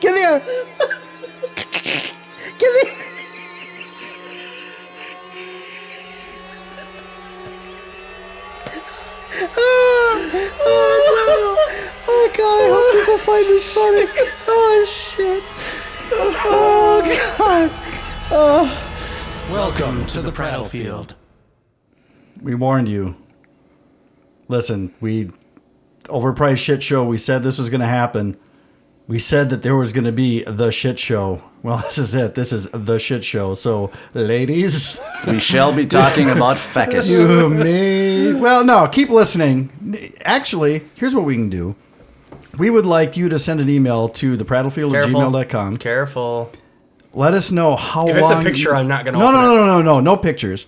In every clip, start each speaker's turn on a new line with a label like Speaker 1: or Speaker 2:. Speaker 1: here. Get in. Oh, oh Ah, no. Oh god, I hope people find this funny. Oh shit. Oh god.
Speaker 2: Welcome to the prattle field.
Speaker 1: We warned you. Listen, we overpriced shit show. We said this was going to happen. We said that there was going to be the shit show. Well, this is it. This is the shit show. So, ladies,
Speaker 3: We shall be talking about Fecus.
Speaker 1: you made. Well, no, keep listening. Actually, here's what we can do. We would like you to send an email to theprattlefield at gmail.com.
Speaker 4: Careful.
Speaker 1: Let us know how
Speaker 4: If
Speaker 1: long.
Speaker 4: it's a picture, I'm not gonna
Speaker 1: No, no,
Speaker 4: open
Speaker 1: no,
Speaker 4: it.
Speaker 1: no, no, no, no pictures.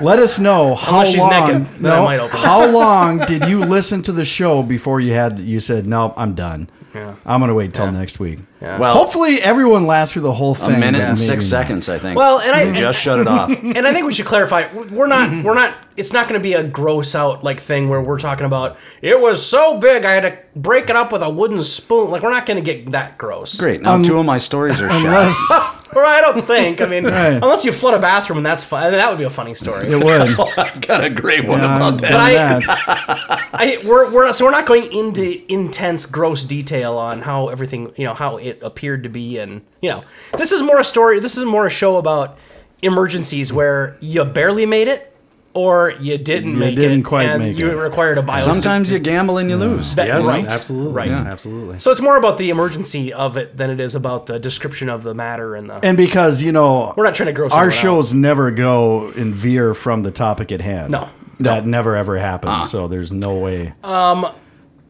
Speaker 1: Let us know how
Speaker 4: Unless she's
Speaker 1: long.
Speaker 4: naked, then I
Speaker 1: no,
Speaker 4: might open it.
Speaker 1: how long did you listen to the show before you had you said no? I'm done.
Speaker 4: Yeah.
Speaker 1: I'm gonna wait till next week.
Speaker 3: Well,
Speaker 1: Hopefully, everyone lasts through the whole
Speaker 3: a
Speaker 1: thing.
Speaker 3: minute
Speaker 1: but
Speaker 3: and
Speaker 1: maybe
Speaker 3: six
Speaker 1: not.
Speaker 3: seconds, I think.
Speaker 4: Well, and I-
Speaker 3: You just shut it off.
Speaker 4: and I think we should clarify. We're not. We're not. It's not going to be a gross out like thing where we're talking about. It was so big, I had to break it up with a wooden spoon. Like we're not going to get that gross.
Speaker 3: Great. Now two of my stories are shot.
Speaker 1: Unless
Speaker 4: Or I don't think. I mean,
Speaker 1: Right.
Speaker 4: unless you flood a bathroom, and that's fun. That would be a funny story.
Speaker 1: it would. Um,
Speaker 3: I've got a great one
Speaker 1: I'm
Speaker 3: about that.
Speaker 1: done
Speaker 4: I-
Speaker 1: that.
Speaker 4: I, we're, we're so we're not going into intense, gross detail on how everything you know how it appeared to be, and you know this is more a story. This is more a show about emergencies where you barely made it, or you didn't
Speaker 1: You
Speaker 4: make it,
Speaker 1: didn't quite
Speaker 4: and
Speaker 1: make
Speaker 4: you
Speaker 1: it.
Speaker 4: required a bio.
Speaker 3: Sometimes you gamble and you lose.
Speaker 4: that,
Speaker 2: Yes,
Speaker 4: right?
Speaker 2: absolutely.
Speaker 4: Right.
Speaker 2: Yeah. Absolutely.
Speaker 4: So it's more about the emergency of it than it is about the description of the matter and the.
Speaker 1: And because you know,
Speaker 4: we're not trying to gross
Speaker 1: our
Speaker 4: someone out.
Speaker 1: shows never go and veer from the topic at hand.
Speaker 4: No.
Speaker 1: that never ever happens.
Speaker 3: Ah.
Speaker 1: So there's no way.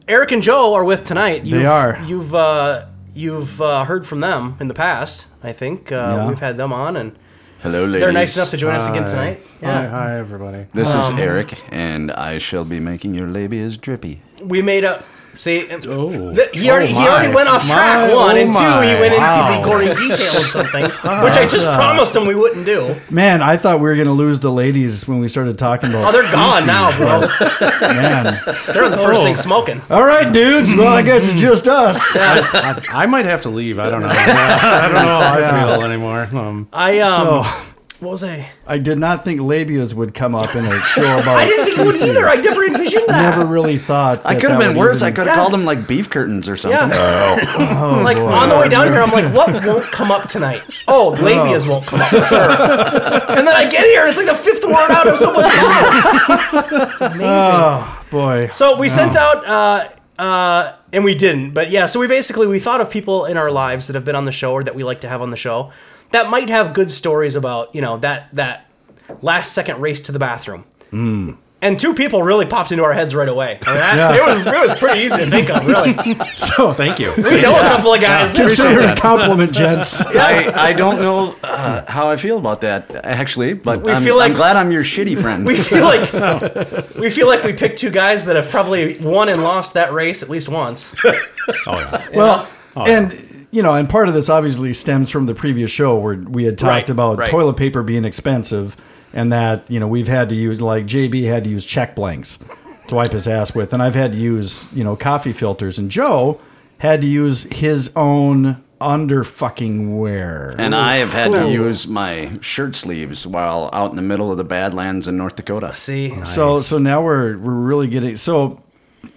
Speaker 4: Eric and Joe are with tonight. You've,
Speaker 1: are.
Speaker 4: You've uh, you've uh, heard from them in the past. I think uh,
Speaker 1: Yeah.
Speaker 4: we've had them on, and
Speaker 3: Hello, ladies.
Speaker 4: they're nice enough to join us
Speaker 2: Uh,
Speaker 4: again tonight.
Speaker 2: Hi, hi, everybody.
Speaker 3: This is Eric, and I shall be making your labias drippy.
Speaker 4: we made a see.
Speaker 2: Oh.
Speaker 4: th- he already he
Speaker 2: my.
Speaker 4: already went off track
Speaker 2: My,
Speaker 4: one
Speaker 2: oh
Speaker 4: and two. He
Speaker 2: my. Uh-huh.
Speaker 4: went into
Speaker 1: Wow.
Speaker 4: the gory detail of something, which I just promised him we wouldn't do.
Speaker 1: Man, I thought we were gonna lose the ladies when we started talking about.
Speaker 4: Oh, they're gone now, bro.
Speaker 1: Man.
Speaker 4: They're on the
Speaker 2: Oh.
Speaker 4: first thing smoking.
Speaker 1: All right, dudes. Well, I guess it's just us.
Speaker 2: Mm-hmm. I, I might have to leave. I don't know. I don't know how I feel anymore. Um,
Speaker 4: I um,
Speaker 1: So
Speaker 4: what was I?
Speaker 1: Oh, I did not think labias would come up in a show about.
Speaker 4: I didn't think it would either. I never envisioned that.
Speaker 1: never really thought.
Speaker 3: I
Speaker 1: that
Speaker 3: could have
Speaker 1: that
Speaker 3: been
Speaker 1: would
Speaker 3: worse. I
Speaker 1: even-
Speaker 3: could have called them like beef curtains or something.
Speaker 4: like
Speaker 2: Oh,
Speaker 4: on the way down here, I'm like, what won't come up tonight? Oh, labias won't come up for sure. and then I get here, it's like the fifth word out of someone's mouth. It's amazing.
Speaker 2: Oh.
Speaker 1: Boy,
Speaker 4: so we sent out, uh, uh, and we didn't, but yeah. So we basically we thought of people in our lives that have been on the show or that we like to have on the show that might have good stories about you know that that last second race to the bathroom. And two people really popped into our heads right away. I mean, that- it, was, it was pretty easy to think of, really.
Speaker 1: so
Speaker 2: thank you.
Speaker 4: We know a couple of guys.
Speaker 1: consider it
Speaker 2: that.
Speaker 1: a compliment, gents.
Speaker 3: I, I don't know uh, how I feel about that actually, but
Speaker 4: We
Speaker 3: I'm,
Speaker 4: feel like-
Speaker 3: I'm glad I'm your shitty friend.
Speaker 4: We feel like we feel like we picked two guys that have probably won and lost that race at least once.
Speaker 2: Oh, yeah.
Speaker 1: Well,
Speaker 4: Oh,
Speaker 1: and you know, and part of this obviously stems from the previous show where we had talked
Speaker 4: Right,
Speaker 1: about
Speaker 4: right.
Speaker 1: toilet paper being expensive, and that you know we've had to use like JB had to use check blanks to wipe his ass with, and I've had to use you know coffee filters, and Joe had to use his own under fucking wear.
Speaker 3: and I have had to use my shirt sleeves while out in the middle of the Badlands in North Dakota.
Speaker 4: See,
Speaker 1: So so now we're we're really getting so.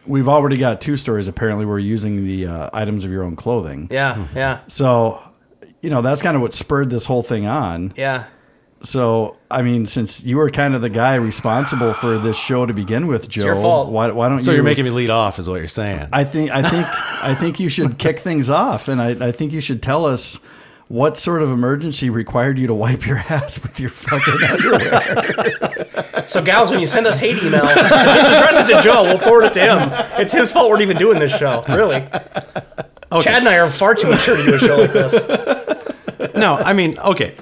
Speaker 1: We've already got two stories. Apparently, we're using the uh, items of your own clothing.
Speaker 4: yeah, yeah,
Speaker 1: So, you know, that's kind of what spurred this whole thing on.
Speaker 4: yeah.
Speaker 1: So, I mean, since you were kind of the guy responsible for this show to begin with, Joe,
Speaker 4: your fault.
Speaker 1: why why don't
Speaker 2: So
Speaker 1: you?
Speaker 2: you're making me lead off, is what you're saying.
Speaker 1: I think I think I think you should kick things off, and I, I think you should tell us what sort of emergency required you to wipe your ass with your fucking underwear.
Speaker 4: So gals, when you send us hate email, just address it to Joe. We'll forward it to him. It's his fault we're even doing this show. Really. Chad and I are far too mature to do a show like this.
Speaker 2: no, I mean, okay.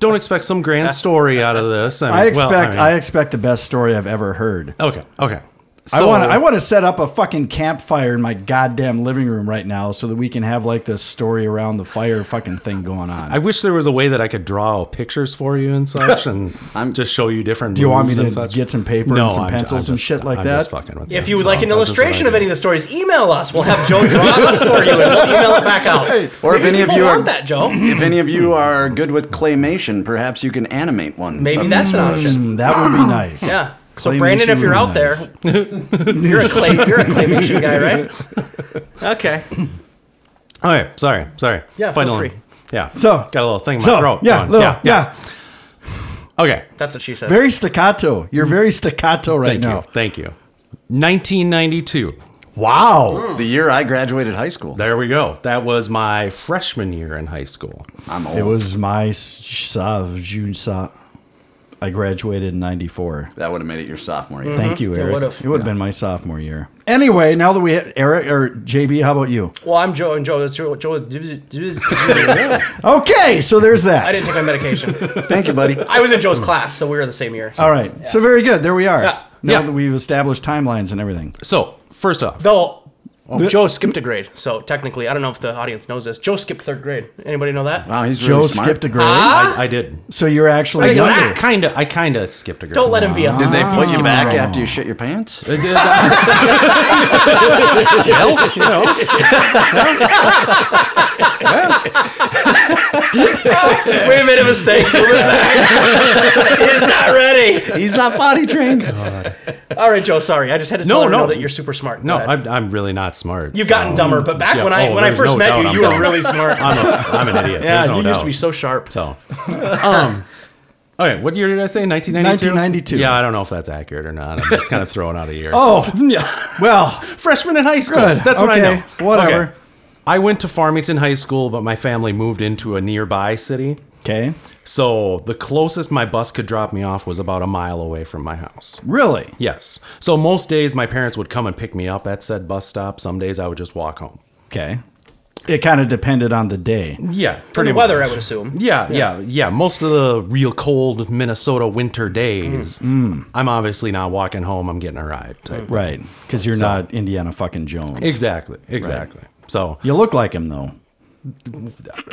Speaker 2: Don't expect some grand story out of this. mean,
Speaker 1: I expect
Speaker 2: well,
Speaker 1: I
Speaker 2: mean-
Speaker 1: expect the best story I've ever heard.
Speaker 2: Okay. Okay.
Speaker 1: I
Speaker 2: So-
Speaker 1: want to I want to set up a fucking campfire in my goddamn living room right now so that we can have like this story around the fire fucking thing going on.
Speaker 2: I wish there was a way that I could draw pictures for you and such, and just show you different.
Speaker 1: Do you want me
Speaker 2: moves and
Speaker 1: to
Speaker 2: such.
Speaker 1: get some paper and some pencils and shit like
Speaker 2: I'm
Speaker 1: that?
Speaker 2: Just fucking with
Speaker 4: If you would
Speaker 2: so
Speaker 4: like an
Speaker 2: that's just what
Speaker 4: illustration
Speaker 2: I
Speaker 4: of any
Speaker 2: do.
Speaker 4: of the stories, email us. We'll have Joe draw them for you, and we'll email it back out.
Speaker 3: Or if any of
Speaker 4: People
Speaker 3: you are
Speaker 4: want that, Joe.
Speaker 3: if any of you are good with claymation, perhaps you can animate one.
Speaker 4: Maybe
Speaker 3: of
Speaker 4: that's
Speaker 3: these
Speaker 4: an
Speaker 3: toys.
Speaker 4: option.
Speaker 1: Mm, that would be nice.
Speaker 4: Yeah. So
Speaker 1: Claymation
Speaker 4: Brandon, if you're
Speaker 1: would
Speaker 4: out
Speaker 1: be
Speaker 4: there,
Speaker 1: nice.
Speaker 4: you're a clay, you're a claymation guy, right? Okay.
Speaker 2: Oh yeah, sorry, sorry.
Speaker 4: Yeah, feel
Speaker 2: Finally.
Speaker 4: free.
Speaker 2: Yeah.
Speaker 1: So-
Speaker 2: got a little thing in my
Speaker 1: So
Speaker 2: throat.
Speaker 1: yeah,
Speaker 2: going.
Speaker 1: little,
Speaker 2: yeah,
Speaker 1: yeah,
Speaker 2: Okay.
Speaker 4: That's what she said.
Speaker 1: very staccato. You're very staccato right
Speaker 2: Mm. Thank
Speaker 1: now.
Speaker 2: you. Thank you. 1992.
Speaker 1: Wow,
Speaker 3: The year I graduated high school.
Speaker 2: There we go. That was my freshman year in high school.
Speaker 3: I'm
Speaker 2: Mm.
Speaker 3: old.
Speaker 1: it was my s- uh, June. sa- I graduated in '94.
Speaker 3: that would have made it your sophomore year.
Speaker 2: Mm-hmm.
Speaker 1: Thank you, Eric. It would
Speaker 4: would've,
Speaker 1: have been my sophomore year. Anyway, now that we Eric or JB, how about you?
Speaker 4: Well, I'm Joe, and Joe is Joe. Joe is, I
Speaker 1: Okay, so there's that.
Speaker 4: didn't take my medication.
Speaker 3: Thank you, buddy.
Speaker 4: I was in Joe's class, so we were the same year.
Speaker 1: All right, so very good. There we are.
Speaker 4: Yeah.
Speaker 1: Now
Speaker 2: Yeah.
Speaker 1: that we've established timelines and everything,
Speaker 2: So, first off,
Speaker 4: Though
Speaker 2: Oh,
Speaker 4: Joe skipped a grade, so technically, I don't know if the audience knows this. Joe skipped third grade. Anybody know that?
Speaker 2: Ah.
Speaker 3: Wow, he's
Speaker 1: Joe
Speaker 3: really smart.
Speaker 1: skipped a grade,
Speaker 4: Ah.
Speaker 2: I, I did.
Speaker 1: so you're actually
Speaker 4: I think
Speaker 1: younger.
Speaker 4: that-
Speaker 2: I kind of I kind of skipped a grade.
Speaker 4: Don't let him be a.
Speaker 3: Did they put you back
Speaker 1: Ah.
Speaker 3: after you shit your pants?
Speaker 2: It did. Well, you know.
Speaker 4: we made a mistake. Move it back. He's not ready.
Speaker 3: He's not body trained.
Speaker 4: All right, Joe. Sorry, I just had to tell
Speaker 2: No,
Speaker 4: her
Speaker 2: no.
Speaker 4: know that you're super smart.
Speaker 2: No,
Speaker 4: Go ahead.
Speaker 2: I'm, I'm really not smart.
Speaker 4: You've
Speaker 2: so-
Speaker 4: gotten dumber, but back
Speaker 2: Yeah,
Speaker 4: when I
Speaker 2: oh,
Speaker 4: when I
Speaker 2: there's
Speaker 4: first
Speaker 2: no
Speaker 4: met
Speaker 2: doubt
Speaker 4: you,
Speaker 2: I'm
Speaker 4: you were
Speaker 2: dumb.
Speaker 4: really smart.
Speaker 2: I'm, a, I'm an idiot.
Speaker 4: Yeah,
Speaker 2: There's no
Speaker 4: you used to
Speaker 2: doubt.
Speaker 4: be so sharp.
Speaker 2: So, um, okay, what year did I say? 1992?
Speaker 1: 1992.
Speaker 2: Yeah, I don't know if that's accurate or not. I'm just kind of throwing out a year.
Speaker 1: Oh, well,
Speaker 2: freshman in high school.
Speaker 1: Good.
Speaker 2: That's what I
Speaker 1: Okay,
Speaker 2: know.
Speaker 1: whatever.
Speaker 2: I went to Farmington High School, but my family moved into a nearby city.
Speaker 1: okay.
Speaker 2: So the closest my bus could drop me off was about a mile away from my house.
Speaker 1: Really?
Speaker 2: Yes. So most days my parents would come and pick me up at said bus stop. Some days I would just walk home.
Speaker 1: Okay. It kind of depended on the day.
Speaker 2: Yeah,
Speaker 4: For
Speaker 2: pretty
Speaker 4: the weather,
Speaker 2: much.
Speaker 4: I would assume.
Speaker 2: Yeah, yeah, yeah, Most of the real cold Minnesota winter days,
Speaker 4: Mm,
Speaker 2: I'm obviously not walking home. I'm getting a ride. type.
Speaker 1: Right. Because you're not Indiana fucking Jones.
Speaker 2: Exactly, exactly. So
Speaker 1: you look like him, though.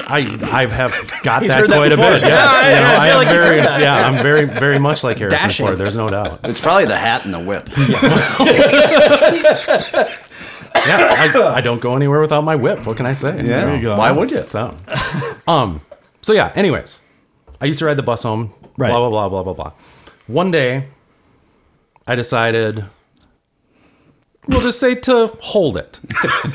Speaker 2: I I have got
Speaker 4: He's
Speaker 2: that
Speaker 4: heard that
Speaker 2: quite a
Speaker 4: before.
Speaker 2: bit.
Speaker 4: Yeah,
Speaker 2: Yes,
Speaker 4: I-
Speaker 2: you know,
Speaker 4: I
Speaker 2: I
Speaker 4: feel
Speaker 2: am
Speaker 4: like he's
Speaker 2: very,
Speaker 4: heard that.
Speaker 2: yeah, I'm very very much like Harrison
Speaker 4: Dashing.
Speaker 2: Ford. There's no doubt.
Speaker 3: It's probably the hat and the whip.
Speaker 2: Yeah, I, I don't go anywhere without my whip. What can I say? Yeah,
Speaker 1: There you go.
Speaker 3: Why would you?
Speaker 2: So, um, so yeah. Anyways, I used to ride the bus home.
Speaker 1: Right.
Speaker 2: Blah blah blah blah blah blah. One day, I decided we'll just say to hold it.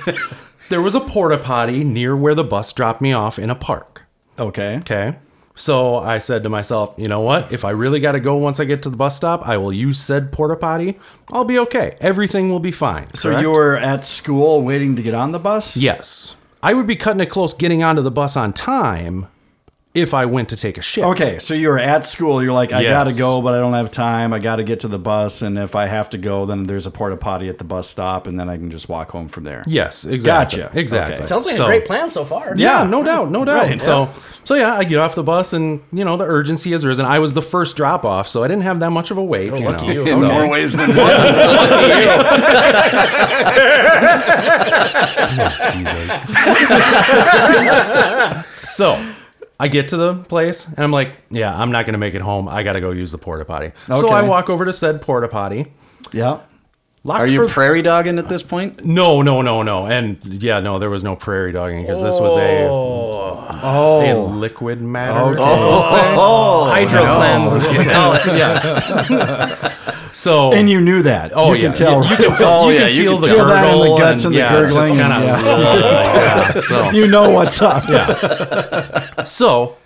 Speaker 2: there was a porta potty near where the bus dropped me off in a park.
Speaker 1: Okay.
Speaker 2: Okay. So I said to myself, you know what? If I really got to go once I get to the bus stop, I will use said porta potty. I'll be okay. Everything will be fine.
Speaker 1: So
Speaker 2: correct?
Speaker 1: you were at school waiting to get on the bus?
Speaker 2: Yes. I would be cutting it close getting onto the bus on time if I went to take a shit.
Speaker 1: Okay. So you were at school. You're like, I
Speaker 2: Yes.
Speaker 1: got to go, but I don't have time. I got to get to the bus. And if I have to go, then there's a porta potty at the bus stop, and then I can just walk home from there.
Speaker 2: Yes, exactly.
Speaker 1: Gotcha.
Speaker 2: Exactly.
Speaker 1: Okay.
Speaker 4: Sounds like
Speaker 2: So-
Speaker 4: a great plan so far.
Speaker 2: Yeah, no doubt, no doubt.
Speaker 1: Right,
Speaker 2: so, so yeah, I get off the bus, and you know the urgency has risen. I was the first drop off, so I didn't have that much of a
Speaker 4: Oh,
Speaker 2: wait. you know.
Speaker 3: In
Speaker 2: So-
Speaker 3: more ways than one.
Speaker 2: So I get to the place and I'm like, yeah, I'm not going to make it home. I got to go use the porta potty. So
Speaker 1: Okay.
Speaker 2: I walk over to said porta potty.
Speaker 1: Yeah.
Speaker 2: Locked
Speaker 3: Are you
Speaker 2: for-
Speaker 3: prairie dogging at this point?
Speaker 2: no, no, no, no. And yeah, no, there was no prairie dogging because this was a, a
Speaker 1: Oh.
Speaker 2: liquid matter.
Speaker 3: Oh,
Speaker 4: Hydro cleanse is what we call it.
Speaker 2: Yes. so
Speaker 1: And you knew that.
Speaker 2: Oh,
Speaker 1: you
Speaker 2: yeah.
Speaker 1: can tell.
Speaker 2: You, you can feel,
Speaker 3: Oh,
Speaker 2: you
Speaker 3: yeah,
Speaker 2: can
Speaker 3: you
Speaker 2: feel
Speaker 3: can
Speaker 2: the
Speaker 1: feel that in the
Speaker 2: gurgle
Speaker 1: guts and the
Speaker 2: it's just
Speaker 1: gurgling,
Speaker 2: kinda- yeah, so.
Speaker 1: You know what's up. yeah.
Speaker 2: So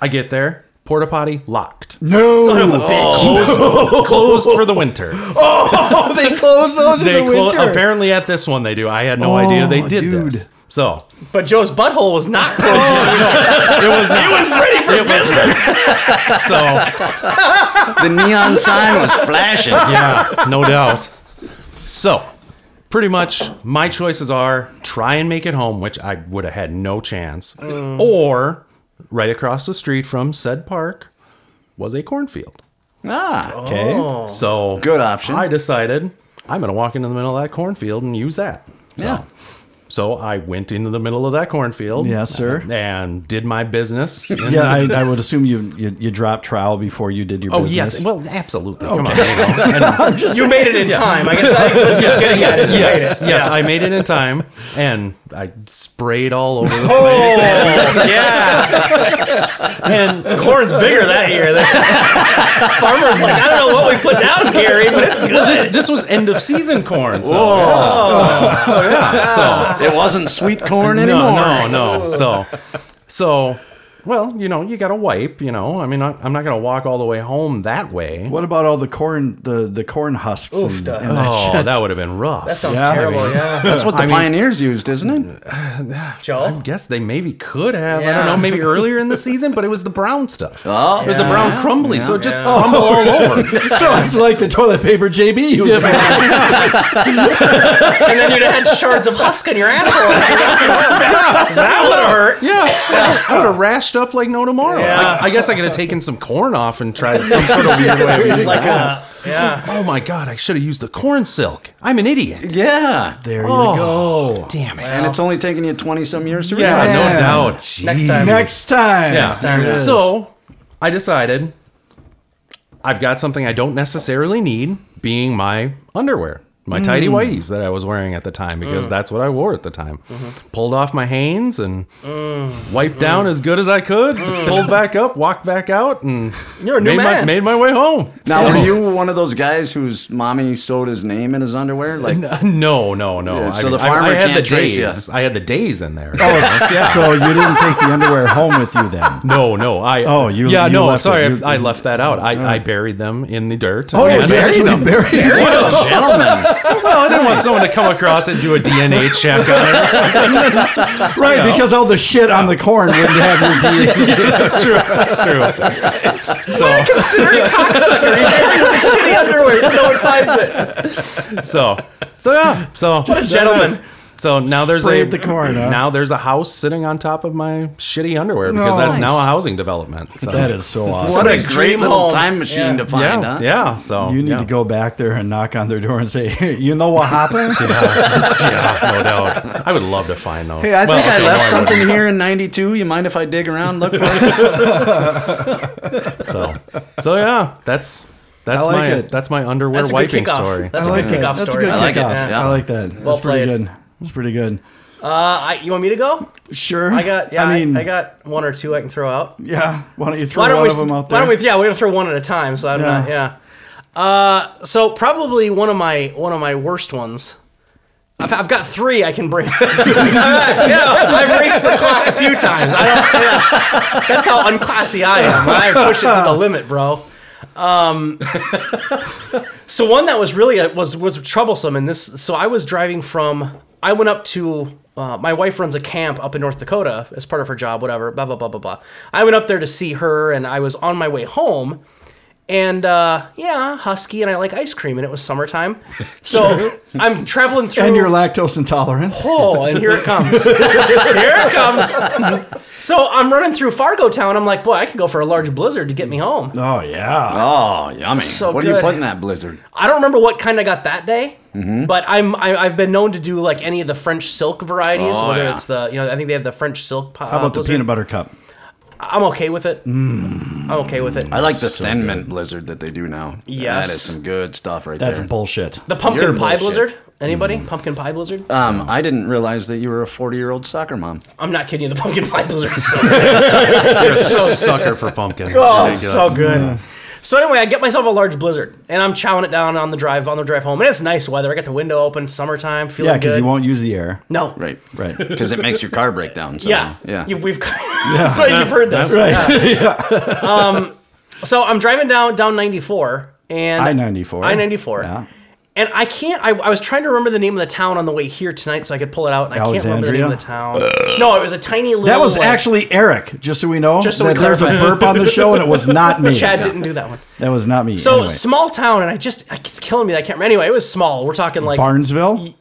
Speaker 2: I get there, porta potty locked,
Speaker 1: No.
Speaker 2: closed, closed for the winter.
Speaker 1: Oh, they close those
Speaker 2: they
Speaker 1: in the
Speaker 2: clo-
Speaker 1: winter. Oh,
Speaker 2: apparently at this one they do. I had no idea they did
Speaker 1: dude.
Speaker 2: this. So
Speaker 4: But Joe's butthole was not
Speaker 2: Oh,
Speaker 4: closed.
Speaker 2: it was uh, it was ready for business. so
Speaker 3: the neon sign was flashing.
Speaker 2: yeah, no doubt. So pretty much my choices are try and make it home, which I would have had no chance, or right across the street from said park was a cornfield.
Speaker 3: Ah,
Speaker 1: okay.
Speaker 2: So
Speaker 3: Good option.
Speaker 2: I decided I'm going to walk into the middle of that cornfield and use that. So,
Speaker 3: Yeah.
Speaker 2: so I went into the middle of that cornfield.
Speaker 1: Yes, sir.
Speaker 2: And, and did my business. in
Speaker 1: Yeah, I, I would assume you, you you dropped trowel before you did your
Speaker 2: Oh
Speaker 1: business.
Speaker 2: yes, well absolutely. Come on, you know. And-
Speaker 4: You made it in time. I guess that's what you're getting at.
Speaker 2: yes,
Speaker 4: You made
Speaker 2: yes,
Speaker 4: it.
Speaker 2: yes.
Speaker 4: Yeah.
Speaker 2: I made it in time, and I sprayed all over the place.
Speaker 4: Oh, yeah.
Speaker 2: And
Speaker 4: Corn's bigger that year. Farmer's like, I don't know what we put down, Gary, but it's good.
Speaker 2: this this was end of season corn. So,
Speaker 1: Oh,
Speaker 2: yeah. so yeah, so
Speaker 3: Oh, It wasn't sweet corn anymore.
Speaker 2: no, no, no. So, so well, you know, you got to wipe. You know, I mean, I, I'm not gonna walk all the way home that way.
Speaker 1: what about all the corn the the corn husks?
Speaker 4: Oof,
Speaker 1: and,
Speaker 4: duh.
Speaker 1: and that
Speaker 2: Oh,
Speaker 1: shit?
Speaker 2: that would have been rough.
Speaker 4: That sounds
Speaker 1: Yeah, I
Speaker 4: terrible.
Speaker 1: mean-
Speaker 4: yeah.
Speaker 3: That's what the
Speaker 2: I mean-
Speaker 3: pioneers used, isn't it?
Speaker 2: I
Speaker 4: Joel?
Speaker 2: guess they maybe could have. I
Speaker 4: Oh. Yeah.
Speaker 2: don't know, maybe earlier in the season, but it was the brown stuff.
Speaker 3: Oh.
Speaker 2: It was the
Speaker 4: Yeah.
Speaker 2: brown crumbly, so it just crumbled all over.
Speaker 1: so it's like the toilet paper JB. You was
Speaker 4: And then you'd have had shards of husk on your asshole. that would have hurt.
Speaker 2: Yeah, I would have rashed up like no tomorrow.
Speaker 4: Yeah.
Speaker 2: I, I guess I could have taken some corn off and tried some sort of weird way of
Speaker 4: It was
Speaker 2: using
Speaker 4: like,
Speaker 2: like,
Speaker 4: uh, yeah.
Speaker 2: oh my god, I should have used the corn silk. I'm an idiot.
Speaker 3: Yeah.
Speaker 1: there you
Speaker 2: Oh, damn it.
Speaker 3: And it's only taken you 20 some years to
Speaker 2: Yeah,
Speaker 3: realize.
Speaker 1: Yeah.
Speaker 2: no doubt.
Speaker 4: Next
Speaker 2: Jeez.
Speaker 1: go.
Speaker 4: time.
Speaker 1: Next time.
Speaker 2: Yeah.
Speaker 4: time.
Speaker 1: There it is.
Speaker 2: So I decided I've got something I don't necessarily need, being my underwear, my tidy
Speaker 1: Mm.
Speaker 2: whities that I was wearing at the time, because that's what I wore at the time.
Speaker 1: Mm-hmm.
Speaker 2: Pulled off my Hanes and wiped down as good as I could,
Speaker 1: Mm.
Speaker 2: pulled back up, walked back out, and
Speaker 4: You're a new
Speaker 2: made my
Speaker 4: man.
Speaker 2: made my way home.
Speaker 3: Now,
Speaker 2: So-
Speaker 3: were you one of those guys whose mommy sewed his name in his underwear? Like,
Speaker 2: No, no, no.
Speaker 3: Yeah,
Speaker 2: I
Speaker 3: so
Speaker 2: mean,
Speaker 3: the
Speaker 2: I-
Speaker 3: farmer
Speaker 2: I, had
Speaker 3: can't
Speaker 2: the
Speaker 3: trace ya.
Speaker 2: days. I had the days in there.
Speaker 1: Oh, So you didn't take the underwear home with you then?
Speaker 2: No, no. I
Speaker 1: Oh, you-
Speaker 2: Yeah,
Speaker 1: you
Speaker 2: no.
Speaker 1: left
Speaker 2: sorry,
Speaker 1: it. You- Mm.
Speaker 2: I, I left that out. I, I buried them in the dirt.
Speaker 1: Oh,
Speaker 2: And I-
Speaker 1: you buried them. Buried them.
Speaker 3: what a gentleman.
Speaker 2: Well, I didn't want someone to come across it and do a DNA check on it. or something.
Speaker 1: Right,
Speaker 2: You know.
Speaker 1: because all the shit on the corn wouldn't have your DNA.
Speaker 2: That's true. That's true. So,
Speaker 4: Consider it cocksucker. He carries the shitty underwear so no one finds it.
Speaker 2: so, so yeah. So,
Speaker 4: gentleman.
Speaker 2: So now there's a
Speaker 1: Sprayed the corn, huh?
Speaker 2: now there's a house sitting on top of my shitty underwear because that's
Speaker 1: Oh, Nice.
Speaker 2: now a housing development. So.
Speaker 1: That is so awesome.
Speaker 3: What
Speaker 4: Somebody's
Speaker 3: a great
Speaker 4: dream
Speaker 3: little
Speaker 4: home.
Speaker 3: time machine
Speaker 4: Yeah.
Speaker 3: to find,
Speaker 2: yeah,
Speaker 3: huh?
Speaker 2: yeah. So
Speaker 1: You need
Speaker 2: yeah.
Speaker 1: to go back there and knock on their door and say, hey, you know what happened?
Speaker 2: Yeah, no doubt. I would love to find those.
Speaker 3: Hey, I
Speaker 2: Well,
Speaker 3: think I
Speaker 2: okay,
Speaker 3: left
Speaker 2: no,
Speaker 3: something
Speaker 2: wouldn't.
Speaker 3: here in 92. You mind if I dig around, look for it?
Speaker 2: So, so yeah, that's that's
Speaker 1: I like
Speaker 2: my
Speaker 1: it.
Speaker 2: that's my underwear
Speaker 4: That's a good
Speaker 2: wiping
Speaker 4: kickoff.
Speaker 2: story.
Speaker 4: That's
Speaker 1: I
Speaker 4: a
Speaker 1: like
Speaker 4: good
Speaker 1: that.
Speaker 4: kickoff
Speaker 1: That's
Speaker 4: story.
Speaker 1: a good
Speaker 3: I like it,
Speaker 1: kickoff.
Speaker 3: yeah.
Speaker 1: I like that. That's pretty
Speaker 4: played.
Speaker 1: good. That's pretty good.
Speaker 4: Uh, I, you want me to go?
Speaker 1: Sure.
Speaker 4: I got. Yeah, I,
Speaker 1: I mean,
Speaker 4: I got one or two I can throw out.
Speaker 1: Yeah. Why don't you throw
Speaker 4: Why don't
Speaker 1: one
Speaker 4: we?
Speaker 1: of them out there?
Speaker 4: Why don't we? Yeah, we're gonna throw one at a time. So I'm
Speaker 1: Yeah.
Speaker 4: not. Yeah. Uh, so probably one of my one of my worst ones. I've, I've got three I can bring. yeah, I've raced the clock a few times. I don't. yeah. That's how unclassy I am. I push it to the limit, bro. Um, so one that was really a, was was troublesome in this. So I was driving from. I went up to. Uh, my wife runs a camp up in North Dakota as part of her job, whatever. Blah blah blah blah blah. I went up there to see her, and I was on my way home and uh, yeah, husky, and I like ice cream, and it was summertime, so I'm traveling through.
Speaker 1: and you're lactose intolerant.
Speaker 4: oh, and here it comes, here it comes. So I'm running through Fargo town. I'm like, boy, I could go for a large blizzard to get me home.
Speaker 1: Oh, yeah.
Speaker 3: Oh, yummy.
Speaker 4: So
Speaker 3: what do you
Speaker 4: good.
Speaker 3: put in that blizzard?
Speaker 4: I don't remember what kind I got that day,
Speaker 3: Mm-hmm.
Speaker 4: but I'm I, I've been known to do like any of the French silk varieties,
Speaker 3: Oh,
Speaker 4: whether
Speaker 3: yeah.
Speaker 4: it's the you know I think they have the French silk.
Speaker 1: How about the peanut Mm. butter cup?
Speaker 4: I'm okay with it. I'm okay with it.
Speaker 3: I like the thin mint blizzard that they do now.
Speaker 4: Yes.
Speaker 3: That is some good stuff right
Speaker 1: That's
Speaker 3: there.
Speaker 1: bullshit.
Speaker 4: the pumpkin
Speaker 3: You're
Speaker 4: pie
Speaker 3: bullshit. Mm.
Speaker 4: blizzard. Anybody? Pumpkin pie blizzard?
Speaker 3: um, I didn't realize that you were a 40 year old soccer mom.
Speaker 4: I'm not kidding you. The pumpkin pie blizzard is so good.
Speaker 2: sucker for pumpkin. It's
Speaker 4: Oh, it's
Speaker 2: ridiculous.
Speaker 4: so good.
Speaker 1: Mm.
Speaker 4: So anyway, I get myself a large blizzard, and I'm chowing it down on the drive on the drive home, and it's nice weather. I got the window open, summertime, feeling
Speaker 1: Yeah, because
Speaker 4: good.
Speaker 1: you won't use the air.
Speaker 4: no,
Speaker 3: Right.
Speaker 1: Right.
Speaker 3: Because it makes your car break down. So,
Speaker 4: Yeah,
Speaker 3: Yeah.
Speaker 4: You, we've so you've heard this.
Speaker 1: Right.
Speaker 4: So I'm driving down down 94 and
Speaker 1: I 94.
Speaker 4: I 94.
Speaker 1: Yeah.
Speaker 4: And I can't. I, I was trying to remember the name of the town on the way here tonight, so I could pull it out. And I can't remember the
Speaker 1: Alexandria?
Speaker 4: name of the town. no, it was a tiny little.
Speaker 1: That was
Speaker 4: like-
Speaker 1: actually Eric, just so we know.
Speaker 4: Just so we
Speaker 1: that there's a
Speaker 4: clarify.
Speaker 1: burp on the show, and it was not me.
Speaker 4: Chad didn't do that one.
Speaker 1: That was not me.
Speaker 4: So
Speaker 1: Anyway.
Speaker 4: small town, and I just it's killing me. that I can't. remember. Anyway, it was small. We're talking like
Speaker 1: Barnesville?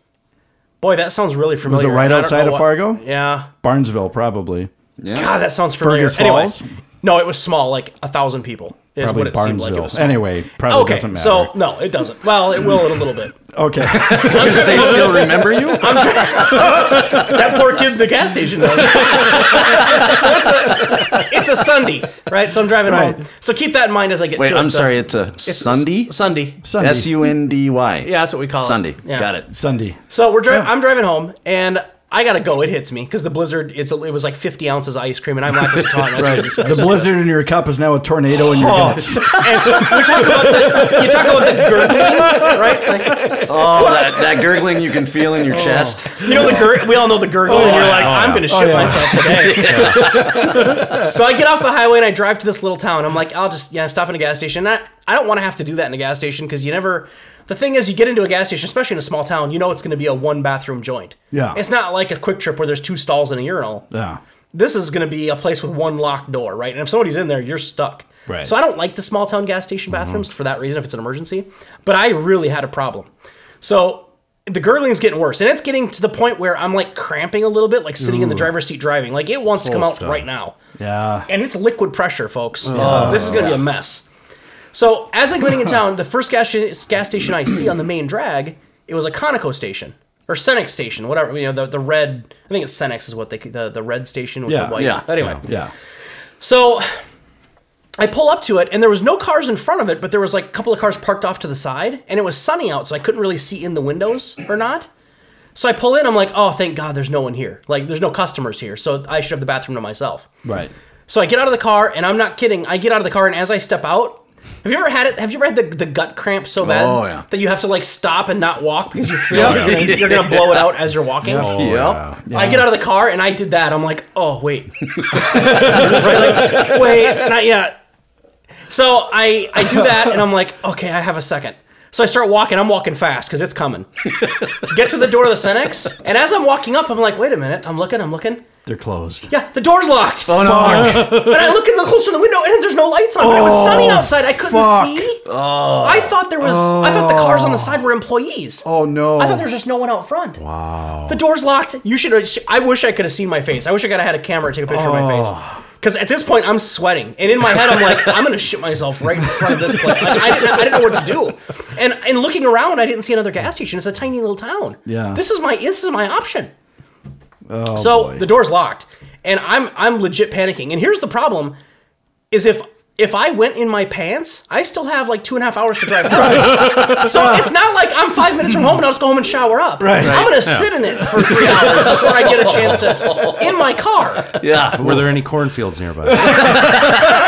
Speaker 4: boy, that sounds really familiar.
Speaker 1: right
Speaker 4: and I don't
Speaker 1: outside
Speaker 4: know
Speaker 1: of Fargo?
Speaker 4: Yeah.
Speaker 1: Barnesville, probably.
Speaker 3: yeah.
Speaker 4: God, that sounds familiar.
Speaker 1: Fergus
Speaker 4: anyway,
Speaker 1: Falls.
Speaker 4: No, it was small, like a thousand people is
Speaker 1: Probably
Speaker 4: what it seemed like. It
Speaker 1: Barnesville.
Speaker 4: was small.
Speaker 1: anyway, probably
Speaker 4: okay,
Speaker 1: doesn't matter.
Speaker 4: so no, it doesn't. Well, it will in a little bit.
Speaker 1: okay,
Speaker 3: Because they still remember you?
Speaker 4: That poor kid in the gas station does. so it's a, it's a Sunday, right? So I'm driving
Speaker 1: Right.
Speaker 4: home. So keep that in mind as I get
Speaker 3: Wait,
Speaker 4: to it.
Speaker 3: I'm
Speaker 4: So
Speaker 3: sorry. It's a
Speaker 4: it's
Speaker 3: Sunday?
Speaker 4: S- Sunday.
Speaker 1: Sunday.
Speaker 3: S U N D Y.
Speaker 4: Yeah, that's what we call
Speaker 3: Sunday.
Speaker 4: it. Yeah.
Speaker 3: Got it.
Speaker 1: Sunday.
Speaker 4: So we're driving. I'm driving home, and I gotta go. It hits me because the blizzard. It's a, it was like 50 ounces of ice cream, and I'm lactose intolerant.
Speaker 1: Right. The blizzard in your cup is now a tornado in your
Speaker 4: Oh,
Speaker 1: guts.
Speaker 4: and we talk about the, you talk about the gurgling, right? Like,
Speaker 3: Oh, that, that gurgling you can feel in your
Speaker 4: Oh.
Speaker 3: chest.
Speaker 4: You know the gur- we all know the gurgle, and you're like, I'm gonna shit
Speaker 1: Oh, yeah.
Speaker 4: myself today. so I get off the highway and I drive to this little town. I'm like, I'll just yeah stop in a gas station. And I, I don't want to have to do that in a gas station because you never. The thing is, you get into a gas station, especially in a small town, you know it's gonna be a one bathroom joint.
Speaker 1: Yeah.
Speaker 4: it's not like a quick trip where there's two stalls and a urinal.
Speaker 1: Yeah.
Speaker 4: This is gonna be a place with one locked door, right? And if somebody's in there, you're stuck.
Speaker 1: Right.
Speaker 4: So I don't like the small town gas station bathrooms for that reason if it's an emergency. But I really had a problem. So the gurgling's getting worse, and it's getting to the point where I'm like cramping a little bit, like sitting in the driver's seat driving. Like it wants to come out right now,
Speaker 1: Yeah.
Speaker 4: and it's liquid pressure, folks. Uh, this is gonna be a mess. So as I'm getting in town, the first gas, gas station I see on the main drag, it was a Conoco station or Senex station, whatever you know. The, the red, I think it's Senex is what they the the red station with
Speaker 1: Yeah,
Speaker 4: the white.
Speaker 3: yeah.
Speaker 4: Anyway,
Speaker 1: Yeah.
Speaker 4: so I pull up to it, and there was no cars in front of it, but there was like a couple of cars parked off to the side, and it was sunny out, so I couldn't really see in the windows or not. So I pull in, I'm like, oh, thank God, there's no one here. Like, there's no customers here, so I should have the bathroom to myself.
Speaker 1: Right.
Speaker 4: So I get out of the car, and I'm not kidding. I get out of the car, and as I step out, have you ever had it? Have you ever had the, the gut cramp so bad
Speaker 3: Oh, yeah.
Speaker 4: that you have to like stop and not walk because you feel like you're gonna- you're gonna blow it out as you're walking?
Speaker 1: Oh,
Speaker 3: Yep.
Speaker 4: I get out of the car and I did that. I'm like, oh wait, right, like, wait, not yet. So I I do that and I'm like, okay, I have a second. So I start walking. I'm walking fast because it's coming. Get to the door of the Cenex, and as I'm walking up, I'm like, wait a minute. I'm looking. I'm looking.
Speaker 1: They're closed.
Speaker 4: Yeah, the door's locked. Oh no! and I look in the close from the window, and there's no lights on. but it was sunny outside. I couldn't
Speaker 1: fuck.
Speaker 4: see. Oh. I thought there was. I thought the cars on the side were employees.
Speaker 1: Oh no.
Speaker 4: I thought there was just no one out front. Wow. The door's locked. You should. I wish I could have seen my face. I wish I could have had a camera take a picture of my face. Because at this point, I'm sweating, and in my head, I'm like, I'm gonna shit myself right in front of this place. Like, I, didn't, I didn't know what to do. And and looking around, I didn't see another gas station. It's a tiny little town.
Speaker 1: Yeah.
Speaker 4: This is my this is my option.
Speaker 1: Oh,
Speaker 4: So
Speaker 1: boy.
Speaker 4: the door's locked, and I'm I'm legit panicking. And here's the problem: is if if I went in my pants, I still have like two and a half hours to drive home. so it's not like I'm five minutes from home and I'll just go home and shower up.
Speaker 1: Right.
Speaker 4: I'm gonna sit in it for three hours before I get a chance to in my car.
Speaker 3: Yeah.
Speaker 2: Were there any cornfields nearby?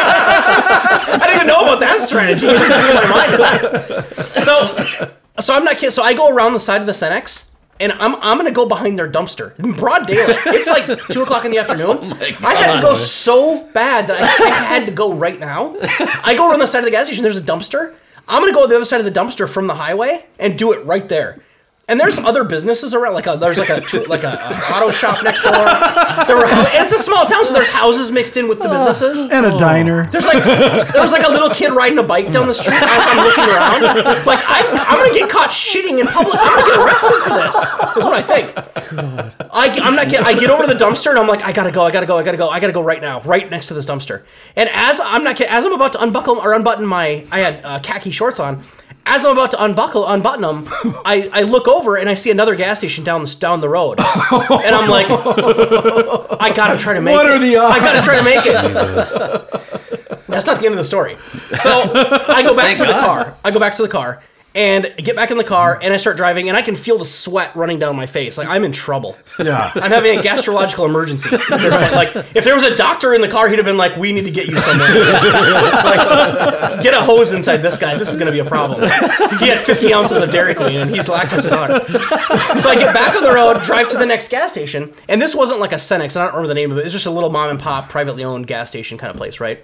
Speaker 4: I didn't even know about that strategy. It just blew my mind at that. So so I'm not kidding. So I go around the side of the Cenex. And I'm, I'm gonna go behind their dumpster in broad daylight. It's like two o'clock in the afternoon. I had to go so bad that I, I had to go right now. I go around the side of the gas station. There's a dumpster. I'm gonna go on the other side of the dumpster from the highway and do it right there. And there's other businesses around, like a, there's like a tw- like a, a auto shop next door. There were, and it's a small town, so there's houses mixed in with the businesses.
Speaker 1: and a diner.
Speaker 4: Oh. There's like there was like a little kid riding a bike down the street as I'm looking around. Like I, I'm gonna get caught shitting in public. I'm gonna get arrested for this. Is what I think. I, I'm not get, I get over to the dumpster and I'm like, I gotta go, I gotta go, I gotta go, I gotta go right now, right next to this dumpster. And as I'm not kid- as I'm about to unbuckle or unbutton my, I had uh, khaki shorts on. As I'm about to unbuckle, unbutton them, I, I look over and I see another gas station down the, down the road, and I'm like, I gotta try to make
Speaker 1: What
Speaker 4: it.
Speaker 1: are the
Speaker 4: I gotta try to make it. That's not the end of the story. So I go back to the car. I go back to the car and get back in the car and I start driving and I can feel the sweat running down my face. Like I'm in trouble.
Speaker 1: yeah.
Speaker 4: I'm having a gastrological emergency. at this point. Like if there was a doctor in the car, he'd have been like, "We need to get you somewhere. like, get a hose inside this guy. This is going to be a problem." He had 50 ounces of Dairy Queen and he's lactose intolerant. So I get back on the road, drive to the next gas station, and this wasn't like a Cenex. I don't remember the name of it. It's just a little mom and pop, privately owned gas station kind of place, right?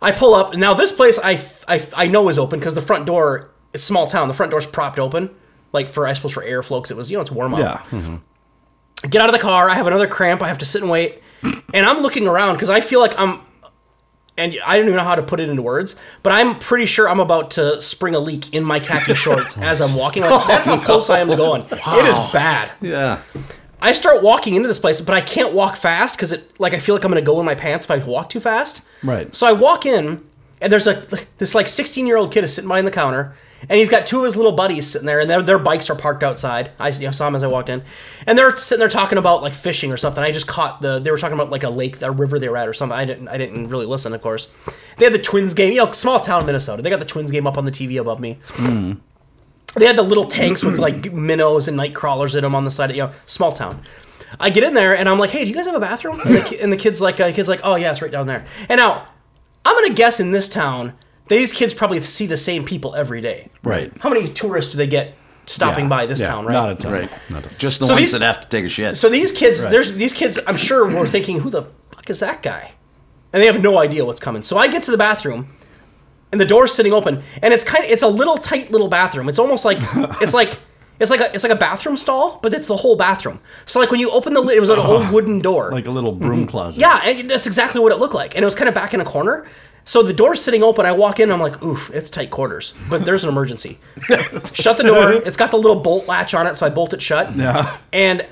Speaker 4: I pull up. Now this place I I, I know is open because the front door it's small town. The front door's propped open, like for I suppose for airflow because it was you know it's warm up
Speaker 1: Yeah.
Speaker 4: get out of the car. I have another cramp. I have to sit and wait. And I'm looking around because I feel like I'm, and I don't even know how to put it into words, but I'm pretty sure I'm about to spring a leak in my khaki shorts as I'm walking. Like, that's how close I am to going. It is bad.
Speaker 3: Yeah.
Speaker 4: I start walking into this place, but I can't walk fast because it like I feel like I'm gonna go in my pants if I walk too fast.
Speaker 1: Right.
Speaker 4: So I walk in, and there's like this like 16 year old kid is sitting behind the counter, and he's got two of his little buddies sitting there, and their, their bikes are parked outside. I you know, saw him as I walked in, and they're sitting there talking about like fishing or something. I just caught the they were talking about like a lake, a river they were at or something. I didn't I didn't really listen, of course. They had the Twins game, you know, small town Minnesota. They got the Twins game up on the TV above me they had the little tanks with like minnows and night crawlers in them on the side of you know small town i get in there and i'm like hey do you guys have a bathroom and the, ki- and the kid's like uh, the kid's like oh yeah it's right down there and now i'm gonna guess in this town these kids probably see the same people every day
Speaker 1: Right.
Speaker 4: how many tourists do they get stopping
Speaker 1: Yeah,
Speaker 4: by this
Speaker 2: yeah,
Speaker 4: town right
Speaker 1: Not a ton.
Speaker 3: Right. Just the
Speaker 4: So
Speaker 3: ones
Speaker 4: these-
Speaker 3: that have to take a shit.
Speaker 4: so these kids, there's these kids. I'm sure were thinking, "Who the fuck is that guy?" And they have no idea what's coming. So I get to the bathroom, and the door's sitting open, and it's kind of it's a little tight little bathroom. It's almost like it's like it's like a it's like a bathroom stall, but it's the whole bathroom. So like when you open the lid, it was an old wooden door.
Speaker 1: Like a little broom closet.
Speaker 4: Mm-hmm. yeah, and that's exactly what it looked like, and it was kind of back in a corner. So the door's sitting open. I walk in. I'm like, "Oof, it's tight quarters." But there's an emergency. shut the door. It's got the little bolt latch on it, so I bolt it shut
Speaker 1: Yeah.
Speaker 4: and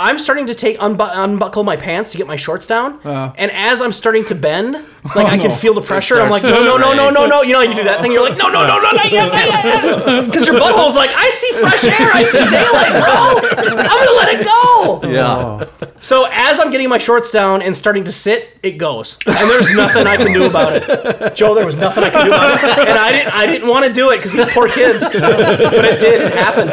Speaker 4: I'm starting to take unbu- unbuckle my pants to get my shorts down,
Speaker 3: Uh.
Speaker 4: and as I'm starting to bend, like I can feel the pressure. I'm like, no,
Speaker 3: Oh, starts
Speaker 4: no,
Speaker 3: to
Speaker 4: no, no,
Speaker 3: spray.
Speaker 4: no, no. You know, you do that thing. You're like, no, no, no, no, no, because your butthole's like, I see fresh air, I see daylight, bro. I'm gonna let it go.
Speaker 3: yeah.
Speaker 4: So as I'm getting my shorts down and starting to sit, it goes, and there's nothing I can do about it. Joe, there was nothing I could do about it, and I didn't. I didn't want to do it because these poor kids. But it did. It happened.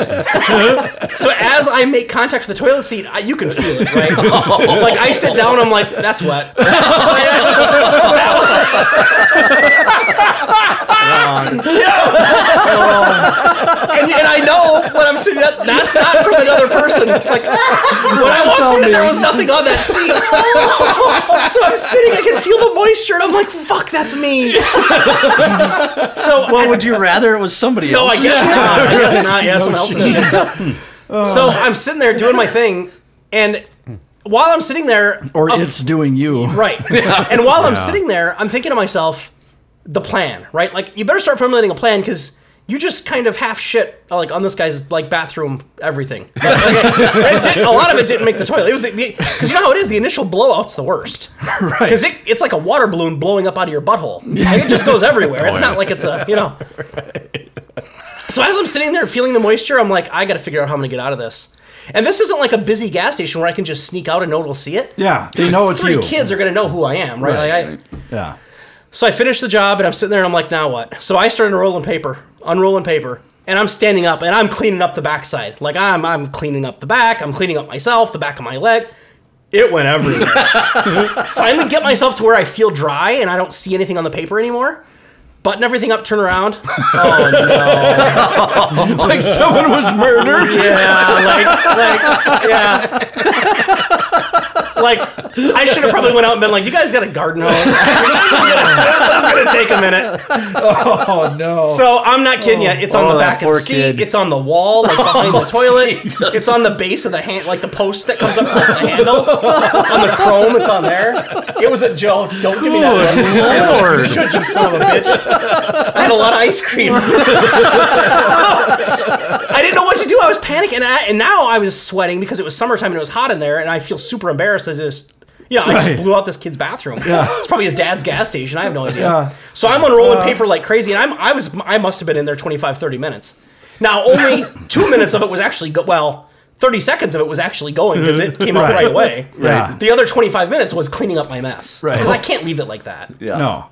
Speaker 4: So as I make contact with the toilet seat, I, you can feel it, right? like I sit down, I'm like, that's wet. and, and I know when I'm sitting that that's not from another person. Like when I walked in, there was nothing on that seat. so I'm sitting, I can feel the moisture, and I'm like, "Fuck, that's me." so
Speaker 3: Well, would you rather it was somebody
Speaker 4: no, I
Speaker 3: else?
Speaker 4: guess not. I guess not. Yeah, someone else's shit. So I'm sitting there doing my thing, and while I'm sitting there,
Speaker 1: Or
Speaker 4: a
Speaker 1: it's doing you.
Speaker 4: Oh. Right. And while I'm sitting there, I'm thinking to myself, the plan, right? Like you better start formulating a plan because you just kind of half shit like on this guy's like bathroom everything. Like, okay, it did- a lot of it didn't make the toilet. It was the because you know how it is. The initial blowout's the worst
Speaker 1: Right.
Speaker 4: because it, it's like a water balloon blowing up out of your butthole. Like, it just goes everywhere.
Speaker 1: Oh,
Speaker 4: It's not like it's a you know. So as I'm sitting there feeling the moisture, I'm like, I got to figure out how I'm gonna get out of this. And this isn't like a busy gas station where I can just sneak out and no one will see it.
Speaker 1: yeah. They know Oh, it's
Speaker 4: Three
Speaker 1: you.
Speaker 4: kids are gonna know who I am, right?
Speaker 1: Right,
Speaker 4: Like I,
Speaker 1: Yeah.
Speaker 4: so I finished the job and I'm sitting there and I'm like, now what? So I started rolling paper, unrolling paper, and I'm standing up and I'm cleaning up the backside. Like I'm I'm cleaning up the back, I'm cleaning up myself, the back of my leg. It went everywhere. Finally get myself to where I feel dry and I don't see anything on the paper anymore. Button everything up, turn around. Oh no.
Speaker 1: It's like someone was murdered.
Speaker 4: Yeah, like, like, yeah. Like, I should have probably went out and been like, "You guys got a garden hose? this, is gonna, this is gonna take a minute."
Speaker 1: Oh no.
Speaker 4: So I'm not kidding you. It's on
Speaker 3: Oh,
Speaker 4: the
Speaker 3: that
Speaker 4: back of the
Speaker 3: poor
Speaker 4: seat.
Speaker 3: kid. Oh,
Speaker 4: It's on the wall, like behind the toilet. It's on the base of the hand, like the post that comes up from the handle. on the chrome, it's on there. It was a Joe. Don't give me that. look. You should you son of a bitch. I had a lot of ice cream. I didn't know what to do. I was panicking, and, I, and now I was sweating because it was summertime and it was hot in there, and I feel super embarrassed. I just. Yeah, I
Speaker 1: Right.
Speaker 4: just blew out this kid's bathroom. It's probably his dad's gas station. I have no idea.
Speaker 1: Yeah. Uh,
Speaker 4: So I'm unrolling paper like crazy, and I'm I was I must have been in there 25, 30 minutes. Now only two minutes of it was actually go- well, thirty seconds of it was actually going because it came up right away.
Speaker 1: Yeah.
Speaker 4: The other twenty five minutes was cleaning up my mess
Speaker 1: Right.
Speaker 4: because I can't leave it like that.
Speaker 3: Yeah.
Speaker 1: No.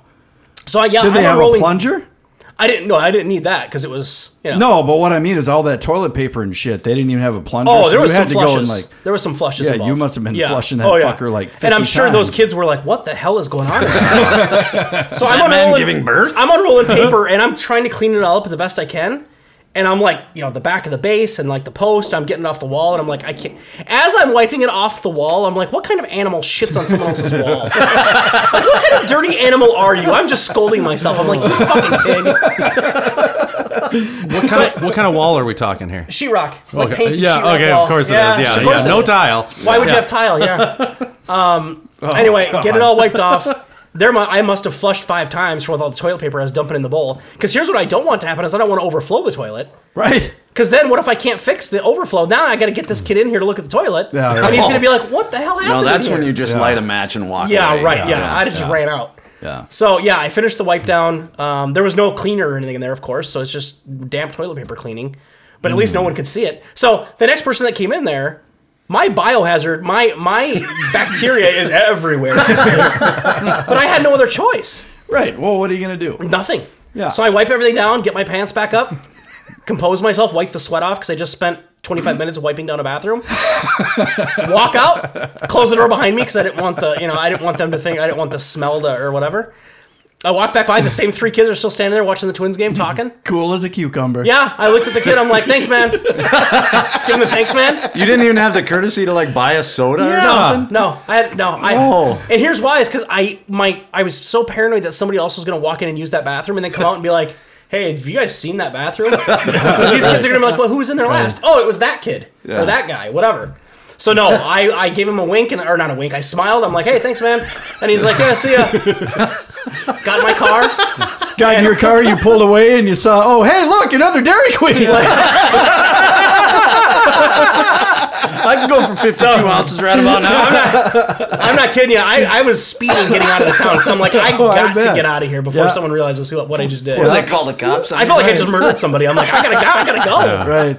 Speaker 4: So I, yeah,
Speaker 1: Did they
Speaker 4: I'm
Speaker 1: have a
Speaker 4: unrolling.
Speaker 1: plunger?
Speaker 4: I didn't know I didn't need that because it was you know.
Speaker 1: No, but what I mean is all that toilet paper and shit. They didn't even have a plunger.
Speaker 4: Oh,
Speaker 1: so
Speaker 4: there
Speaker 1: you
Speaker 4: was some
Speaker 1: had to go and
Speaker 4: flushes.
Speaker 1: like
Speaker 4: there was some flushes.
Speaker 1: Yeah, you
Speaker 4: involved. Oh,
Speaker 1: must have been flushing that fucker, like,
Speaker 4: And I'm
Speaker 1: 50
Speaker 4: sure those
Speaker 1: times.
Speaker 4: kids were like, "What the hell is going on?" in there?" so I'm
Speaker 3: man
Speaker 4: unrolling,
Speaker 3: giving birth?
Speaker 4: I'm unrolling paper and I'm trying to clean it all up the best I can. And I'm like, you know, the back of the base and like the post. I'm getting off the wall, and I'm like, I can't. As I'm wiping it off the wall, I'm like, what kind of animal shits on someone else's wall? like, what kind of dirty animal are you? I'm just scolding myself. I'm like, you fucking pig.
Speaker 2: What kind, of, what kind of wall are we talking here?
Speaker 4: Sheetrock. Like
Speaker 2: Okay.
Speaker 4: painted
Speaker 2: Yeah,
Speaker 4: sheetrock
Speaker 2: okay,
Speaker 4: wall.
Speaker 2: of course it is. Yeah,
Speaker 4: of
Speaker 2: yeah.
Speaker 4: course it
Speaker 2: no
Speaker 4: is.
Speaker 2: tile.
Speaker 4: Why would
Speaker 2: Yeah. Oh,
Speaker 4: you have tile? Yeah. Um, anyway, get it all wiped off. There, mu- I must have flushed five times for all the toilet paper I was dumping in the bowl. Because here's what I don't want to happen: is I don't want to overflow the toilet.
Speaker 1: right.
Speaker 4: Because then, what if I can't fix the overflow? Now I got to get this kid in here to look at the toilet,
Speaker 1: Yeah, right.
Speaker 4: and he's gonna be like, "What the hell happened?"
Speaker 3: No,
Speaker 4: in
Speaker 3: that's when
Speaker 4: here?"
Speaker 3: you just
Speaker 1: Yeah.
Speaker 3: light a match and walk
Speaker 4: Yeah,
Speaker 3: away.
Speaker 4: right. Yeah, I just ran out.
Speaker 3: Yeah.
Speaker 4: So yeah, I finished the wipe down. Um, there was no cleaner or anything in there, of course, so it's just damp toilet paper cleaning. But at
Speaker 3: Hmm.
Speaker 4: least no one could see it. So the next person that came in there, my biohazard, my my bacteria is everywhere. but I had no other choice.
Speaker 1: Right. Well, what are you gonna do?
Speaker 4: Nothing.
Speaker 1: Yeah.
Speaker 4: So I wipe everything down, get my pants back up, compose myself, wipe the sweat off because I just spent 25 minutes wiping down a bathroom. Walk out, close the door behind me because I didn't want the you know I didn't want them to think I didn't want the smell to or whatever. I walk back by. The same three kids are still standing there watching the Twins game, talking.
Speaker 1: Cool as a cucumber.
Speaker 4: Yeah, I looked at the kid. I'm like, "Thanks, man." Give him the thanks, man.
Speaker 3: You didn't even have the courtesy to like buy a soda or
Speaker 4: No,
Speaker 3: something.
Speaker 4: No, I had no. I,
Speaker 3: No.
Speaker 4: And here's why: is because I my I was so paranoid that somebody else was going to walk in and use that bathroom, and then come out and be like, "Hey, have you guys seen that bathroom?" Because these kids are going to be like, "Well, who was in there last? Oh, it was that kid
Speaker 3: Yeah.
Speaker 4: or that guy, whatever." So no, I, I gave him a wink and or not a wink. I smiled. I'm like, "Hey, thanks, man," and he's like, "Yeah, see ya." Got in my car.
Speaker 1: Got in your car, you pulled away, and you saw. Oh, hey, look, another Dairy Queen.
Speaker 3: I can go for 52 ounces right about now.
Speaker 4: I'm not kidding you. I, I was speeding getting out of the town because I'm like, I
Speaker 1: Oh, I
Speaker 4: got to
Speaker 1: bet.
Speaker 4: get out of here before
Speaker 1: Yeah.
Speaker 4: someone realizes who what I just did.
Speaker 3: Well, they call the cops. on
Speaker 4: I felt like I
Speaker 1: Right.
Speaker 4: just murdered somebody. I'm like, I gotta go. I gotta go.
Speaker 1: right.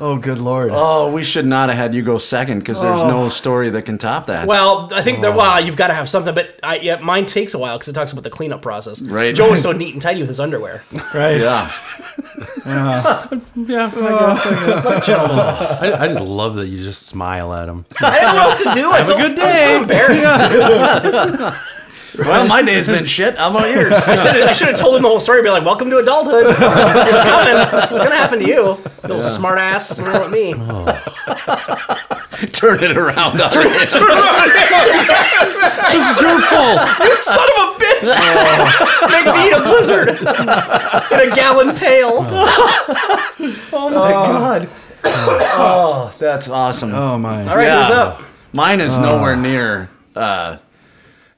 Speaker 1: Oh, good lord.
Speaker 3: Oh, we should not have had you go second because there's
Speaker 4: Oh.
Speaker 3: no story that can top that.
Speaker 4: Well, I think
Speaker 3: Um,
Speaker 4: that well, you've got to have something, but I, yeah, mine takes a while because it talks about the cleanup process.
Speaker 3: Right.
Speaker 4: Joe was so neat and tidy with his underwear.
Speaker 1: Right. Uh-huh.
Speaker 3: yeah.
Speaker 2: Yeah, I guess. I, guess. I, I just love that you just smile at him.
Speaker 4: I didn't know what else to do. I have felt,
Speaker 2: good
Speaker 4: I was
Speaker 2: day.
Speaker 4: so embarrassed.
Speaker 3: Well, my day's been shit. How about yours?
Speaker 4: I should have- I should have told him the whole story. Be like, "Welcome to adulthood. It's coming. It's gonna happen to you, little smart ass." Yell at me.
Speaker 3: Oh. Turn it around. Turn it
Speaker 2: This is your fault.
Speaker 4: You son of a bitch! Make me eat a blizzard in a gallon pail. oh my god!
Speaker 3: That's awesome.
Speaker 1: Oh my.
Speaker 4: All right,
Speaker 3: Yeah.
Speaker 4: who's up?
Speaker 3: Mine is nowhere near. Uh,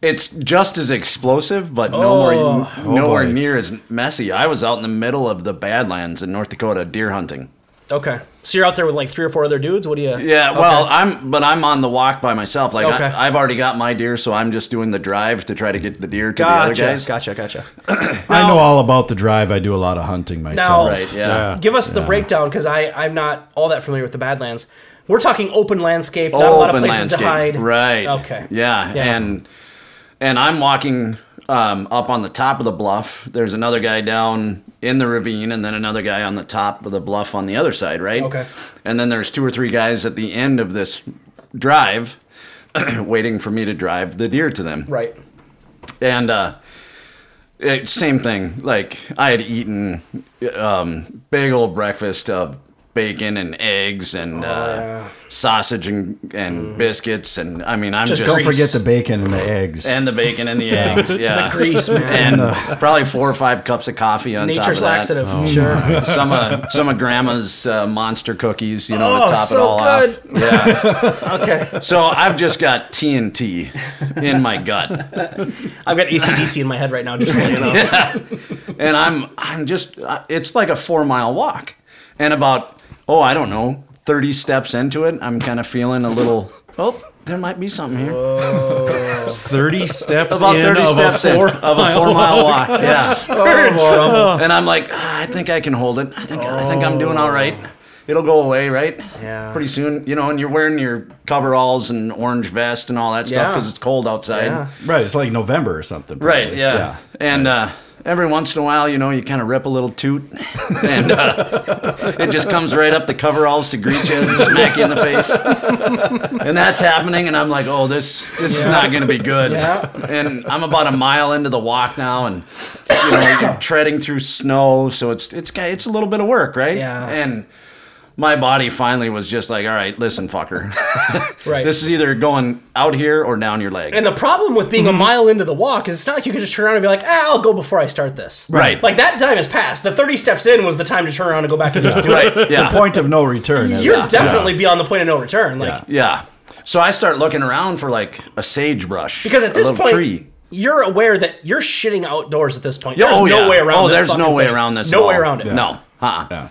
Speaker 3: it's just as explosive, but nowhere
Speaker 4: Oh.
Speaker 3: nowhere
Speaker 1: boy.
Speaker 3: near as messy. I was out in the middle of the Badlands in North Dakota deer hunting.
Speaker 4: Okay, so you're out there with like three or four other dudes. What do you?
Speaker 3: Yeah, well, I'm but I'm on the walk by myself. Like
Speaker 4: Okay.
Speaker 3: I, I've already got my deer, so I'm just doing the drive to try to get the deer to the other
Speaker 4: Gotcha,
Speaker 3: guys.
Speaker 4: gotcha, gotcha.
Speaker 1: I know all about the drive. I do a lot of hunting myself.
Speaker 4: Now-
Speaker 3: Right? Yeah.
Speaker 4: Give us the breakdown because I I'm not all that familiar with the Badlands. We're talking open landscape, not a lot of
Speaker 3: Open
Speaker 4: places to hide.
Speaker 3: landscape. Right.
Speaker 4: Okay.
Speaker 3: Yeah.
Speaker 4: Yeah.
Speaker 3: And and I'm walking um, up on the top of the bluff. There's another guy down in the ravine, and then another guy on the top of the bluff on the other side. Right.
Speaker 4: Okay.
Speaker 3: And then there's two or three guys at the end of this drive, waiting for me to drive the deer to them.
Speaker 4: Right.
Speaker 3: and uh it, same thing like i had eaten um big old breakfast of bacon and eggs and uh
Speaker 4: yeah.
Speaker 3: sausage and and biscuits and i mean i'm just,
Speaker 1: Don't forget the bacon and the eggs.
Speaker 3: and the bacon and the eggs yeah
Speaker 4: Greece, man.
Speaker 3: and probably four or five cups of coffee on top of
Speaker 4: Nature's
Speaker 3: that. Oh,
Speaker 4: laxative. sure.
Speaker 3: Some of some of Grandma's uh, monster cookies, you know,
Speaker 4: Oh,
Speaker 3: to top
Speaker 4: so
Speaker 3: it all
Speaker 4: good.
Speaker 3: off. Yeah.
Speaker 4: Okay.
Speaker 3: So I've just got TNT in my gut.
Speaker 4: I've got ACDC in my head right now. Just so you know.
Speaker 3: and I'm I'm just uh, it's like a four mile walk, and about oh I don't know thirty steps into it I'm kind of feeling a little oh there might be something here
Speaker 2: Thirty steps
Speaker 3: about
Speaker 2: in
Speaker 3: thirty
Speaker 2: of
Speaker 3: steps
Speaker 2: a
Speaker 3: in
Speaker 2: four
Speaker 3: of a four mile walk yeah and I'm like ah, I think I can hold it I think I think I'm doing all right it'll go away right
Speaker 4: Yeah.
Speaker 3: pretty soon you know and you're wearing your coveralls and orange vest and all that stuff
Speaker 4: Yeah.
Speaker 3: because it's cold outside.
Speaker 4: Yeah.
Speaker 1: right. It's like November or something.
Speaker 3: Right.
Speaker 1: probably.
Speaker 3: Yeah. And uh, every once in a while, you know, you kind of rip a little toot, and uh, it just comes right up the coveralls to greet you and smack you in the face. And that's happening, and I'm like, oh, this this is not going to be good.
Speaker 4: Yeah.
Speaker 3: And I'm about a mile into the walk now, and you know, you're treading through snow, so it's it's ki- it's a little bit of work, right?
Speaker 4: Yeah.
Speaker 3: And my body finally was just like, all right, listen, fucker,
Speaker 4: Right.
Speaker 3: this is either going out here or down your leg.
Speaker 4: and the problem with
Speaker 3: Mhm.
Speaker 4: being a mile into the walk is it's not like you can just turn around and be like, ah, I'll go before I start this.
Speaker 3: Right.
Speaker 4: Like that time has passed. The 30 steps in was the time to turn around and go back and just do it.
Speaker 3: right. Yeah.
Speaker 1: Point of no return. is-
Speaker 4: You're definitely beyond the point of no return. Like
Speaker 3: Yeah. So I start looking around for like a sagebrush.
Speaker 4: Because at
Speaker 3: a
Speaker 4: this
Speaker 3: little
Speaker 4: point,
Speaker 3: tree.
Speaker 4: you're aware that you're shitting outdoors at this point.
Speaker 3: Yeah,
Speaker 4: There's
Speaker 3: oh,
Speaker 4: no
Speaker 3: yeah.
Speaker 4: way around
Speaker 3: Oh,
Speaker 4: this.
Speaker 3: there's no
Speaker 4: fucking
Speaker 3: way
Speaker 4: thing.
Speaker 3: around this.
Speaker 4: No
Speaker 3: at
Speaker 4: way
Speaker 3: all.
Speaker 4: around it.
Speaker 3: No. Uh-uh.
Speaker 1: Yeah.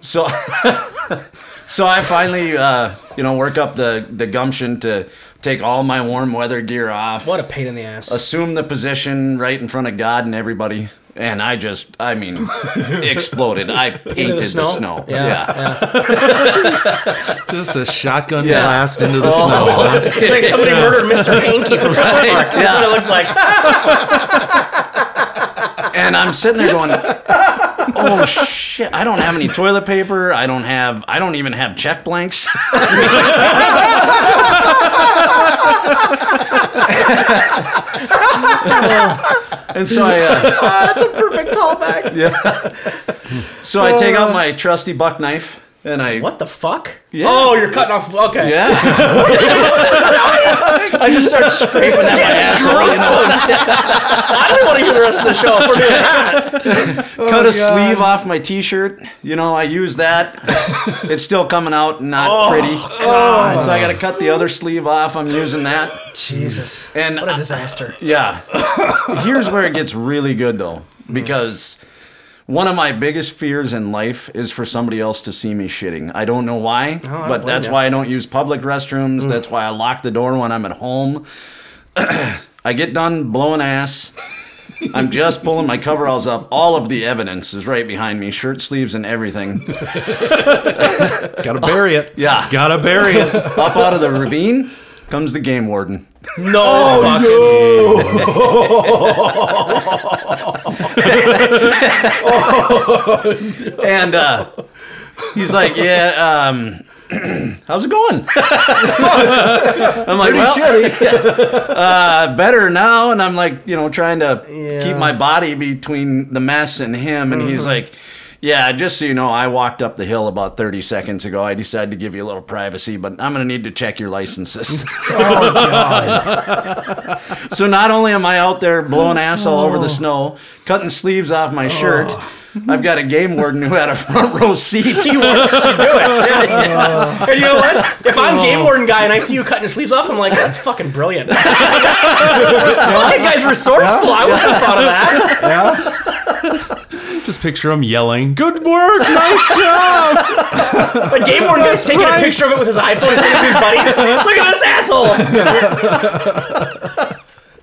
Speaker 3: So, so I finally, uh, you know, work up the the gumption to take all my warm weather gear off,
Speaker 4: What a pain in the ass.
Speaker 3: assume the position right in front of God and everybody, and I just, I mean, exploded. I painted the snow.
Speaker 4: Yeah, yeah.
Speaker 2: Just a shotgun
Speaker 3: Yeah.
Speaker 2: blast into the snow. huh?
Speaker 4: It's like somebody murdered Mr. Hanky from South Park. That's
Speaker 3: yeah.
Speaker 4: what it looks like.
Speaker 3: and I'm sitting there going, "Oh shit! I don't have any toilet paper. I don't have. I don't even have check blanks." and so I, uh,
Speaker 4: That's a perfect callback.
Speaker 3: so I take out my trusty buck knife and I
Speaker 4: What the fuck? Oh, you're cutting off. Okay.
Speaker 3: Yeah. I just start scraping at my asshole. you know,
Speaker 4: I don't want to hear the rest of the show if we're doing that. Oh
Speaker 3: Cut a sleeve off my T-shirt. You know, I use that. it's still coming out not pretty.
Speaker 4: Oh,
Speaker 3: So I got to cut the other sleeve off. I'm using that.
Speaker 4: Jesus.
Speaker 3: And
Speaker 4: What a disaster.
Speaker 3: yeah, here's where it gets really good though, because one of my biggest fears in life is for somebody else to see me shitting. I don't know why,
Speaker 4: Oh, I
Speaker 3: but
Speaker 4: blame
Speaker 3: that's
Speaker 4: ya. Mm.
Speaker 3: why I don't use public restrooms. That's why I lock the door when I'm at home. I get done blowing ass. I'm just pulling my coveralls up. All of the evidence is right behind me, shirt sleeves and everything.
Speaker 2: Gotta bury it.
Speaker 3: Yeah.
Speaker 2: Gotta bury it.
Speaker 3: Up out of the ravine comes the game warden.
Speaker 4: No. fuck.
Speaker 3: And uh, he's like, "Yeah, um, how's it going?" I'm like, "Well, uh, better now." And I'm like, you know, trying to keep
Speaker 4: Yeah.
Speaker 3: my body between the mess and him. And he's like, "Yeah, just so you know, I walked up the hill about 30 seconds ago. I decided to give you a little privacy, but I'm gonna need to check your licenses." So not only am I out there blowing ass all over the snow, cutting sleeves off my shirt, I've got a game warden who had a front row seat. He wants to do it.
Speaker 4: And you know what? If I'm game warden guy and I see you cutting your sleeves off, I'm like, that's fucking brilliant. Fucking guy's resourceful. I wouldn't have thought of that.
Speaker 1: Yeah.
Speaker 2: Just picture him yelling, Good work, nice job.
Speaker 4: The game warden guy's taking a picture of it with his iPhone and sending it to his buddies. Look at this asshole.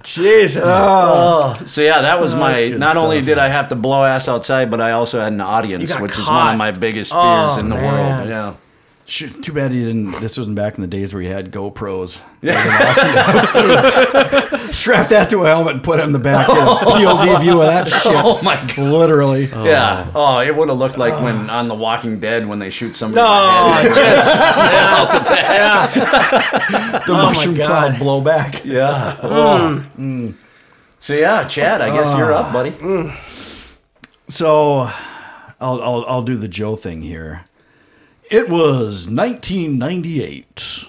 Speaker 4: Jesus.
Speaker 3: So yeah, that was my.
Speaker 1: good
Speaker 3: Not
Speaker 1: stuff.
Speaker 3: only did I have to blow ass outside, but I also had an audience,
Speaker 4: You got
Speaker 3: which is one
Speaker 4: caught.
Speaker 3: of my biggest
Speaker 4: Oh,
Speaker 3: fears in the
Speaker 4: man.
Speaker 3: world. Yeah.
Speaker 1: Shoot, too bad you didn't. This wasn't back in the days where you had GoPros. Strap that to a helmet and put it in the back. and POV view of that shit.
Speaker 3: Oh my god.
Speaker 1: Literally.
Speaker 3: Yeah. Oh, it would have looked like when on The Walking Dead when they shoot somebody.
Speaker 4: No,
Speaker 3: in the head. yeah. Oh
Speaker 1: the mushroom
Speaker 4: God.
Speaker 1: cloud blowback.
Speaker 3: Yeah. Oh. So yeah, Chad. I guess you're up, buddy.
Speaker 1: So I'll, I'll, I'll do the Joe thing here. It was 1998.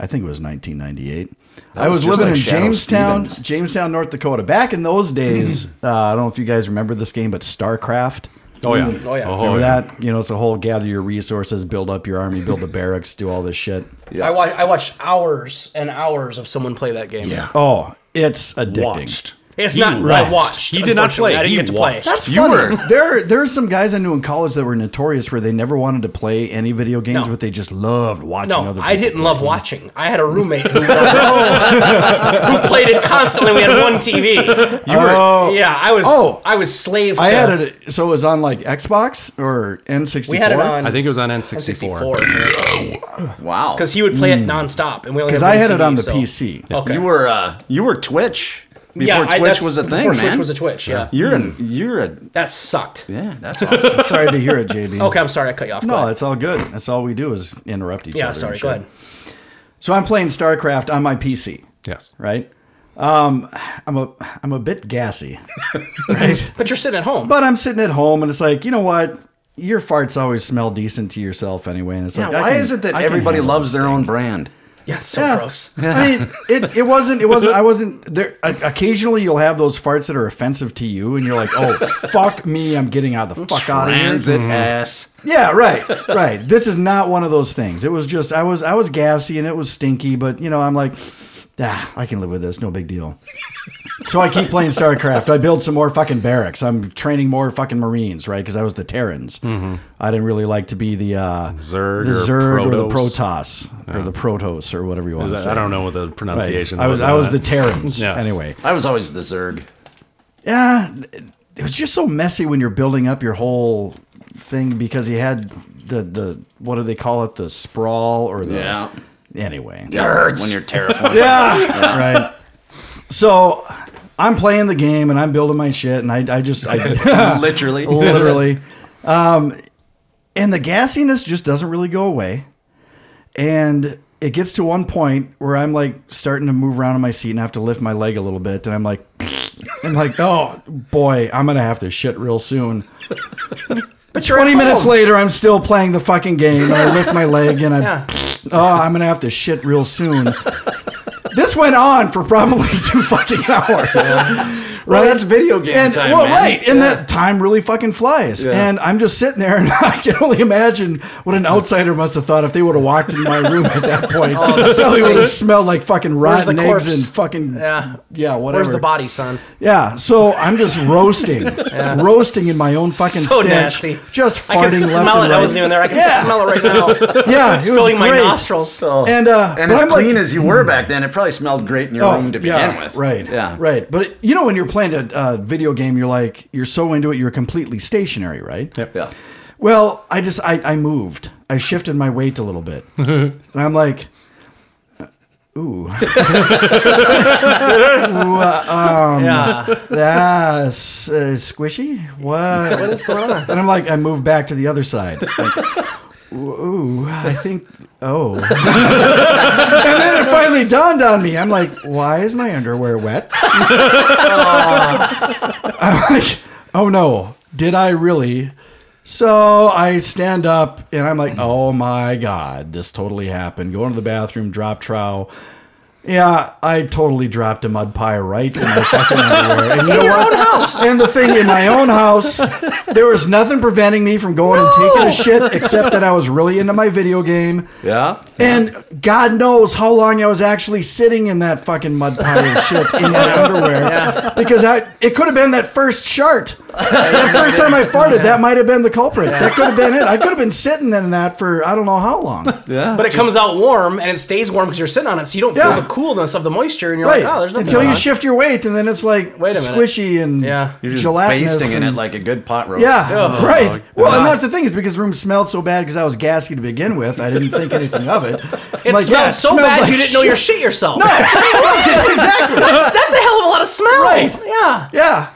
Speaker 1: I think it was 1998. I
Speaker 3: was
Speaker 1: was,
Speaker 3: just
Speaker 1: living
Speaker 3: like
Speaker 1: in
Speaker 3: Shadow
Speaker 1: Jamestown,
Speaker 3: Stevens.
Speaker 1: Jamestown, North Dakota. Back in those days, uh, I don't know if you guys remember this game, but StarCraft.
Speaker 2: Oh,
Speaker 3: Mm.
Speaker 2: yeah.
Speaker 4: Oh, yeah.
Speaker 1: Remember that? You know, it's a whole gather your resources, build up your army, build the barracks, do all this shit.
Speaker 4: I, watch, I watched hours and hours of someone play that game.
Speaker 2: Yeah.
Speaker 1: Oh, it's addicting.
Speaker 2: Watched.
Speaker 4: It's
Speaker 2: He
Speaker 4: not I
Speaker 2: watched.
Speaker 4: watched.
Speaker 2: He did not
Speaker 4: unfortunately.
Speaker 2: play.
Speaker 4: I didn't
Speaker 2: He
Speaker 4: get to
Speaker 2: watched.
Speaker 4: play.
Speaker 1: That's
Speaker 2: You
Speaker 1: funny.
Speaker 2: were-
Speaker 1: there, there are some guys I knew in college that were notorious for they never wanted to play any video games,
Speaker 4: No.
Speaker 1: but they just loved watching
Speaker 4: No,
Speaker 1: other people.
Speaker 4: I didn't love watching. I had a roommate who, who played it constantly. We had one TV.
Speaker 1: You were, oh,
Speaker 4: Yeah, I was.
Speaker 1: Oh.
Speaker 4: I was slave.
Speaker 1: I
Speaker 4: to,
Speaker 1: had it. So it was on like Xbox or N64.
Speaker 4: We had it on.
Speaker 2: I think it was on
Speaker 4: sixty-four.
Speaker 2: N64.
Speaker 3: Wow.
Speaker 4: Because he would play it nonstop, and we only
Speaker 1: Hmm. because
Speaker 4: one
Speaker 1: I had
Speaker 4: TV,
Speaker 1: it on the
Speaker 4: so-
Speaker 1: PC.
Speaker 4: Okay.
Speaker 3: You were uh, you were Twitch before
Speaker 4: Yeah,
Speaker 3: Twitch
Speaker 4: I- that's-
Speaker 3: was a thing,
Speaker 4: before
Speaker 3: man.
Speaker 4: Twitch was a Twitch. Yeah.
Speaker 3: you're an you're a
Speaker 4: That sucked.
Speaker 3: Mm. yeah. That's awesome.
Speaker 1: Sorry to hear it, JB.
Speaker 4: Okay, I'm sorry I cut you off. Go
Speaker 1: No,
Speaker 4: ahead.
Speaker 1: it's all good. That's all we do is interrupt each other.
Speaker 4: yeah.
Speaker 1: and
Speaker 4: Sorry.
Speaker 1: shit.
Speaker 4: Go ahead.
Speaker 1: So I'm playing StarCraft on my PC,
Speaker 2: Yes.
Speaker 1: right? Um, I'm a I'm a bit gassy, right?
Speaker 4: But you're sitting at home.
Speaker 1: But I'm sitting at home and it's like, you know what? Your farts always smell decent to yourself anyway. And it's
Speaker 3: yeah,
Speaker 1: like, I
Speaker 3: why
Speaker 1: can-
Speaker 3: is it that
Speaker 1: I can
Speaker 3: everybody
Speaker 1: handle
Speaker 3: loves their own brand?
Speaker 4: yeah. So
Speaker 1: Yeah.
Speaker 4: gross.
Speaker 1: I mean, it, it wasn't, it wasn't, I wasn't there. o- Occasionally you'll have those farts that are offensive to you and you're like, oh, fuck me. I'm getting out of the fuck out of here.
Speaker 3: Transit ass.
Speaker 1: Yeah, right, right. This is not one of those things. It was just, I was, I was gassy and it was stinky, but you know, I'm like, ah, I can live with this, no big deal. so I keep playing StarCraft. I build some more fucking barracks. I'm training more fucking Marines, right? Because I was the Terrans. I didn't really like to be the uh,
Speaker 2: Mm-hmm. Zerg
Speaker 1: the
Speaker 2: or
Speaker 1: Zerg or, the
Speaker 2: Protoss.
Speaker 1: Protoss or the Protos or whatever you want to
Speaker 2: Is
Speaker 1: say.
Speaker 2: that- I don't know what the
Speaker 1: Right.
Speaker 2: pronunciation.
Speaker 1: I was
Speaker 2: on
Speaker 1: I was
Speaker 2: that.
Speaker 1: the Terrans.
Speaker 2: Yes.
Speaker 1: Anyway,
Speaker 3: I was always the Zerg.
Speaker 1: yeah, it was just so messy when you're building up your whole thing because you had the the what do they call it the sprawl or the
Speaker 3: Yeah.
Speaker 1: anyway
Speaker 3: When you're terrifying.
Speaker 1: yeah. Right. So I'm playing the game and I'm building my shit and I, I just, I
Speaker 3: Literally.
Speaker 1: literally, um, and the gassiness just doesn't really go away. And it gets to one point where I'm like starting to move around in my seat and I have to lift my leg a little bit. And I'm like, I'm like, oh boy, I'm going to have to shit real soon.
Speaker 4: But
Speaker 1: 20 minutes later, I'm still playing the fucking game. And I lift my leg and I,
Speaker 4: Yeah.
Speaker 1: oh, I'm going to have to shit real soon. this went on for probably two fucking hours. Right?
Speaker 3: that's video game
Speaker 1: and,
Speaker 3: time,
Speaker 1: Well,
Speaker 3: man.
Speaker 1: right. And that time really fucking flies. And I'm just sitting there and I can only imagine what an outsider must have thought if they would have walked in my room at that point.
Speaker 4: Oh, the
Speaker 1: probably would have
Speaker 4: stink.
Speaker 1: smelled like fucking rotten eggs
Speaker 4: corpse?
Speaker 1: and fucking,
Speaker 4: Yeah.
Speaker 1: yeah, whatever.
Speaker 4: Where's the body, son?
Speaker 1: Yeah, so I'm just roasting, roasting in my own fucking
Speaker 4: So
Speaker 1: stench,
Speaker 4: nasty.
Speaker 1: just farting
Speaker 4: I
Speaker 1: left
Speaker 4: can
Speaker 1: and
Speaker 4: smell it.
Speaker 1: right.
Speaker 4: I wasn't even there. I can
Speaker 1: Yeah.
Speaker 4: smell it right now.
Speaker 1: Yeah,
Speaker 4: it's
Speaker 1: it was
Speaker 4: filling my
Speaker 1: great.
Speaker 4: nostrils.
Speaker 1: And uh,
Speaker 3: And
Speaker 1: but
Speaker 3: as
Speaker 1: I'm
Speaker 3: clean
Speaker 1: like, Hmm. Oh,
Speaker 3: as you were back then, it probably smelled great in your room to begin
Speaker 1: yeah,
Speaker 3: with.
Speaker 1: Right.
Speaker 3: Yeah.
Speaker 1: Right. But you know, when you're playing a uh, video game, you're like, you're so into it, you're completely stationary, right? Yep.
Speaker 3: Yeah.
Speaker 1: Well, I just I, I moved. I shifted my weight a little bit, and I'm like, uh, ooh, uh,
Speaker 4: yeah.
Speaker 1: um, that's uh, squishy. What?
Speaker 4: What is going on?
Speaker 1: And I'm like, I moved back to the other side. Like, Ooh, I think. Oh, and then it finally dawned on me. I'm like, why is my underwear wet? I'm like, oh no, did I really? So I stand up and I'm like, oh my god, this totally happened. Go into the bathroom, drop trow. Yeah, I totally dropped a mud pie right in my fucking underwear. And you know what? And the thing in my own house, there was nothing preventing me from going and taking a shit except that I was really into my video game.
Speaker 3: Yeah.
Speaker 1: And God knows how long I was actually sitting in that fucking mud pile of shit in my underwear. Because I, it could have been that first shart. That first time I farted, that might have been the culprit. That could have been it. I could have been sitting in that for I don't know how long.
Speaker 3: Yeah.
Speaker 4: But it comes out warm and it stays warm because you're sitting on it, so you don't
Speaker 1: Yeah.
Speaker 4: feel the coolness of the moisture, and you're
Speaker 1: Right.
Speaker 4: like, oh, there's nothing.
Speaker 1: Until
Speaker 4: going
Speaker 1: you
Speaker 4: on.
Speaker 1: shift your weight, and then it's like
Speaker 4: Wait a minute.
Speaker 1: squishy and
Speaker 4: Yeah.
Speaker 3: You're just
Speaker 1: gelatinous.
Speaker 3: basting in
Speaker 1: and-
Speaker 3: it like a good pot roast.
Speaker 1: Yeah,
Speaker 4: Oh,
Speaker 1: right. well, and that's the thing is because the room smelled so bad because I was gassy to begin with. I didn't think anything of it.
Speaker 4: It smells so bad you didn't know your shit yourself. No,
Speaker 1: exactly.
Speaker 4: that's a hell of a lot of smell.
Speaker 1: Right.
Speaker 4: Yeah.
Speaker 1: Yeah.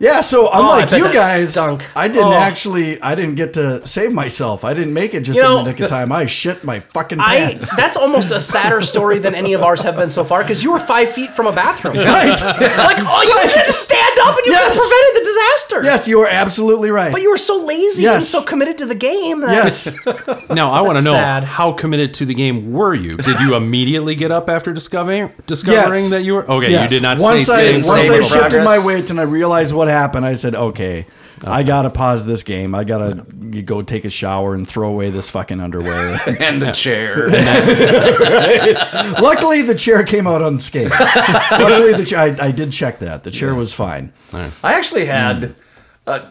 Speaker 1: Yeah, so unlike
Speaker 4: Oh, bet
Speaker 1: you
Speaker 4: that
Speaker 1: guys,
Speaker 4: stunk.
Speaker 1: I didn't
Speaker 4: Oh.
Speaker 1: actually, I didn't get to save myself. I didn't make it just
Speaker 4: You
Speaker 1: in
Speaker 4: know,
Speaker 1: the nick of time. I shit my fucking
Speaker 4: I,
Speaker 1: pants.
Speaker 4: that's almost a sadder story than any of ours have been so far because you were five feet from a bathroom.
Speaker 1: right?
Speaker 4: Like, oh, you had to stand up and you could
Speaker 1: Yes.
Speaker 4: have prevented the disaster.
Speaker 1: yes, you are absolutely right.
Speaker 4: But you were so lazy and
Speaker 1: Yes.
Speaker 4: so committed to the game. That
Speaker 1: yes.
Speaker 2: Now I want to
Speaker 4: That's
Speaker 2: know
Speaker 4: sad.
Speaker 2: how committed to the game were you? Did you immediately get up after discovering discovering
Speaker 1: Yes.
Speaker 2: that you were okay?
Speaker 1: Yes.
Speaker 2: You did not
Speaker 1: once
Speaker 2: stay
Speaker 1: I,
Speaker 2: sitting.
Speaker 1: once I
Speaker 3: stable
Speaker 1: shifted
Speaker 3: progress.
Speaker 1: my weight and I realized what happened, I said, okay, I gotta pause this game. I gotta go take a shower and throw away this fucking underwear.
Speaker 3: And the chair.
Speaker 1: Luckily, the chair came out unscathed. Luckily, the chair, I, I did check that. The chair was fine.
Speaker 3: I actually had a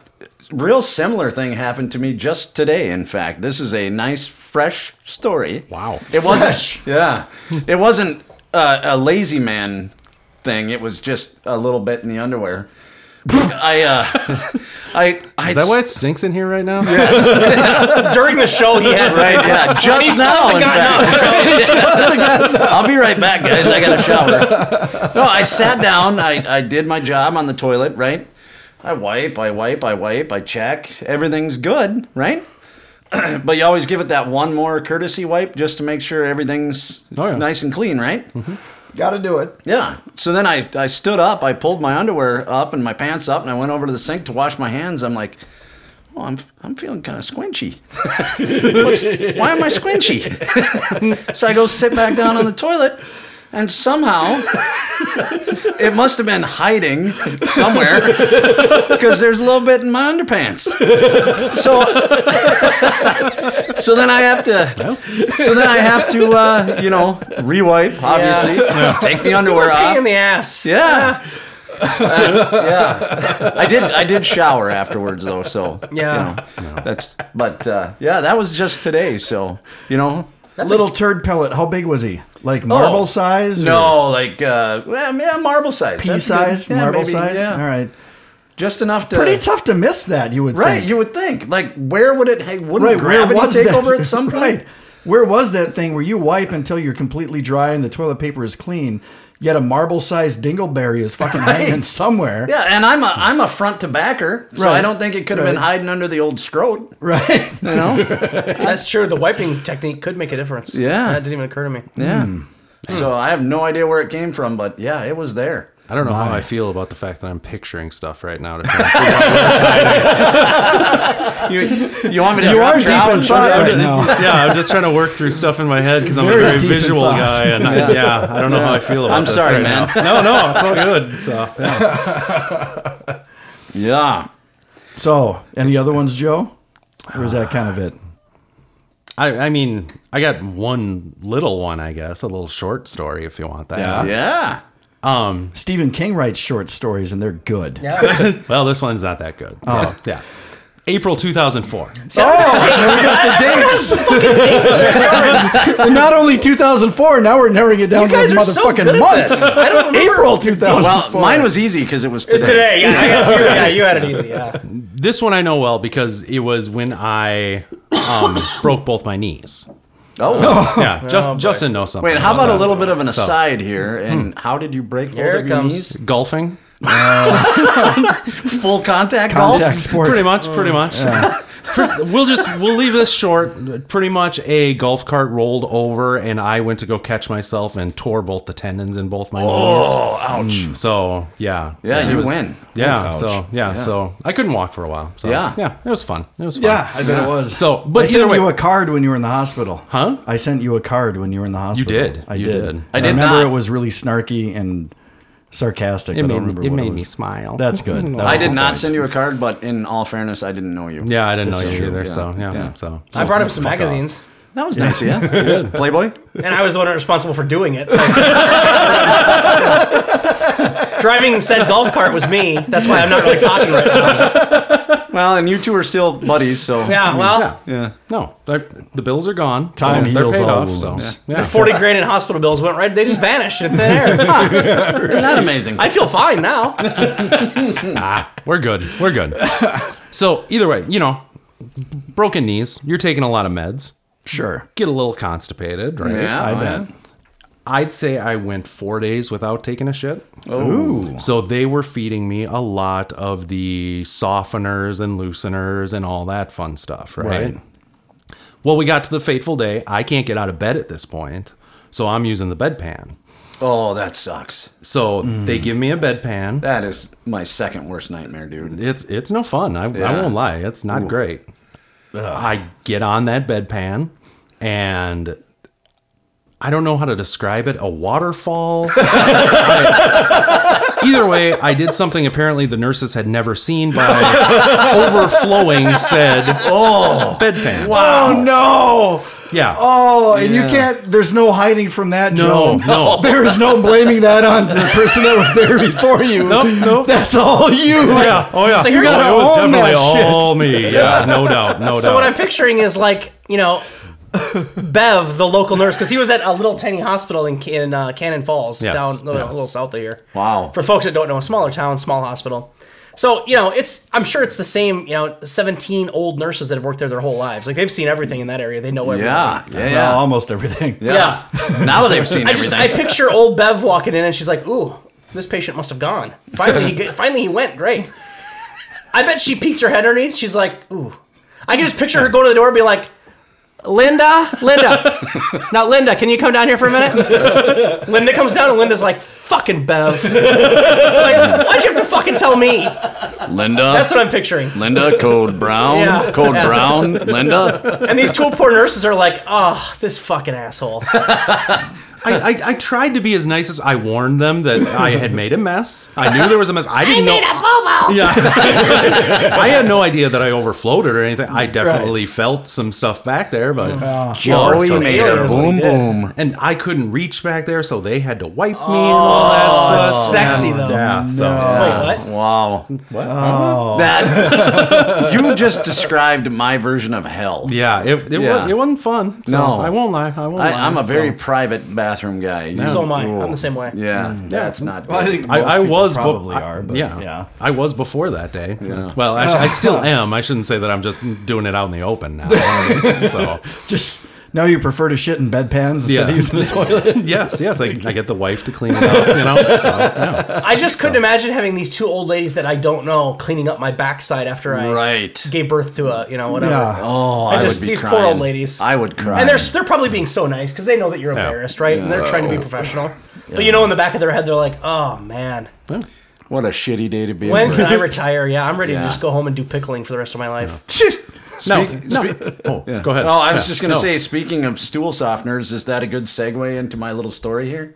Speaker 3: real similar thing happen to me just today. In fact, this is a nice, fresh story.
Speaker 2: Wow.
Speaker 3: It wasn't. Yeah, it wasn't uh, a lazy man thing. It was just a little bit in the underwear. I, uh, I, I.
Speaker 2: Is that why it stinks in here right now?
Speaker 4: during the show, he had
Speaker 3: Right, yeah, just now. In fact. I'll be right back, guys. I got a shower. No, I sat down. I, I did my job on the toilet, right? I wipe, I wipe, I wipe, I check. Everything's good, right? but you always give it that one more courtesy wipe just to make sure everything's
Speaker 2: Oh, yeah.
Speaker 3: nice and clean, right?
Speaker 1: Gotta do it.
Speaker 3: Yeah. So then I, I stood up, I pulled my underwear up and my pants up, and I went over to the sink to wash my hands. I'm like, oh, I'm, I'm feeling kind of squinchy. What's- why am I squinchy? so I go sit back down on the toilet, And somehow, it must have been hiding somewhere because there's a little bit in my underpants. So, so then I have to, so then I have to, uh, you know, rewipe. Obviously, take the underwear
Speaker 4: Pain in
Speaker 3: off.
Speaker 4: the ass.
Speaker 3: Yeah. Uh, yeah, I did. I did shower afterwards though, so you
Speaker 4: Yeah.
Speaker 3: know, that's. But uh, yeah, that was just today. So you know,
Speaker 1: Little turd pellet. How big was he? Like marble size? or
Speaker 3: Oh, No, like uh, well, yeah, marble size,
Speaker 1: Pea
Speaker 3: That's good.
Speaker 1: size?
Speaker 3: Yeah,
Speaker 1: marble
Speaker 3: maybe,
Speaker 1: size?
Speaker 3: yeah.
Speaker 1: All right.
Speaker 3: just enough to
Speaker 1: Pretty tough to miss that, you would
Speaker 3: Right,
Speaker 1: think.
Speaker 3: you would think. Like, where would it? Hey, wouldn't
Speaker 1: right,
Speaker 3: gravity
Speaker 1: where was
Speaker 3: take
Speaker 1: that?
Speaker 3: over at some point?
Speaker 1: Right. Where was that thing where you wipe until you're completely dry and the toilet paper is clean, yet a marble-sized dingleberry is fucking hanging somewhere?
Speaker 3: Yeah, and I'm a I'm a front tobacco, so
Speaker 1: Right,
Speaker 3: I don't think it could have been
Speaker 1: right.
Speaker 3: hiding under the old scrote.
Speaker 1: Right.
Speaker 3: You know?
Speaker 4: That's true. The wiping technique could make a difference.
Speaker 3: Yeah.
Speaker 4: That didn't even occur to me. Hmm.
Speaker 3: yeah. So I have no idea where it came from, but yeah, it was there.
Speaker 2: I don't know how I feel about the fact that I'm picturing stuff right now. To try and figure
Speaker 3: You,
Speaker 2: out-
Speaker 3: you want me to
Speaker 1: You
Speaker 3: drop
Speaker 1: are deep
Speaker 3: trowel
Speaker 1: in
Speaker 3: and
Speaker 1: thought
Speaker 3: shut it
Speaker 1: right now.
Speaker 2: yeah, I'm just trying to work through stuff in my head because I'm
Speaker 1: Very
Speaker 2: a very
Speaker 1: deep in
Speaker 2: visual
Speaker 1: thought.
Speaker 2: guy, and I, yeah, I don't know how I feel about
Speaker 3: I'm
Speaker 2: this
Speaker 3: sorry,
Speaker 2: right
Speaker 3: man.
Speaker 2: now. No, no, it's all good. So yeah.
Speaker 3: Yeah.
Speaker 1: So, any other ones, Joe? Or is that kind of it?
Speaker 2: I, I mean, I got one little one, I guess, a little short story if you want that. Um,
Speaker 1: Yeah.
Speaker 3: Yeah.
Speaker 1: Stephen King writes short stories and they're good. Yeah.
Speaker 2: Well, this one's not that good. So, yeah. April 2004.
Speaker 1: Oh, we got the dates. and not only 2004, now we're narrowing it down
Speaker 4: You guys
Speaker 1: to
Speaker 4: are so
Speaker 1: motherfucking
Speaker 4: good at
Speaker 1: months.
Speaker 4: this. I don't remember.
Speaker 1: April 2004.
Speaker 3: Well, mine was easy because it was today.
Speaker 4: Today, yeah, I guess you, yeah, you had it easy. Yeah.
Speaker 2: This one I know well because it was when I um, broke both my knees.
Speaker 3: Oh.
Speaker 2: Yeah, just,
Speaker 4: boy.
Speaker 2: Justin knows something.
Speaker 3: Wait, how about a
Speaker 2: that.
Speaker 3: little bit of an aside here? And how did you break both
Speaker 4: Here
Speaker 3: of your
Speaker 4: it comes.
Speaker 3: knees?
Speaker 2: golfing?
Speaker 3: Full contact,
Speaker 1: contact
Speaker 3: golf.
Speaker 1: sports.
Speaker 2: Pretty much, pretty much. Pre- we'll just we'll leave this short. Pretty much, a golf cart rolled over, and I went to go catch myself and tore both the tendons in both my
Speaker 3: Oh, ouch.
Speaker 2: knees. So yeah,
Speaker 3: Yeah,
Speaker 2: it
Speaker 3: you
Speaker 2: was-
Speaker 3: win.
Speaker 2: Yeah, so yeah, so I couldn't walk for a while. So
Speaker 3: Yeah.
Speaker 2: yeah, it was fun. It was fun.
Speaker 1: Yeah, I bet it was.
Speaker 2: So, but
Speaker 1: I
Speaker 2: either
Speaker 1: sent
Speaker 2: way-
Speaker 1: you a card when you were in the hospital.
Speaker 2: Huh?
Speaker 1: I sent you a card when you were in the hospital.
Speaker 2: did.
Speaker 1: I
Speaker 2: You
Speaker 1: did.
Speaker 2: did.
Speaker 3: I did
Speaker 1: remember
Speaker 3: not.
Speaker 1: it was really snarky and sarcastic.
Speaker 2: It
Speaker 1: but I
Speaker 2: made
Speaker 1: don't
Speaker 2: me-
Speaker 1: remember
Speaker 2: it
Speaker 1: what
Speaker 2: made
Speaker 1: was.
Speaker 2: me smile.
Speaker 1: That's good. That
Speaker 3: I
Speaker 1: was
Speaker 3: did
Speaker 1: good.
Speaker 3: not send you a card, but in all fairness, I didn't know you.
Speaker 2: Yeah, I didn't know you
Speaker 3: true,
Speaker 2: either.
Speaker 3: yeah.
Speaker 2: So yeah,
Speaker 3: Yeah.
Speaker 2: so
Speaker 4: I
Speaker 2: so
Speaker 4: brought up some
Speaker 2: fuck off.
Speaker 4: magazines,
Speaker 3: that was nice. Yeah, Good. Playboy.
Speaker 4: and I was the one responsible for doing it. So. Driving said golf cart was me. That's why I'm not really talking right now.
Speaker 3: Well, and you two are still buddies, so
Speaker 4: Yeah, well,
Speaker 2: Yeah.
Speaker 3: yeah.
Speaker 2: No, they're- the bills are gone. so
Speaker 1: Time
Speaker 2: they're
Speaker 1: heals
Speaker 2: paid
Speaker 1: all
Speaker 2: off.
Speaker 1: wounds.
Speaker 2: So
Speaker 1: Yeah.
Speaker 2: yeah, so-
Speaker 4: 40 grand in hospital bills went right. They just vanished in thin air.
Speaker 3: Isn't that amazing?
Speaker 4: I feel fine now.
Speaker 2: We're good. We're good. so either way, you know, broken knees. You're taking a lot of meds.
Speaker 1: Sure.
Speaker 2: Get a little constipated, right?
Speaker 3: yeah,
Speaker 1: I
Speaker 3: yeah.
Speaker 1: bet.
Speaker 2: I'd say I went four days without taking a shit.
Speaker 1: Ooh.
Speaker 2: So they were feeding me a lot of the softeners and looseners and all that fun stuff,
Speaker 1: Right.
Speaker 2: right? Well, we got to the fateful day. I can't get out of bed at this point. So I'm using the bedpan.
Speaker 3: Oh, that sucks.
Speaker 2: So they give me a bedpan.
Speaker 3: That is my second worst nightmare, dude.
Speaker 2: it's it's no fun. I, I
Speaker 3: Yeah.
Speaker 2: won't lie. It's not great. I get on that bedpan and I don't know how to describe it. A waterfall. I- either way, I did something apparently the nurses had never seen by overflowing said oh bedpan.
Speaker 1: Oh no!
Speaker 2: Yeah.
Speaker 1: Oh, and you can't. There's no hiding from that.
Speaker 2: No,
Speaker 1: Joe.
Speaker 2: no.
Speaker 1: There is no blaming that on the person that was there before you. No,
Speaker 2: nope.
Speaker 1: That's all you.
Speaker 2: yeah. Oh yeah.
Speaker 4: So here's-
Speaker 2: Oh, it was
Speaker 1: Own that
Speaker 2: definitely
Speaker 1: shit.
Speaker 2: all me. Yeah. No doubt. No doubt.
Speaker 4: So what I'm picturing is like you know, Bev, the local nurse, because he was at a little tiny hospital in in uh, Cannon Falls,
Speaker 2: Yes,
Speaker 4: down a little,
Speaker 2: yes.
Speaker 4: a little south of here.
Speaker 3: Wow.
Speaker 4: For folks that don't know, a smaller town, small hospital. So you know, it's I'm sure it's the same. You know, 17 old nurses that have worked there their whole lives. Like they've seen everything in that area. They know everything.
Speaker 3: Yeah, yeah,
Speaker 1: Well,
Speaker 3: yeah.
Speaker 1: almost everything.
Speaker 4: Yeah.
Speaker 3: now they've seen
Speaker 4: I just
Speaker 3: everything.
Speaker 4: I picture old Bev walking in and she's like, "Ooh, this patient must have gone. Finally, he get- finally he went. Great." I bet she peeked her head underneath. She's like, "Ooh." I can just picture her going to the door and be like, "Linda, Linda, now Linda, can you come down here for a minute?" Linda comes down and Linda's like, "Fucking Bev, like, why'd you have to fucking tell me?"
Speaker 3: Linda.
Speaker 4: That's what I'm picturing.
Speaker 3: Linda Code Brown.
Speaker 4: Yeah.
Speaker 3: Code
Speaker 4: Yeah.
Speaker 3: Brown. Linda.
Speaker 4: "Ah, And these two poor nurses are like, "Oh, this fucking asshole."
Speaker 2: I, I, I tried to be as nice as I warned them that I had made a mess. I knew there was a mess. I didn't know.
Speaker 5: bobo.
Speaker 2: I had no idea that I overfloated or anything. I definitely felt some stuff back there, but
Speaker 3: Joey
Speaker 2: Well,
Speaker 3: made
Speaker 4: deal
Speaker 3: a
Speaker 4: is what he
Speaker 3: boom
Speaker 4: did.
Speaker 3: boom.
Speaker 2: and I couldn't reach back there, so they had to wipe me and
Speaker 3: Oh,
Speaker 2: all that
Speaker 4: it's
Speaker 2: stuff.
Speaker 4: sexy,
Speaker 2: Yeah.
Speaker 4: though.
Speaker 2: Yeah. So
Speaker 4: Wait, what?
Speaker 3: Wow.
Speaker 4: Oh.
Speaker 3: That you just described my version of hell.
Speaker 2: yeah, it it,
Speaker 3: Yeah.
Speaker 2: Was, it wasn't fun. So
Speaker 3: No.
Speaker 2: I won't lie. I won't.
Speaker 3: I,
Speaker 2: lie,
Speaker 3: I'm a
Speaker 2: so.
Speaker 3: very private bathroom guy.
Speaker 4: So am I. I'm the same way. Mm.
Speaker 3: Yeah, that's not. Good.
Speaker 2: I,
Speaker 1: most
Speaker 2: I
Speaker 1: people
Speaker 2: was bef-
Speaker 1: probably
Speaker 2: I-
Speaker 1: are, but
Speaker 2: yeah,
Speaker 1: yeah.
Speaker 2: I was before that day. Well, actually, I still am. I shouldn't say that I'm just doing it out in the open now. so
Speaker 1: Just now you prefer to shit in bedpans instead
Speaker 2: Yeah.
Speaker 1: of using the toilet.
Speaker 2: yes, yes, I, I get the wife to clean it up. You know, so, yeah.
Speaker 4: I just couldn't imagine having these two old ladies that I don't know cleaning up my backside after I
Speaker 3: Right.
Speaker 4: gave birth to a, you know, whatever.
Speaker 1: Yeah.
Speaker 3: Oh, I,
Speaker 4: I just-
Speaker 3: would be
Speaker 4: these poor
Speaker 3: crying.
Speaker 4: old ladies.
Speaker 3: I would cry.
Speaker 4: And they're they're probably being so nice because they know that you're
Speaker 2: Yeah.
Speaker 4: embarrassed, right? And they're trying to be professional. But you know, in the back of their head, they're like, "Oh man,
Speaker 3: what a shitty day to be.
Speaker 4: when
Speaker 3: in
Speaker 4: can I
Speaker 3: Brooklyn.
Speaker 4: retire? Yeah, I'm ready
Speaker 3: Yeah.
Speaker 4: to just go home and do pickling for the rest of my life."
Speaker 2: No,
Speaker 3: Speak-
Speaker 2: no.
Speaker 3: speak-
Speaker 2: Oh, go ahead.
Speaker 3: No, I was
Speaker 2: Yeah.
Speaker 3: just going to
Speaker 2: No.
Speaker 3: say. Speaking of stool softeners, is that a good segue into my little story here?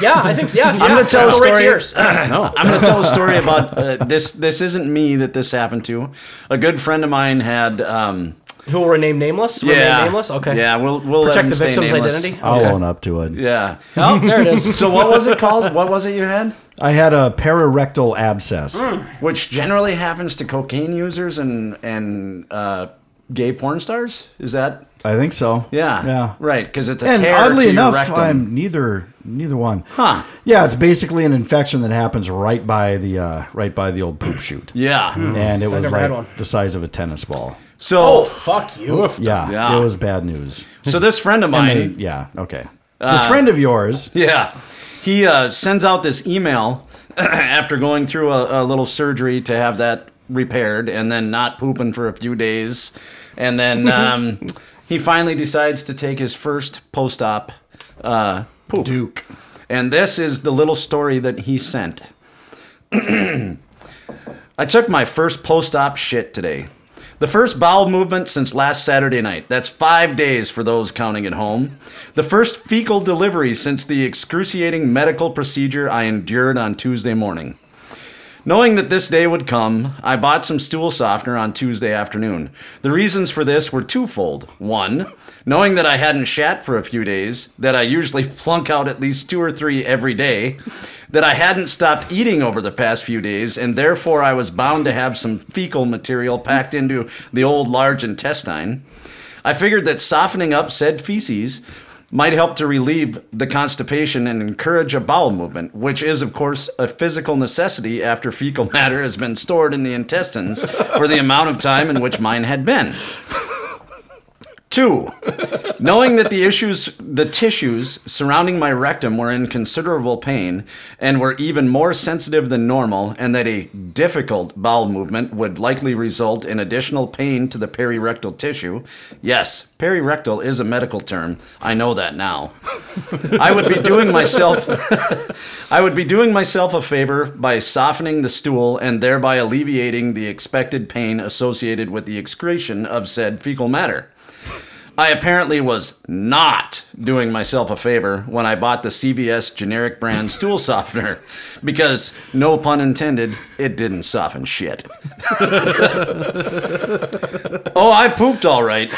Speaker 4: Yeah, I think so. Yeah, yeah.
Speaker 3: gonna
Speaker 4: let's
Speaker 3: tell a
Speaker 4: go right to
Speaker 3: story.
Speaker 4: yours.
Speaker 2: No.
Speaker 3: I'm going to tell a story about uh, this. This isn't me that this happened to. A good friend of mine had. Um,
Speaker 4: Who will remain nameless? Remain
Speaker 3: yeah.
Speaker 4: nameless. Okay.
Speaker 3: Yeah, we'll we'll let
Speaker 4: Protect
Speaker 3: him
Speaker 4: the
Speaker 3: stay
Speaker 4: victim's
Speaker 3: nameless.
Speaker 4: identity.
Speaker 1: I'll own up to it.
Speaker 3: Yeah.
Speaker 4: Oh, there it is.
Speaker 3: So what was it called? What was it you had?
Speaker 1: I had a pararectal abscess.
Speaker 3: Which generally happens to cocaine users and and uh, gay porn stars. Is that?
Speaker 1: I think so.
Speaker 3: Yeah.
Speaker 1: Yeah.
Speaker 3: Right, because it's a
Speaker 1: And
Speaker 3: tear
Speaker 1: oddly
Speaker 3: to
Speaker 1: enough,
Speaker 3: your rectum.
Speaker 1: I'm neither neither one.
Speaker 3: Huh.
Speaker 1: Yeah, it's basically an infection that happens right by the uh, right by the old poop chute,
Speaker 3: Yeah.
Speaker 1: and it was
Speaker 4: never had one.
Speaker 1: like the size of a tennis ball.
Speaker 3: So
Speaker 4: Oh, fuck you.
Speaker 1: Yeah,
Speaker 3: Yeah.
Speaker 1: it was bad news.
Speaker 3: so this friend of
Speaker 1: And
Speaker 3: mine.
Speaker 1: they- yeah, okay. this friend of yours,
Speaker 3: Yeah. He uh, sends out this email after going through a, a little surgery to have that repaired and then not pooping for a few days. And then um, he finally decides to take his first post op uh, poop.
Speaker 1: Duke.
Speaker 3: And this is the little story that he sent. I took my first post op shit today. The first bowel movement since last Saturday night. That's five days for those counting at home. The first fecal delivery since the excruciating medical procedure I endured on Tuesday morning. Knowing that this day would come, I bought some stool softener on Tuesday afternoon. The reasons for this were twofold. One, knowing that I hadn't shat for a few days, that I usually plunk out at least two or three every day, that I hadn't stopped eating over the past few days, and therefore I was bound to have some fecal material packed into the old large intestine. I figured that softening up said feces might help to relieve the constipation and encourage a bowel movement, which is, of course, a physical necessity after fecal matter has been stored in the intestines for the amount of time in which mine had been. Two, knowing that the issues, the tissues surrounding my rectum were in considerable pain and were even more sensitive than normal, and that a difficult bowel movement would likely result in additional pain to the perirectal tissue. Yes, perirectal is a medical term. I know that now. I would be doing myself I would be doing myself a favor by softening the stool and thereby alleviating the expected pain associated with the excretion of said fecal matter. I apparently was not doing myself a favor when I bought the CVS generic brand stool softener because, no pun intended, it didn't soften shit. oh, I pooped all right.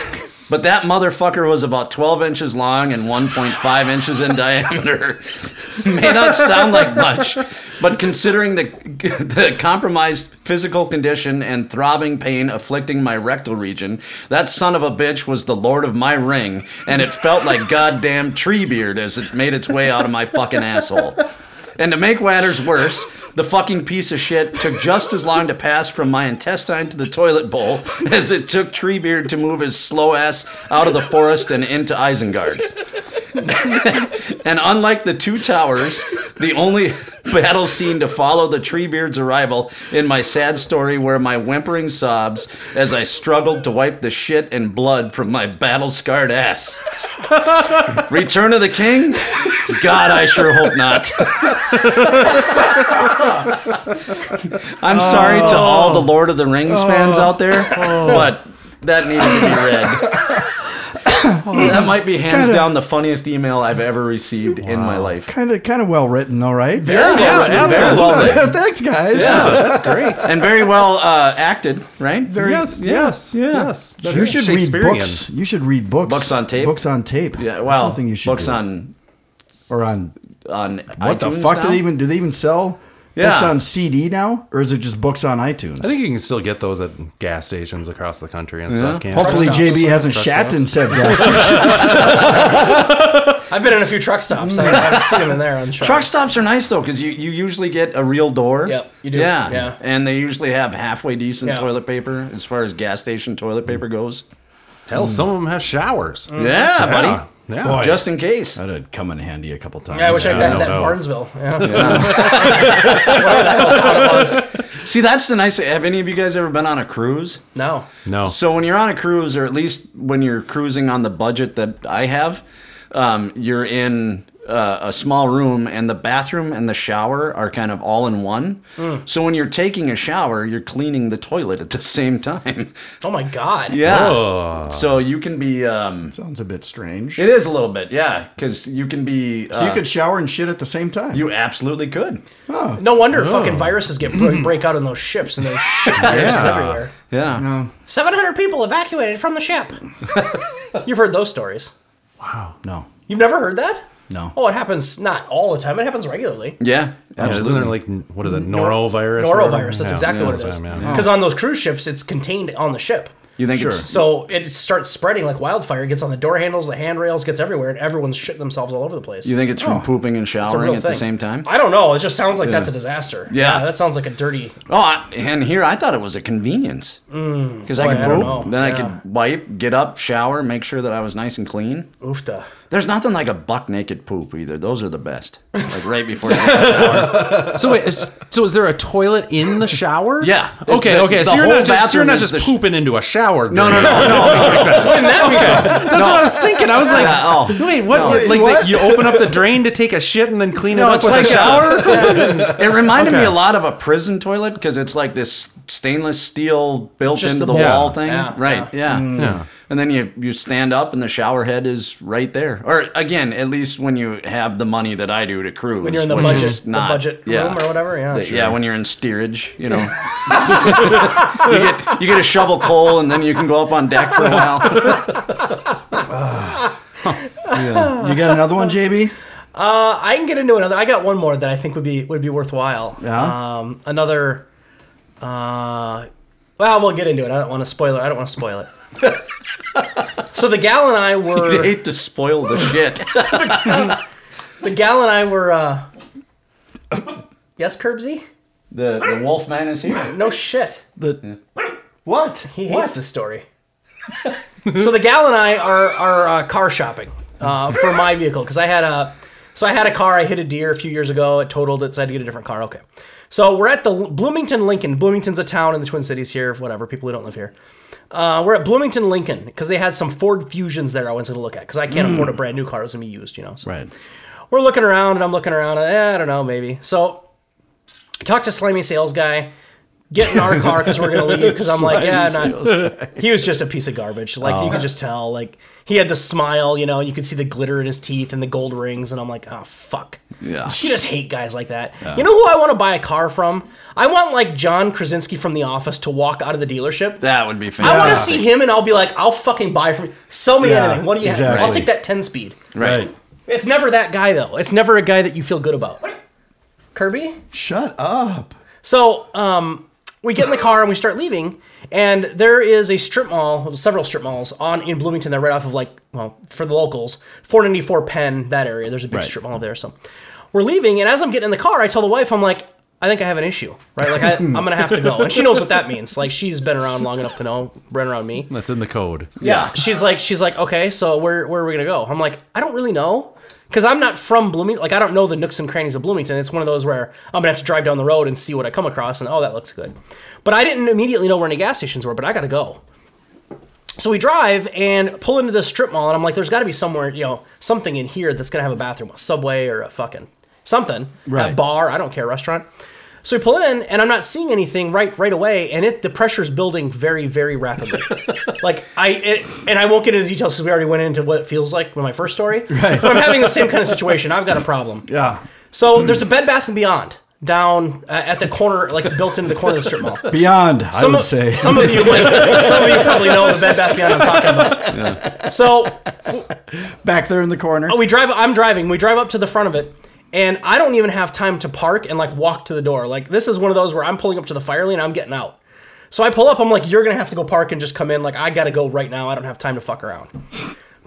Speaker 3: But that motherfucker was about 12 inches long and 1.5 inches in diameter. May not sound like much, but considering the, the compromised physical condition and throbbing pain afflicting my rectal region, that son of a bitch was the lord of my ring, and it felt like goddamn tree beard as it made its way out of my fucking asshole. And to make matters worse, the fucking piece of shit took just as long to pass from my intestine to the toilet bowl as it took Treebeard to move his slow ass out of the forest and into Isengard. And unlike the two towers, the only battle scene to follow the Treebeard's arrival in my sad story were my whimpering sobs as I struggled to wipe the shit and blood from my battle scarred ass. Return of the King? God, I sure hope not. I'm sorry to all the Lord of the Rings fans out there, but that needs to be read. that might be hands
Speaker 1: Kinda-
Speaker 3: down the funniest email I've ever received in my life.
Speaker 1: Kind of, kind of well written, though, right?
Speaker 3: well written, very
Speaker 1: absolutely.
Speaker 3: well written.
Speaker 1: Thanks, guys.
Speaker 3: that's great. And very well uh, acted, right? Very.
Speaker 2: yes, yes, yes. That's
Speaker 1: you should read
Speaker 2: Shakespearean.
Speaker 1: books. You should read books.
Speaker 3: Books on tape?
Speaker 1: Books on tape.
Speaker 3: Yeah,
Speaker 1: That's
Speaker 3: well,
Speaker 1: one thing you should
Speaker 3: books
Speaker 1: do.
Speaker 3: on
Speaker 1: or on
Speaker 3: on
Speaker 1: what the
Speaker 3: iTunes
Speaker 1: fuck do
Speaker 3: now?
Speaker 1: they even do? They even sell books
Speaker 3: Yeah.
Speaker 1: on CD now, or is it just books on iTunes?
Speaker 2: I think you can still get those at gas stations across the country and stuff. Can't you?
Speaker 1: Hopefully,
Speaker 4: Truck
Speaker 1: JB
Speaker 4: stops.
Speaker 1: hasn't
Speaker 2: Truck
Speaker 1: shat
Speaker 2: stops.
Speaker 1: and said yes.
Speaker 4: I've been in a few truck stops. I, I've seen them in there on truck.
Speaker 3: Truck stops are nice though, because you, you usually get a real door.
Speaker 4: Yep, you do.
Speaker 3: Yeah,
Speaker 4: Yeah.
Speaker 3: and they usually have halfway decent
Speaker 4: Yeah.
Speaker 3: toilet paper as far as gas station toilet paper goes.
Speaker 2: Hell, some of them have showers.
Speaker 3: Mm. Yeah,
Speaker 2: Yeah,
Speaker 3: buddy.
Speaker 2: yeah.
Speaker 1: Boy.
Speaker 3: Just in case.
Speaker 1: That'd come in handy a couple times.
Speaker 4: Yeah, I wish I
Speaker 2: Yeah,
Speaker 4: could
Speaker 2: I
Speaker 4: have that
Speaker 2: don't
Speaker 4: in
Speaker 2: know.
Speaker 4: Barnesville. Yeah.
Speaker 3: See, that's the nice. Have any of you guys ever been on a cruise?
Speaker 4: No.
Speaker 2: No.
Speaker 3: So when you're on a cruise, or at least when you're cruising on the budget that I have, um, you're in uh, a small room, and the bathroom and the shower are kind of all in one. So when you're taking a shower, you're cleaning the toilet at the same time.
Speaker 4: Oh my God.
Speaker 3: yeah.
Speaker 2: Ugh.
Speaker 3: So you can be. Um,
Speaker 1: Sounds a bit strange.
Speaker 3: it is a little bit, yeah, because you can be. Uh,
Speaker 1: so you could shower and shit at the same time.
Speaker 3: You absolutely could.
Speaker 4: No wonder
Speaker 3: Oh.
Speaker 4: fucking viruses get break, break out on those ships and there's shit viruses everywhere.
Speaker 3: Yeah.
Speaker 1: no,
Speaker 4: 700 people evacuated from the ship. You've heard those stories.
Speaker 1: no,
Speaker 4: You've never heard that?
Speaker 1: no.
Speaker 4: Oh, it happens not all the time. It happens regularly.
Speaker 3: Yeah.
Speaker 2: Yeah,
Speaker 3: Absolutely.
Speaker 2: isn't there like n- what is it? Norovirus. or whatever?
Speaker 4: Norovirus. That's
Speaker 2: Yeah,
Speaker 4: exactly
Speaker 2: yeah,
Speaker 4: what it
Speaker 2: all the
Speaker 4: is.
Speaker 2: time,
Speaker 4: Because
Speaker 2: yeah.
Speaker 4: on those cruise ships, it's contained on the ship.
Speaker 3: You think
Speaker 1: Sure.
Speaker 3: it's
Speaker 4: So it starts spreading like wildfire. It gets on the door handles, the handrails, gets everywhere, and everyone's shitting themselves all over the place.
Speaker 3: you think it's from pooping and
Speaker 4: It's a real
Speaker 3: showering at the
Speaker 4: thing.
Speaker 3: same time?
Speaker 4: I don't know. It just sounds like that's a disaster.
Speaker 3: Yeah.
Speaker 4: that sounds like a dirty.
Speaker 3: Oh, I, and here I thought it was a convenience
Speaker 2: Mm,
Speaker 3: because I
Speaker 4: Boy,
Speaker 3: could
Speaker 4: I don't know.
Speaker 3: poop, then I
Speaker 4: Yeah.
Speaker 3: could wipe, get up, shower, make sure that I was nice and clean.
Speaker 4: Oofta.
Speaker 3: There's nothing like a buck naked poop either. Those are the best. Like right before. You get out of the shower.
Speaker 2: So wait, is, so is there a toilet in the shower?
Speaker 3: Yeah.
Speaker 2: Okay.
Speaker 3: The-
Speaker 2: okay.
Speaker 3: the
Speaker 2: so you're
Speaker 3: whole
Speaker 2: not just you're
Speaker 3: bathroom
Speaker 2: not
Speaker 3: is
Speaker 2: just
Speaker 3: the sh-
Speaker 2: pooping into a shower.
Speaker 3: No, no, no, no.
Speaker 2: That's what I was thinking. I was like,
Speaker 3: Yeah, oh.
Speaker 2: wait, what?
Speaker 3: No.
Speaker 2: Like, like you open up the drain to take a shit and then clean it
Speaker 3: No,
Speaker 2: up
Speaker 3: it's
Speaker 2: with
Speaker 3: like
Speaker 2: a
Speaker 3: a-
Speaker 2: shower or something.
Speaker 3: It reminded me
Speaker 2: Okay.
Speaker 3: a lot of a prison toilet because it's like this stainless steel built
Speaker 4: Just
Speaker 3: into
Speaker 4: the
Speaker 3: the,
Speaker 2: Yeah.
Speaker 3: wall thing.
Speaker 4: Yeah,
Speaker 3: Right. Yeah.
Speaker 2: Yeah.
Speaker 3: And then you, you stand up and the shower head is right there. Or again, at least when you have the money that I do to cruise.
Speaker 4: When you're in the
Speaker 3: which
Speaker 4: budget-
Speaker 3: is
Speaker 4: the budget room or whatever, yeah,
Speaker 3: The-
Speaker 4: sure.
Speaker 3: Yeah. When you're in steerage, you know, you get you get a shovel coal and then you can go up on deck for a while.
Speaker 1: You got another one, JB?
Speaker 4: Uh, I can get into another. I got one more that I think would be would be worthwhile.
Speaker 1: Yeah?
Speaker 4: Um, another. Uh, well, we'll get into it. I don't want to spoil it. I don't want to spoil it. so the gal and I
Speaker 3: I
Speaker 4: were
Speaker 3: hate to spoil the shit.
Speaker 4: the gal and I were. Uh, yes, Curbsy.
Speaker 3: The the wolf man is here.
Speaker 4: No shit.
Speaker 1: The
Speaker 3: What?
Speaker 4: He hates this story. so the gal and I are are uh, car shopping uh, for my vehicle because I had a so I had a car. I hit a deer a few years ago. It totaled it, so I had to get a different car. Okay, so we're at the L- Bloomington Lincoln. Bloomington's a town in the Twin Cities here. Whatever people who don't live here. Uh, we're at Bloomington Lincoln because they had some Ford Fusions there. I was going to look at because I can't afford a brand new car. It's going to be used, you know. So
Speaker 1: right.
Speaker 4: we're looking around and I'm looking around. And, eh, I don't know, maybe. So talk to slimy sales guy. Get in our car because we're gonna leave. Because I'm like, yeah, I'm not, he was just a piece of garbage. Like you could just tell. Like he had the smile, you know. You could see the glitter in his teeth and the gold rings. And I'm like, oh fuck.
Speaker 3: Yeah.
Speaker 4: You just hate guys like that. You know who I want to buy a car from? I want like John Krasinski from The Office to walk out of the dealership.
Speaker 3: That would be
Speaker 4: I want to
Speaker 3: fantastic.
Speaker 4: see him, and I'll be like, I'll fucking buy from you. Sell me
Speaker 1: Yeah,
Speaker 4: anything. What do you have? I'll
Speaker 1: exactly.
Speaker 4: take that ten speed.
Speaker 1: Right.
Speaker 4: It's never that guy though. It's never a guy that you feel good about. Kirby.
Speaker 1: Shut up.
Speaker 4: So um, we get in the car and we start leaving, and there is a strip mall, several strip malls on in Bloomington that are right off of like, well, for the locals, 494 Penn that area. There's a big
Speaker 1: Right.
Speaker 4: strip mall there. So we're leaving, and as I'm getting in the car, I tell the wife, I'm like. I think I have an issue, right? Like I, I'm gonna have to go, and she knows what that means. Like she's been around long enough to know, been around me.
Speaker 2: That's in the code.
Speaker 4: Yeah. She's like, she's like, okay, so where where are we gonna go? I'm like, I don't really know, because I'm not from Bloomington. Like, I don't know the nooks and crannies of Bloomington. It's one of those where I'm gonna have to drive down the road and see what I come across, and oh, that looks good. But I didn't immediately know where any gas stations were, but I gotta go. So we drive and pull into the strip mall, and I'm like, there's got to be somewhere, you know, something in here that's gonna have a bathroom, a subway or a fucking something, a
Speaker 1: Right.
Speaker 4: bar, I don't care, restaurant. So we pull in, and I'm not seeing anything right right away, and it the pressure's building very very rapidly. like I it, and I won't get into details because we already went into what it feels like with my first story. But I'm having the same kind of situation. I've got a problem.
Speaker 1: Yeah.
Speaker 4: So there's a Bed Bath and Beyond down uh, at the corner, like built into the corner of the strip mall.
Speaker 1: Beyond, I would
Speaker 4: of,
Speaker 1: say.
Speaker 4: Some of you, might, some of you probably know the Bed Bath Beyond I'm talking about. So
Speaker 1: Back there in the corner.
Speaker 4: Oh, we drive. I'm driving. We drive up to the front of it, and I don't even have time to park and like walk to the door. Like this is one of those where I'm pulling up to the fire lane. I'm getting out. So I pull up. I'm like, you're gonna have to go park and just come in. Like I gotta go right now. I don't have time to fuck around.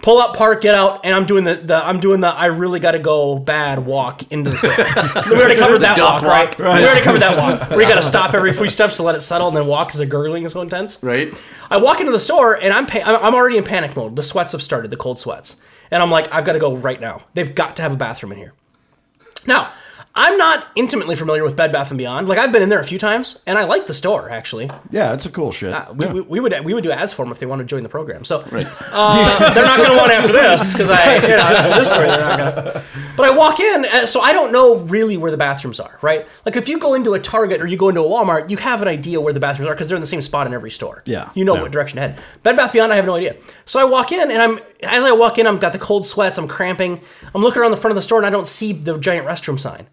Speaker 4: Pull up, park, get out, and I'm doing the, the I'm doing the I really gotta go bad walk into the store. we already covered that walk,
Speaker 3: duck
Speaker 4: right?
Speaker 3: walk.
Speaker 4: We already covered that walk. Where you gotta stop every few steps to let it settle, and then walk because the gurgling is so intense.
Speaker 3: Right?
Speaker 4: I walk into the store and I'm pa- I'm I'm already in panic mode. The sweats have started, the cold sweats, and I'm like, I've got to go right now. They've got to have a bathroom in here. Now, I'm not intimately familiar with Bed Bath and Beyond. Like I've been in there a few times, and I like the store actually.
Speaker 1: yeah, it's a cool shit.
Speaker 4: We, we, we would we would do ads for them if they wanted to join the program. So uh, they're not going to want after this because I you know, after this story they're not going to. But I walk in, uh, so I don't know really where the bathrooms are. Right? Like if you go into a Target or you go into a Walmart, you have an idea where the bathrooms are because they're in the same spot in every store.
Speaker 1: Yeah.
Speaker 4: You know what direction to head. Bed Bath Beyond, I have no idea. So I walk in and I'm as I walk in, I've got the cold sweats, I'm cramping, I'm looking around the front of the store and I don't see the giant restroom sign.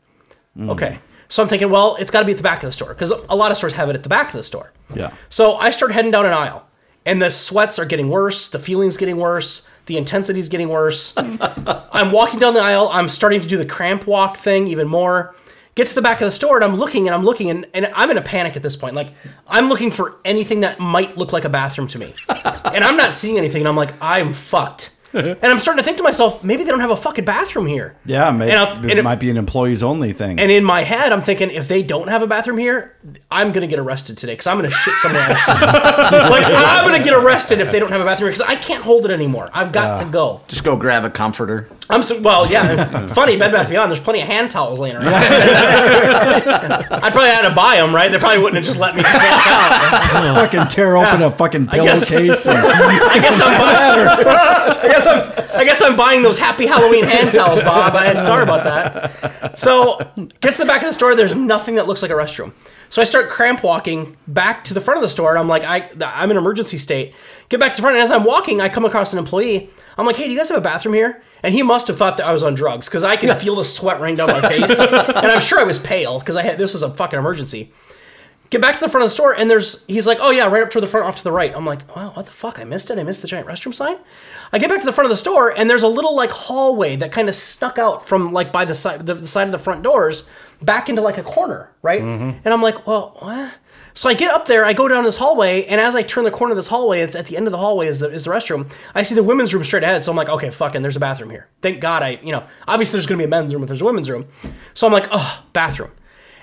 Speaker 1: Hmm.
Speaker 4: Okay. So I'm thinking, well, it's got to be at the back of the store because a lot of stores have it at the back of the store.
Speaker 1: Yeah.
Speaker 4: So I start heading down an aisle, and the sweats are getting worse, the feeling's getting worse, the intensity's getting worse. I'm walking down the aisle, I'm starting to do the cramp walk thing even more. Get to the back of the store, and I'm looking and I'm looking, and, and I'm in a panic at this point. Like, I'm looking for anything that might look like a bathroom to me. and I'm not seeing anything, and I'm like, I'm fucked. and I'm starting to think to myself, maybe they don't have a fucking bathroom here.
Speaker 1: Yeah, maybe
Speaker 4: And I'll-
Speaker 1: it
Speaker 4: and if-
Speaker 1: might be an employees only thing.
Speaker 4: And in my head, I'm thinking, if they don't have a bathroom here, I'm gonna get arrested today because I'm gonna shit somewhere. I shouldn't. like I'm gonna get arrested if they don't have a bathroom because I can't hold it anymore. I've got to go.
Speaker 3: Just go grab a comforter.
Speaker 4: I'm so well, yeah. funny, Bed Bath Beyond. There's plenty of hand towels laying around. I'd probably had to buy them, right? They probably wouldn't have just let me just get a towel.
Speaker 1: fucking tear open a fucking
Speaker 4: guess-
Speaker 1: pillowcase. and-
Speaker 4: I guess I'm buying. I guess I'm. I guess I'm buying those Happy Halloween hand towels, Bob. I'm sorry about that. So, gets to the back of the store. There's nothing that looks like a restroom. So I start cramp walking back to the front of the store, and I'm like, I, I'm in emergency state. Get back to the front, and as I'm walking, I come across an employee. I'm like, Hey, do you guys have a bathroom here? And he must have thought that I was on drugs because I can feel the sweat running down my face, and I'm sure I was pale because I had this was a fucking emergency get back to the front of the store and there's he's like oh yeah right up to the front off to the right i'm like wow what the fuck i missed it i missed the giant restroom sign i get back to the front of the store and there's a little like hallway that kind of snuck out from like by the side the, the side of the front doors back into like a corner right and i'm like well what so I get up there, I go down this hallway, and as I turn the corner of this hallway, it's at the end of the hallway is the, is the restroom. I see the women's room straight ahead, so I'm like, okay, fucking, there's a bathroom here. Thank God I, you know, obviously there's gonna be a men's room if there's a women's room. So I'm like, oh, bathroom.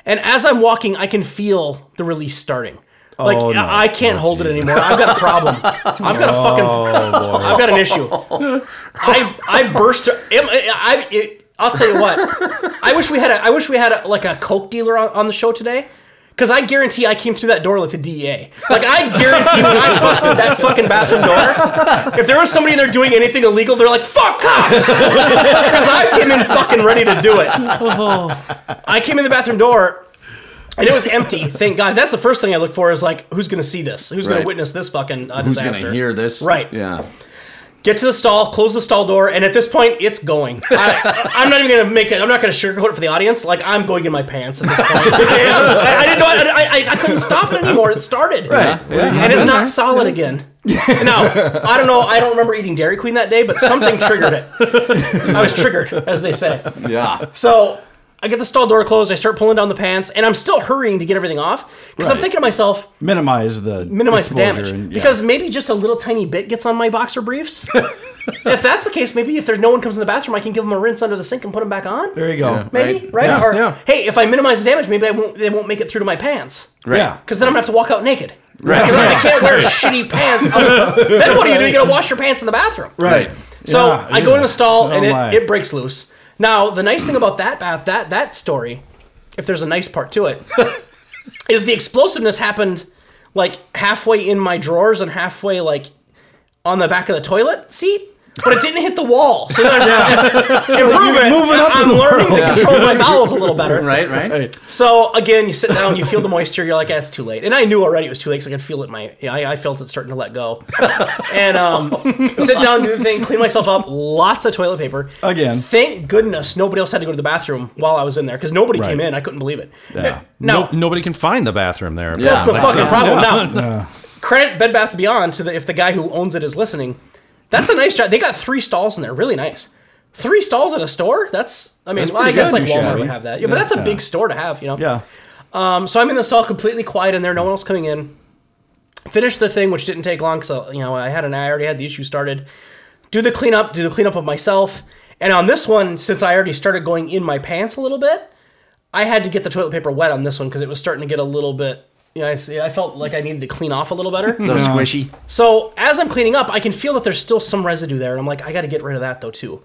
Speaker 4: And as I'm walking, I can feel the release starting. Like
Speaker 1: Oh, no.
Speaker 4: I I can't
Speaker 1: Oh,
Speaker 4: hold it
Speaker 1: Jesus. Oh,
Speaker 4: anymore. I've got a problem. I've got a fucking. I've got an issue. I I burst. I, I, it, I'll tell you what. I wish we had a. I wish we had a, like a coke dealer on, on the show today. Because I guarantee I came through that door like the DEA. E Like I guarantee when I busted that fucking bathroom door, if there was somebody in there doing anything illegal, they're like fuck cops. Because I came in fucking ready to do it. I came in the bathroom door and it was empty. Thank God. That's the first thing I look for is like, who's going to see this? Who's going
Speaker 3: Right.
Speaker 4: to witness this fucking uh,
Speaker 3: Who's
Speaker 4: disaster?
Speaker 3: going to hear this?
Speaker 4: Right.
Speaker 3: Yeah.
Speaker 4: Get to the stall, close the stall door, and at this point, it's going. I, I'm not even going to make it. I'm not going to sugarcoat it for the audience. Like I'm going in my pants at this point. I, I didn't know. I, I, I couldn't stop it anymore. It started. Right. And it's not solid again. Now I don't know. I don't remember eating Dairy Queen that day, but something triggered it. I was triggered, as they say.
Speaker 3: Yeah.
Speaker 4: So I get the stall door closed. I start pulling down the pants, and I'm still hurrying to get everything off because I'm
Speaker 1: Right.
Speaker 4: thinking to myself,
Speaker 1: minimize the
Speaker 4: minimize the
Speaker 1: exposure
Speaker 4: damage
Speaker 1: and- yeah.
Speaker 4: because maybe just a little tiny bit gets on my boxer briefs. if that's the case, maybe if there's no one comes in the bathroom, I can give them a rinse under the sink and put them back on.
Speaker 1: there you go.
Speaker 4: Maybe right?
Speaker 1: Yeah,
Speaker 4: or
Speaker 1: yeah.
Speaker 4: hey, if I minimize the damage, maybe I won't. They won't make it through to my pants
Speaker 1: Yeah.
Speaker 4: because then I'm gonna have to walk out naked. Right. I can't wear shitty pants. out. then what do you do? You're gonna wash your pants in the bathroom.
Speaker 1: Right.
Speaker 4: So
Speaker 1: Yeah,
Speaker 4: I go
Speaker 1: ew.
Speaker 4: in the
Speaker 1: Oh
Speaker 4: stall and
Speaker 1: my.
Speaker 4: it, it breaks loose. Now the nice thing about that bath, that that story, if there's a nice part to it, is the explosiveness happened like halfway in my drawers and halfway like on the back of the toilet seat, but it didn't hit the wall. So then I'm improving.
Speaker 1: moving up
Speaker 4: I'm I'm learning to control my bowels a little better.
Speaker 3: Right, right.
Speaker 1: Right.
Speaker 4: So again, you sit down, you feel the moisture, you're like, "Ah, it's too late." And I knew already it was too late because I could feel it. In my, yeah, I, I felt it starting to let go. and um, sit down, do the thing, clean myself up. Lots of toilet paper.
Speaker 1: Again.
Speaker 4: Thank goodness nobody else had to go to the bathroom while I was in there because nobody
Speaker 1: Right.
Speaker 4: came in. I couldn't believe it.
Speaker 1: Yeah.
Speaker 4: Now
Speaker 2: No, nobody can find the bathroom there.
Speaker 4: that's the fucking
Speaker 2: apparently. So-
Speaker 4: problem. Now credit Bed Bath Beyond to the, if the guy who owns it is listening. That's a nice job. They got three stalls in there, really nice. Three stalls at a store? That's I mean,
Speaker 1: That's
Speaker 4: well, I
Speaker 1: pretty
Speaker 4: guess
Speaker 1: good.
Speaker 4: like
Speaker 1: Too
Speaker 4: Walmart
Speaker 1: shabby.
Speaker 4: would have that. Yeah, but that's a
Speaker 1: Yeah.
Speaker 4: big store to have, you know.
Speaker 1: Yeah.
Speaker 4: Um, so I'm in the stall, completely quiet in there, no one else coming in. Finish the thing, which didn't take long, because you know I had an I already had the issue started. Do the cleanup, do the cleanup of myself, and on this one, since I already started going in my pants a little bit, I had to get the toilet paper wet on this one because it was starting to get a little bit. You know, I, see- I felt like I needed to clean off a little better.
Speaker 3: A little squishy.
Speaker 4: So as I'm cleaning up, I can feel that there's still some residue there, and I'm like, I got to get rid of that though too.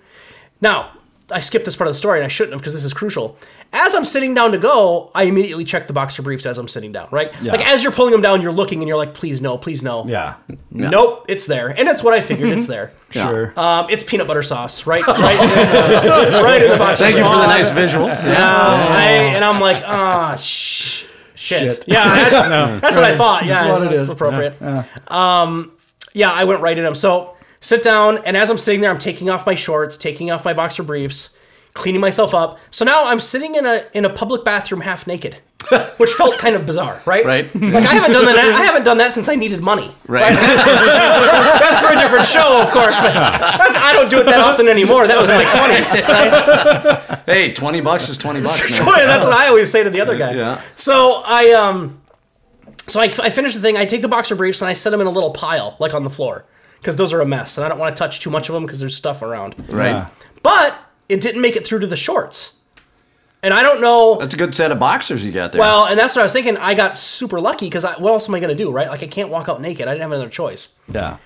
Speaker 4: Now I skipped this part of the story, and I shouldn't have because this is crucial. As I'm sitting down to go, I immediately check the boxer briefs as I'm sitting down. Right,
Speaker 1: Yeah.
Speaker 4: like as you're pulling them down, you're looking and you're like, please no, please no.
Speaker 1: Yeah.
Speaker 4: Nope, it's there, and it's what I figured. it's there.
Speaker 1: Sure.
Speaker 4: Um, it's peanut butter sauce, right? Right, in the, uh, right in the box.
Speaker 3: Thank you for the nice visual.
Speaker 4: Yeah, I- and I'm like, ah, sh- shit.
Speaker 1: Shit.
Speaker 4: Yeah, that's, that's what I thought. Yeah,
Speaker 1: That's what
Speaker 4: it's
Speaker 1: it is.
Speaker 4: Appropriate. Um,
Speaker 1: Yeah. Yeah.
Speaker 4: Yeah, I went right at him. So sit down, and as I'm sitting there, I'm taking off my shorts, taking off my boxer briefs, cleaning myself up. So now I'm sitting in a in a public bathroom half naked, which felt kind of bizarre, right?
Speaker 3: Right.
Speaker 4: Like I haven't done that. I haven't done that since I needed money.
Speaker 3: Right.
Speaker 4: That's for a different show, of course. But that's, I don't do it that often anymore. That was in my twenties.
Speaker 3: hey, 20 bucks is 20 bucks. Man.
Speaker 4: Boy, that's what I always say to the other guy.
Speaker 3: Yeah.
Speaker 4: So I um, so I, I finish the thing. I take the boxer briefs and I set them in a little pile, like on the floor, because those are a mess, and I don't want to touch too much of them because there's stuff around.
Speaker 3: Right.
Speaker 1: Yeah.
Speaker 4: But it didn't make it through to the shorts, and I don't know.
Speaker 3: That's a good set of boxers you got there.
Speaker 4: well, and that's what I was thinking. I got super lucky because what else am I going to do, right? Like I can't walk out naked. I didn't have another choice.
Speaker 1: Yeah.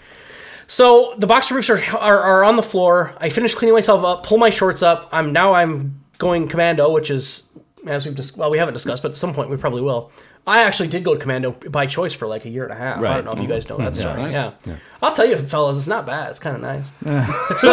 Speaker 4: So the boxer briefs are, are, are on the floor. I finish cleaning myself up, pull my shorts up. I'm now I'm going commando, which is as we've dis- well we haven't discussed, but at some point we probably will. I actually did go to commando by choice for like a year and a half. I
Speaker 1: Right. Mm-hmm.
Speaker 4: don't know if you guys know that story.
Speaker 3: Nice.
Speaker 4: Yeah. I'll tell you, fellas, it's not bad. It's kind of nice. so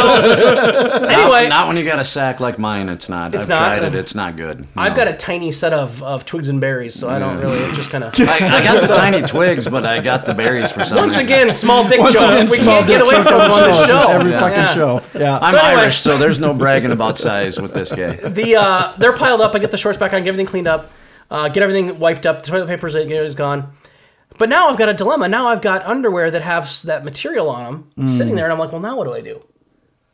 Speaker 4: anyway,
Speaker 3: Not when you got a sack like mine, it's not. I've
Speaker 4: not.
Speaker 3: tried it, it's not good.
Speaker 4: I've
Speaker 3: No.
Speaker 4: got a tiny set of, of twigs and berries, so I don't really it just kind of.
Speaker 3: I, I got the tiny twigs, but I got the berries for some
Speaker 4: Once
Speaker 3: reason.
Speaker 4: again, small dick
Speaker 1: Once
Speaker 4: joke.
Speaker 1: again,
Speaker 4: we
Speaker 1: small
Speaker 4: can't get
Speaker 1: dick
Speaker 4: away
Speaker 1: joke
Speaker 4: from
Speaker 1: on
Speaker 4: it on
Speaker 1: the show.
Speaker 4: the show.
Speaker 1: Just Every fucking
Speaker 4: Yeah.
Speaker 1: show. Yeah.
Speaker 3: I'm
Speaker 4: So anyway-
Speaker 3: Irish, so there's no bragging about size with this guy.
Speaker 4: the uh, they're piled up. I get the shorts back on, get everything cleaned up, uh, get everything wiped up. The toilet paper is- is gone. But now I've got a dilemma. Now I've got underwear that have s- that material on them sitting there, and I'm like, well, now what do I do?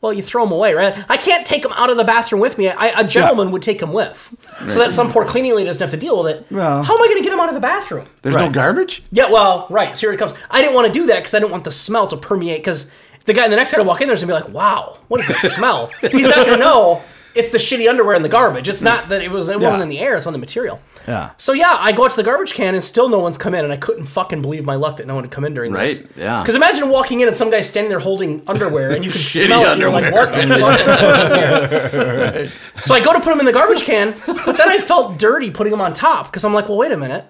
Speaker 4: Well, you throw them away, right? I can't take them out of the bathroom with me. I, a gentleman would take them with, so that some poor cleaning lady doesn't have to deal with it.
Speaker 1: Well-
Speaker 4: How am I going to get them out of the bathroom?
Speaker 3: There's no
Speaker 1: Right.
Speaker 3: garbage?
Speaker 4: Yeah, well, right. So here it comes. I didn't want to do that because I didn't want the smell to permeate. Because the guy, the next guy to walk in there's gonna be like, "Wow, what is that smell?" He's not gonna know it's the shitty underwear in the garbage. It's not that it was. It wasn't
Speaker 1: Yeah.
Speaker 4: in the air. It's on the material.
Speaker 1: Yeah.
Speaker 4: So yeah, I go out to the garbage can and still no one's come in, and I couldn't fucking believe my luck that no one had come in during this.
Speaker 3: Right, yeah.
Speaker 4: Because imagine walking in and some guy standing there holding underwear, and you can
Speaker 3: Shitty
Speaker 4: smell it. and You're like,
Speaker 3: underwear.
Speaker 4: "What the fuck?" is underwear?" So I go to put them in the garbage can, but then I felt dirty putting them on top because I'm like, "Well, wait a minute."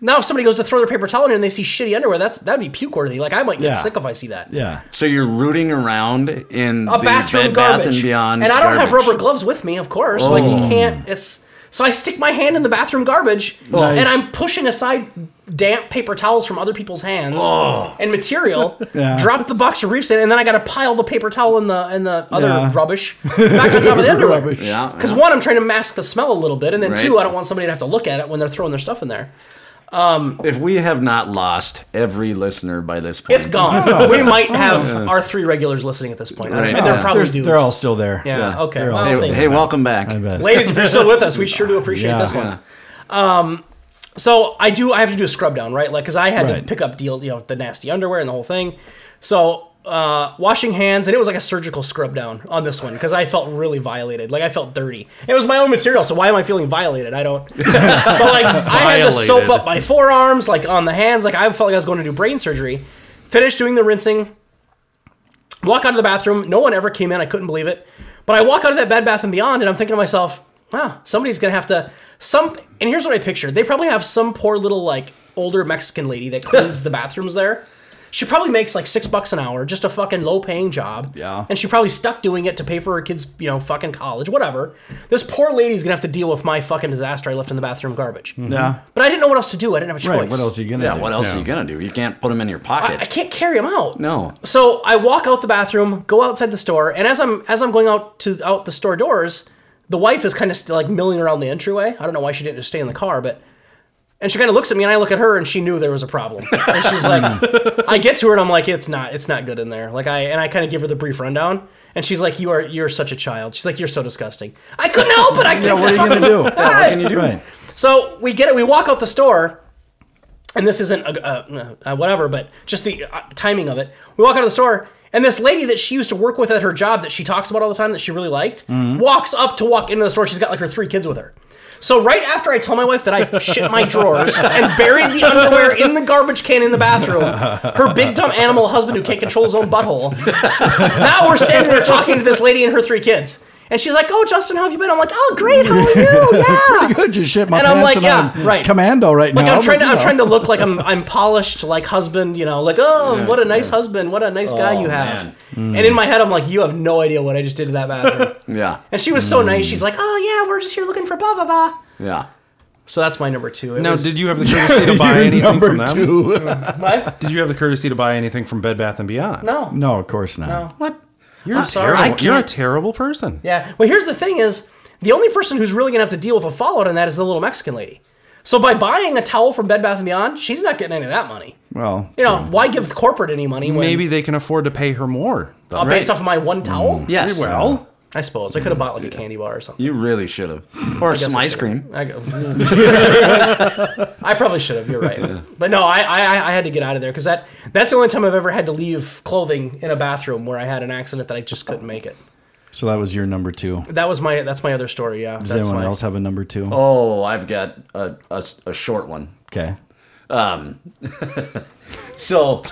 Speaker 4: Now, if somebody goes to throw their paper towel in and they see shitty underwear, that's that'd be puke worthy. Like I might get
Speaker 1: Yeah.
Speaker 4: sick if I see that.
Speaker 1: Yeah.
Speaker 3: So you're rooting around in
Speaker 4: A
Speaker 3: the
Speaker 4: bathroom
Speaker 3: bed,
Speaker 4: garbage.
Speaker 3: bath, and beyond.
Speaker 4: I don't have
Speaker 3: garbage.
Speaker 4: rubber gloves with me, of course. Like you can't. It's so I stick my hand in the bathroom garbage, and
Speaker 1: Nice.
Speaker 4: I'm pushing aside damp paper towels from other people's hands and material.
Speaker 1: Yeah.
Speaker 4: Drop the boxer briefs in, and then I got to pile the paper towel and the and the other
Speaker 1: Yeah.
Speaker 4: rubbish back on top of the underwear.
Speaker 1: Rubbish.
Speaker 3: Yeah.
Speaker 4: Because
Speaker 3: yeah.
Speaker 4: one, I'm trying to mask the smell a little bit, and then
Speaker 3: Right.
Speaker 4: two, I don't want somebody to have to look at it when they're throwing their stuff in there.
Speaker 3: If we have not lost every listener by this point,
Speaker 4: It's gone. we might have our three regulars listening at this point. I don't-
Speaker 3: Right.
Speaker 4: And they're
Speaker 3: Yeah.
Speaker 4: probably
Speaker 1: There's-
Speaker 4: dudes.
Speaker 1: They're all still there.
Speaker 4: yeah,
Speaker 3: yeah.
Speaker 4: okay.
Speaker 1: They're all
Speaker 4: Well,
Speaker 1: still
Speaker 4: thank
Speaker 3: Hey,
Speaker 4: you.
Speaker 3: hey, welcome back.
Speaker 1: I bet.
Speaker 4: Ladies, if you're still with us, we sure do appreciate
Speaker 1: Yeah.
Speaker 4: this one. Um,
Speaker 3: Yeah.
Speaker 4: So I do. I have to do a scrub down, right? Like, cause I had to
Speaker 1: Right.
Speaker 4: pick up deal, you know, the nasty underwear and the whole thing. So uh, washing hands, and it was like a surgical scrub down on this one because I felt really violated. Like I felt dirty. It was my own material, so why am I feeling violated? I don't. but like I had to soap
Speaker 2: Violated.
Speaker 4: up my forearms, like on the hands. Like I felt like I was going to do brain surgery. Finished doing the rinsing. Walk out of the bathroom. No one ever came in. I couldn't believe it. But I walk out of that Bed Bath and Beyond, and I'm thinking to myself, "Wow, somebody's gonna have to some." And here's what I picture: they probably have some poor little like older Mexican lady that cleans the bathrooms there. She probably makes like six bucks an hour, just a fucking low paying job.
Speaker 1: Yeah.
Speaker 4: And she probably stuck doing it to pay for her kids, you know, fucking college, whatever. This poor lady's gonna have to deal with my fucking disaster I left in the bathroom garbage.
Speaker 1: Yeah.
Speaker 4: But I didn't know what else to do. I didn't have a choice.
Speaker 1: Mm. Right. What else are you gonna
Speaker 3: Yeah,
Speaker 1: do?
Speaker 3: what else
Speaker 2: Yeah.
Speaker 3: are you gonna do? You can't put them in your
Speaker 4: I,
Speaker 3: pocket.
Speaker 4: I can't carry them out.
Speaker 3: no.
Speaker 4: So I walk out the bathroom, go outside the store, and as I'm as I'm going out to out the store doors, the wife is kind of still like milling around the entryway. I don't know why she didn't just stay in the car, but and she kind of looks at me, and I look at her, and she knew there was a problem. And she's like, I get to her, and I'm like, it's not, it's not good in there. Like I and I kind of give her the brief rundown, and she's like, you are, you're such a child. She's like, you're so disgusting. I couldn't help it. I
Speaker 1: Yeah,
Speaker 4: couldn't
Speaker 1: what are you
Speaker 4: fucking-
Speaker 1: gonna do? Yeah,
Speaker 4: what can you
Speaker 1: do? Right.
Speaker 4: so we get it. We walk out the store, and this isn't a, uh uh whatever, but just the uh, timing of it. We walk out of the store, and this lady that she used to work with at her job that she talks about all the time that she really liked
Speaker 1: Mm-hmm.
Speaker 4: walks up to walk into the store. She's got like her three kids with her. So right after I tell my wife that I shit my drawers and buried the underwear in the garbage can in the bathroom, her big dumb animal husband who can't control his own butthole now we're standing there talking to this lady and her three kids. And she's like, "Oh, Justin, how have you been?" I'm like, "Oh, great. How are you? Yeah,
Speaker 1: Pretty good. You shit my
Speaker 4: And I'm
Speaker 1: pants
Speaker 4: like,
Speaker 1: and
Speaker 4: yeah,
Speaker 1: I'm
Speaker 4: right.
Speaker 1: commando right
Speaker 4: Like
Speaker 1: now.
Speaker 4: I'm trying to,
Speaker 1: but,
Speaker 4: I'm
Speaker 1: you
Speaker 4: trying
Speaker 1: know.
Speaker 4: to look like I'm, I'm polished, like husband, you know, like oh, what a nice husband, what a nice guy you have. And in my head, I'm like, you have no idea what I just did to that bathroom.
Speaker 3: Yeah.
Speaker 4: and she was so nice. She's like, oh yeah, we're just here looking for blah blah blah.
Speaker 3: Yeah.
Speaker 4: So that's my number two. It
Speaker 2: Now,
Speaker 4: was-
Speaker 2: did you have the courtesy to buy anything
Speaker 1: Number
Speaker 2: from them?
Speaker 1: two.
Speaker 4: what?
Speaker 2: Did you have the courtesy to buy anything from Bed Bath and Beyond?
Speaker 4: No.
Speaker 1: No, of course not.
Speaker 4: No.
Speaker 3: What?
Speaker 2: You're
Speaker 3: I'm
Speaker 2: a
Speaker 3: sorry,
Speaker 2: terrible.
Speaker 3: I
Speaker 2: you're a
Speaker 3: can't-
Speaker 2: terrible person.
Speaker 4: Yeah. Well, here's the thing: is the only person who's really gonna have to deal with a fallout on that is the little Mexican lady. So by buying a towel from Bed Bath and Beyond, she's not getting any of that money.
Speaker 1: Well,
Speaker 4: You know, why give the corporate any money when
Speaker 2: Maybe they can afford to pay her more. though,
Speaker 4: uh,
Speaker 2: right? Mm.
Speaker 4: based off of my one towel?
Speaker 3: Yes.
Speaker 2: well,
Speaker 4: I suppose I could have bought like a candy bar or something.
Speaker 3: You really should have. Or some
Speaker 4: I
Speaker 3: ice
Speaker 4: should've.
Speaker 3: cream.
Speaker 4: I, go, "Mm." I probably should have. You're right. But no, I, I I had to get out of there because that that's the only time I've ever had to leave clothing in a bathroom where I had an accident that I just couldn't make it.
Speaker 1: so that was your number two.
Speaker 4: That was my that's my other story. Yeah,
Speaker 1: Does
Speaker 4: that's
Speaker 1: anyone
Speaker 4: my,
Speaker 1: else have a number two?
Speaker 3: Oh, I've got a, a, a short one.
Speaker 1: Okay.
Speaker 3: So,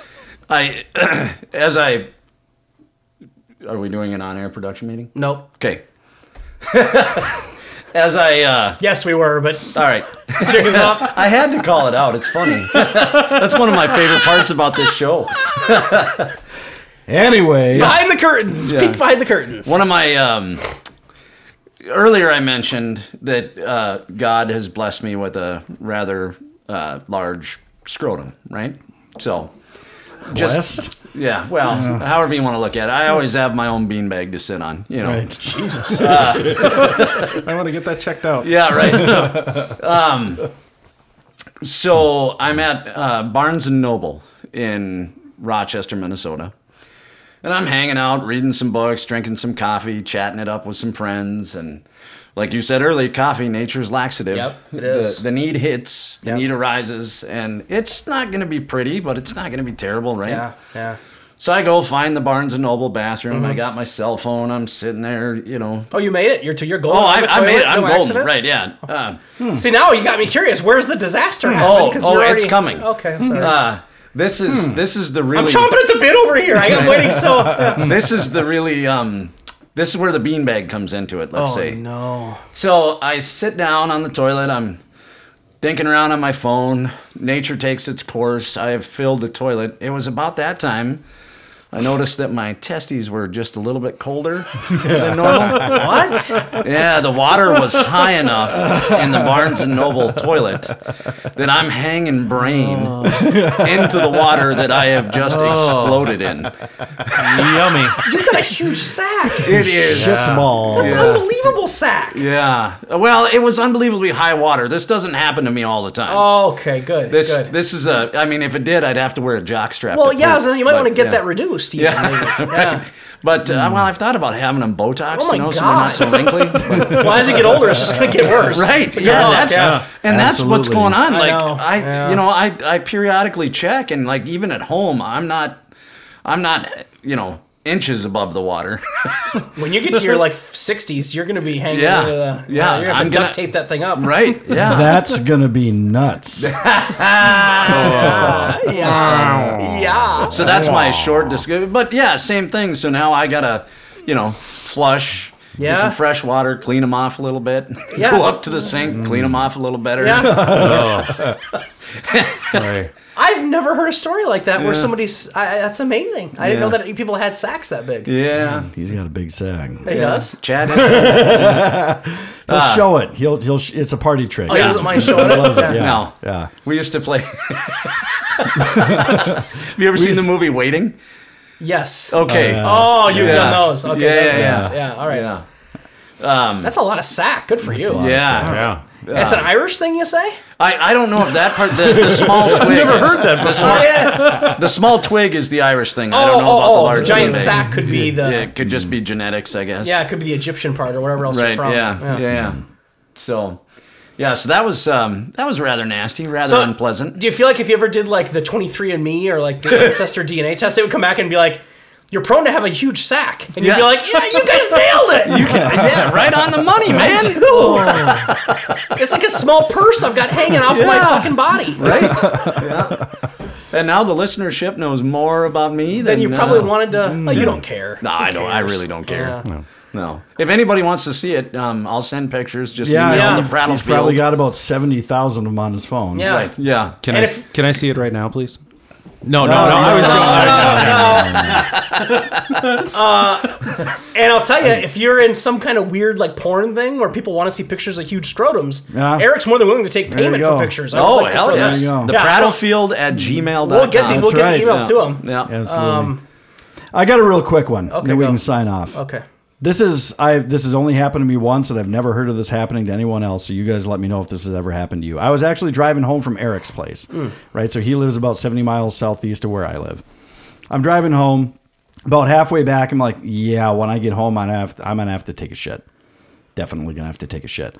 Speaker 3: I, as I, are we doing an on air production meeting?
Speaker 4: Nope.
Speaker 3: Okay. as I, uh,
Speaker 4: Yes, we were, but
Speaker 3: all right.
Speaker 4: check us out.
Speaker 3: I had to call it out. It's funny. That's one of my favorite parts about this show.
Speaker 1: Anyway,
Speaker 4: Behind the curtains.
Speaker 3: Yeah.
Speaker 4: Peek behind the curtains.
Speaker 3: One of my um, earlier, I mentioned that uh, God has blessed me with a rather uh, large scrotum, right? So, just
Speaker 1: blessed.
Speaker 3: yeah. Well, however you want to look at it, I always have my own beanbag to sit on. You know.
Speaker 1: Right.
Speaker 2: I want to get that checked out.
Speaker 3: Yeah. Right. um, so I'm at uh, Barnes and Noble in Rochester, Minnesota. And I'm hanging out, reading some books, drinking some coffee, chatting it up with some friends. And like you said earlier, coffee, nature's laxative.
Speaker 4: Yep, it is.
Speaker 3: The, the need hits, the
Speaker 4: Yep.
Speaker 3: need arises. And it's not going to be pretty, but it's not going to be terrible, right?
Speaker 4: yeah, yeah.
Speaker 3: So I go find the Barnes and Noble bathroom.
Speaker 4: Mm-hmm.
Speaker 3: I got my cell phone. I'm sitting there, you know.
Speaker 4: Oh, you made it. You're to your goal.
Speaker 3: Oh, I, I made it. I'm golden. Right, yeah.
Speaker 4: Oh.
Speaker 3: Uh,
Speaker 4: Hmm. See, now you got me curious. Where's the disaster?
Speaker 1: Hmm.
Speaker 3: Oh,
Speaker 4: happening? 'Cause
Speaker 3: oh,
Speaker 4: you're
Speaker 3: it's coming.
Speaker 4: Okay, I'm sorry.
Speaker 3: uh, this is this is the
Speaker 4: Hmm. I'm
Speaker 3: really
Speaker 4: chomping at the bit over here. I am waiting so.
Speaker 3: this is the really um this is where the beanbag comes into it, let's say.
Speaker 4: no.
Speaker 3: So I sit down on the toilet. I'm thinking around on my phone. Nature takes its course. I have filled the toilet. It was about that time. I noticed that my testes were just a little bit colder than normal. what? Yeah, the water was high enough in the Barnes and Noble toilet that I'm hanging brain into the water that I have just exploded in.
Speaker 2: Yummy.
Speaker 4: You got a huge sack.
Speaker 3: It is.
Speaker 1: Shit ball.
Speaker 4: That's an unbelievable sack.
Speaker 3: Yeah. Well, it was unbelievably high water. This doesn't happen to me all the time.
Speaker 4: Okay, good.
Speaker 3: This
Speaker 4: Oh, good.
Speaker 3: this is a. I mean, if it did, I'd have to wear a jock strap.
Speaker 4: well,
Speaker 3: to
Speaker 4: yeah,
Speaker 3: poop,
Speaker 4: so you might
Speaker 3: but,
Speaker 4: want to get
Speaker 3: yeah.
Speaker 4: that reduced. Even, yeah. Maybe. yeah. Hmm.
Speaker 3: But uh, well, I've thought about having them Botox,
Speaker 4: Oh my
Speaker 3: you know, so they're
Speaker 4: God.
Speaker 3: not so wrinkly. But-
Speaker 4: Well, as you get older, it's just going to get worse.
Speaker 3: right? Yeah,
Speaker 4: Oh,
Speaker 3: that's
Speaker 4: yeah.
Speaker 3: and that's what's
Speaker 1: Absolutely.
Speaker 3: going on.
Speaker 4: I
Speaker 3: Like
Speaker 4: know,
Speaker 3: I,
Speaker 4: yeah.
Speaker 3: you know, I I periodically check, and like even at home, I'm not, I'm not, you know, inches above the water.
Speaker 4: When you get to your like 60s, you're going to be hanging. uh,
Speaker 3: Yeah.
Speaker 4: Into the,
Speaker 3: Yeah,
Speaker 4: You're going to have
Speaker 3: I'm
Speaker 4: to
Speaker 3: gonna-
Speaker 4: duct tape that thing up.
Speaker 3: right? Yeah.
Speaker 1: That's gonna be nuts.
Speaker 4: Yeah. Yeah.
Speaker 3: So that's my short discovery. But yeah, same thing. So now I gotta, you know, flush,
Speaker 4: Yeah.
Speaker 3: get some fresh water, clean them off a little bit,
Speaker 4: Yeah.
Speaker 3: go up to the sink, clean them off a little better.
Speaker 4: Yeah.
Speaker 2: Right.
Speaker 4: I've never heard a story like that where somebody's. I, I- that's amazing. I didn't know
Speaker 3: Yeah.
Speaker 4: that people had sacks that big.
Speaker 3: Yeah.
Speaker 1: He's got a big sag.
Speaker 4: He does.
Speaker 3: Chad is-
Speaker 1: He'll show it. He'll he'll. Sh- it's a party trick.
Speaker 4: Oh, he doesn't mind showing it.
Speaker 1: loves it. Yeah.
Speaker 3: No.
Speaker 1: Yeah.
Speaker 3: We used to play. Have you ever seen the movie Waiting?
Speaker 4: Yes.
Speaker 3: Okay.
Speaker 1: yeah.
Speaker 4: Oh, you've
Speaker 3: Yeah.
Speaker 4: done those. Okay.
Speaker 3: Yeah,
Speaker 4: that's
Speaker 3: yeah,
Speaker 4: nice.
Speaker 1: yeah.
Speaker 4: yeah. All right.
Speaker 3: Yeah.
Speaker 4: That's a lot of sack. Good for you.
Speaker 1: lot.
Speaker 3: Yeah.
Speaker 2: Yeah.
Speaker 4: That's an Irish thing, you say?
Speaker 3: I, I don't know if that part, the, the small twig. never heard that the small,
Speaker 4: Oh, yeah.
Speaker 3: the small twig is the Irish thing. I
Speaker 4: oh,
Speaker 3: don't know about
Speaker 4: oh,
Speaker 3: the
Speaker 4: oh,
Speaker 3: large
Speaker 4: giant
Speaker 3: twig.
Speaker 4: sack Mm. could be the.
Speaker 3: Yeah,
Speaker 4: Yeah.
Speaker 3: it could just be genetics, I guess.
Speaker 4: it could be the Egyptian part or wherever else
Speaker 3: Right.
Speaker 4: you're from.
Speaker 3: Yeah. Yeah. yeah. So, yeah. So that was um, that was rather nasty, rather
Speaker 4: So,
Speaker 3: unpleasant.
Speaker 4: Do you feel like if you ever did like the 23andMe or like the ancestor DNA test, they would come back and be like, you're prone to have a huge sack. And you'd be
Speaker 3: Yeah.
Speaker 4: like, yeah, you guys nailed it.
Speaker 3: yeah, right on the money, man.
Speaker 4: Dude.
Speaker 3: Oh.
Speaker 4: it's like a small purse I've got hanging off my fucking body.
Speaker 3: Right. yeah. And now the listenership knows more about me than
Speaker 4: Then you probably
Speaker 3: uh,
Speaker 4: wanted to. Oh, you don't care.
Speaker 3: No, I don't. I
Speaker 4: cares?
Speaker 3: really don't care.
Speaker 4: Yeah.
Speaker 3: No. If anybody wants to see it, um, I'll send pictures. Just
Speaker 1: Yeah.
Speaker 3: email
Speaker 4: Yeah.
Speaker 3: the Prattle
Speaker 1: He's probably got about seventy thousand of them on his phone.
Speaker 4: Yeah.
Speaker 3: right. Yeah.
Speaker 2: Can
Speaker 4: And
Speaker 2: I
Speaker 4: if-
Speaker 2: can I see it right now, please? No, no,
Speaker 1: Oh,
Speaker 2: no.
Speaker 1: no,
Speaker 2: I was
Speaker 1: no, no,
Speaker 4: And I'll tell you, if you're in some kind of weird like porn thing where people want to see pictures of huge scrotums,
Speaker 1: Yeah.
Speaker 4: Eric's more than willing to take
Speaker 1: you
Speaker 4: payment
Speaker 1: go.
Speaker 4: for pictures. I would
Speaker 3: Oh,
Speaker 4: like to
Speaker 3: hell
Speaker 4: throw
Speaker 3: yes.
Speaker 1: There you go.
Speaker 3: The
Speaker 4: Yeah.
Speaker 3: Prattlefield at gmail.com.
Speaker 4: We'll get the, we'll
Speaker 1: That's right.
Speaker 4: get the email to Uh, him.
Speaker 3: Yeah.
Speaker 1: Absolutely. I got a real quick one. Okay. Then we
Speaker 4: go.
Speaker 1: can sign off.
Speaker 4: Okay.
Speaker 1: This is I. This has only happened to me once, and I've never heard of this happening to anyone else. So you guys, let me know if this has ever happened to you. I was actually driving home from Eric's place, right? So he lives about seventy miles southeast of where I live. I'm driving home, about halfway back. I'm like, yeah, when I get home, I'm gonna have to, I'm gonna have to take a shit. Definitely gonna have to take a shit.